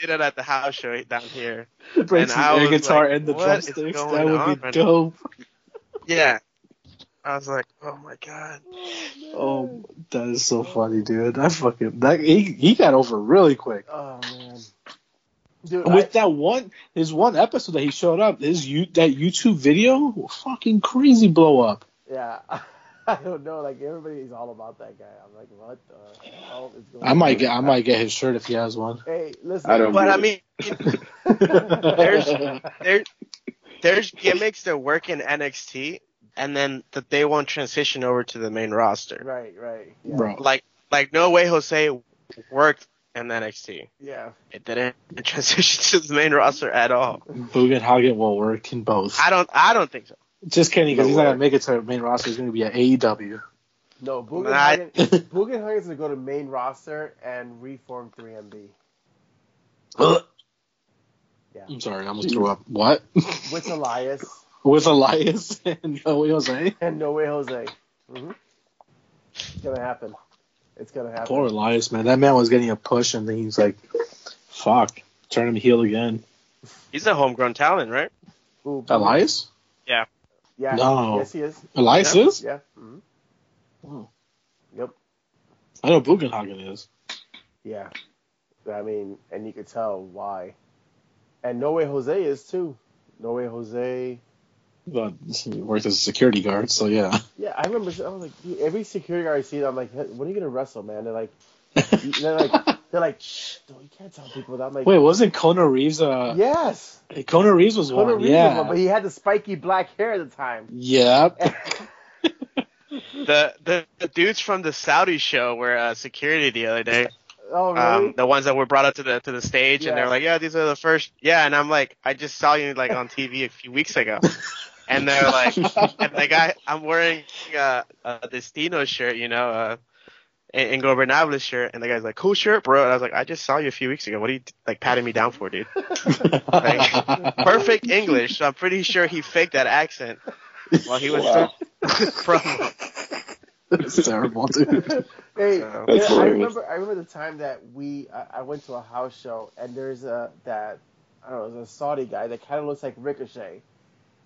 C: Did it at the house show down here.
A: Breaks his
C: I
A: air
C: was
A: guitar
C: like,
A: and the
C: what is
A: drumsticks.
C: going
A: That would
C: on
A: be
C: right now?
A: dope.
C: Yeah, I was like, oh my god.
A: Oh, that is so funny, dude. That fucking that he, he got over really quick.
B: oh man. Dude, I-
A: With that one, his one episode that he showed up, his you that YouTube video, fucking crazy blow up.
B: Yeah, I don't know. Like everybody's all about that guy. I'm like, what the hell is going?
A: I might get, I might get his shirt if he has one.
B: Hey, listen.
D: I don't-
C: But I mean, There's- there, there's gimmicks that work in NXT, and then that they won't transition over to the main roster.
B: right, right. Yeah,
A: bro,
C: like like no way Jose worked in NXT.
B: Yeah.
C: It didn't transition to the main roster at all.
A: Bugenhagen will work in both.
C: I don't I don't think so.
A: Just kidding, because he's not
D: Will
A: gonna make it to the main roster. He's gonna be at E AEW.
B: No,
C: I-
B: Bugenhagen. Bugenhagen's gonna go to main roster and reform 3MB. Yeah,
A: I'm sorry, I almost threw up. What?
B: with Elias
A: With Elias and eh? Joey Jose.
B: and No Way Jose. hmm It's gonna happen. It's gonna happen.
A: Poor Elias, man. That man was getting a push, and then he's like, "Fuck, turn him heel again."
C: He's a homegrown talent, right?
B: Ooh, Bugen-
A: Elias?
B: Yeah.
A: No.
B: Yes, he is.
A: Elias
C: Yeah.
A: is?
B: Yeah. hmm
A: Oh.
B: Yep.
A: I know Bugenhagen is.
B: Yeah. I mean, and you could tell why. And No Way Jose is too. No Way Jose.
A: But he worked as a security guard, so yeah.
B: Yeah, I remember. I was like, dude, every security guard I see, I'm like, when are you gonna wrestle, man? They're like, they're like, they're like, shh, no, you can't tell people that. I'm like,
A: Wait, wasn't Kona Reeves? Uh,
B: yes,
A: Kona Reeves was
B: Conor
A: one.
B: Reeves
A: yeah.
B: was one, but he had the spiky black hair at the time.
A: Yep.
C: The the, the dudes from the Saudi show were uh, security the other day.
B: oh really?
C: Um, the ones that were brought up to the to the stage and
B: Yeah.
C: they're like, Yeah, these are the first yeah, and I'm like, I just saw you like on TV a few weeks ago. And they're like and the guy I'm wearing uh, a Destino shirt, you know, uh, and Gobernable shirt, and the guy's like, "Cool shirt, bro." And I was like, "I just saw you a few weeks ago. What are you like patting me down for, dude?" Perfect English. So I'm pretty sure he faked that accent while he was
D: Wow.
C: doing promo.
A: That's terrible, dude.
B: Hey,
C: That's
B: yeah, I
D: hilarious.
B: remember. I remember the time that we I, I went to a house show and there's a that I don't know, there's a Saudi guy that kind of looks like Ricochet.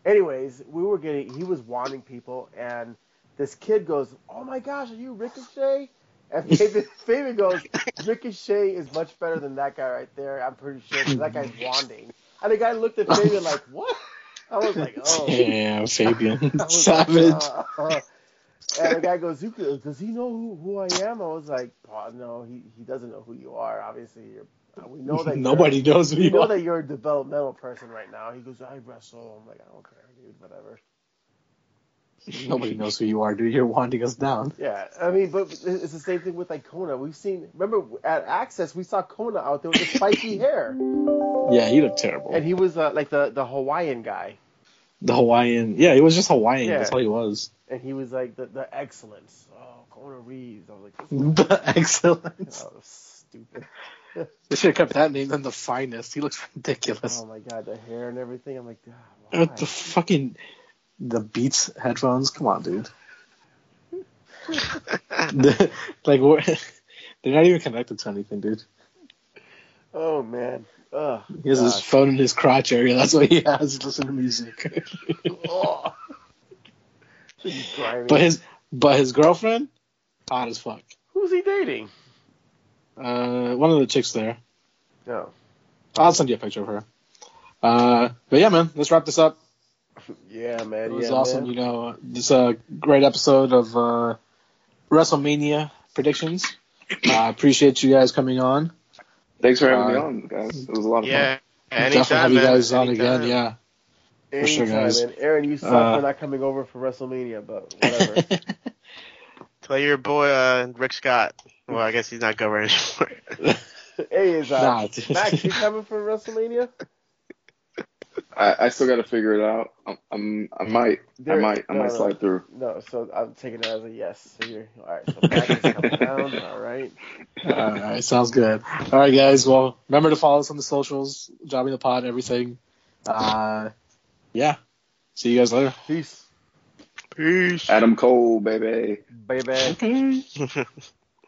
B: Anyways, we were getting he was wanting people and this kid goes, "Oh my gosh, are you Ricochet?" And Fabian, Fabian goes, "Ricochet is much better than that guy right there. I'm pretty sure 'cause that guy's wanding." And the guy looked at Fabian like, "What?" I was like, "Oh."
A: Yeah, Fabian.
B: I was like,
A: Savage.
B: uh, uh. And the guy goes, "Who could- does he know who, who I am? I was like, oh, no, he, he doesn't know who you are. Obviously, you're, uh, we know that
A: Nobody
B: You're,
A: knows who
B: we
A: you
B: know
A: are.
B: that you're a developmental person right now. He goes, I wrestle. I'm like, I don't care, dude. Whatever.
A: Nobody knows who you are, dude. You're winding us down.
B: Yeah, I mean, but it's the same thing with like Kona. We've seen. Remember at Access, we saw Kona out there with the spiky hair,
A: Yeah, he looked terrible.
B: and he was uh, like the the Hawaiian guy,
A: the Hawaiian. Yeah, he was just Hawaiian.
B: Yeah.
A: That's all he was.
B: and he was like the the excellence. Oh, Kona Reeves. I was like, this
A: The excellence.
B: is oh, stupid.
A: They should have kept that name than the finest. He looks ridiculous.
B: Oh my god, the hair and everything. I'm like, ah, why?
A: With Oh, uh, the fucking the Beats headphones. Come on, dude. The- like what? They're not even connected to anything, dude.
B: oh man. Ugh,
A: He has his
B: gosh.
A: phone in his crotch area. That's what he has. to Listen to music.
B: Ugh. He's grimy.
A: but his but his girlfriend, hot as fuck.
B: Who's he dating?
A: Uh, one of the chicks there.
B: No.
A: I'll send you a picture of her. Uh, but yeah, man, let's wrap this up.
B: Yeah, man.
A: It was
B: yeah,
A: awesome,
B: Man.
A: you know. This uh, great episode of uh, WrestleMania predictions. Uh, I appreciate you guys coming on.
D: Thanks for having me
A: Uh,
D: on, guys. It was a lot of
C: Yeah.
A: Definitely have
C: Anytime,
A: you
C: man.
A: guys on
C: Anytime.
A: again. Yeah.
B: Anytime,
A: sure, guys.
B: man. Aaron, you suck
A: Uh,
B: for not coming over for WrestleMania, but whatever.
C: Tell your boy uh, Rick Scott. Well, I guess he's not going anymore.
B: hey, is uh,
A: Nah, dude.
B: Max, you coming for WrestleMania?
D: fun. I, I still got to figure it out. I'm, I'm, I might, I
B: There- uh,
D: might, I
B: no,
D: might
B: no.
D: slide through.
B: No, so I'm taking it as a yes. So you're, all right, so Max is coming down. All right.
A: All right, sounds good. All right, guys. Well, remember to follow us on the socials, Jobbing the Pod, everything. Uh, yeah. See you guys later.
B: Peace,
C: Peace.
D: Adam Cole, baby.
B: baby.
A: Okay.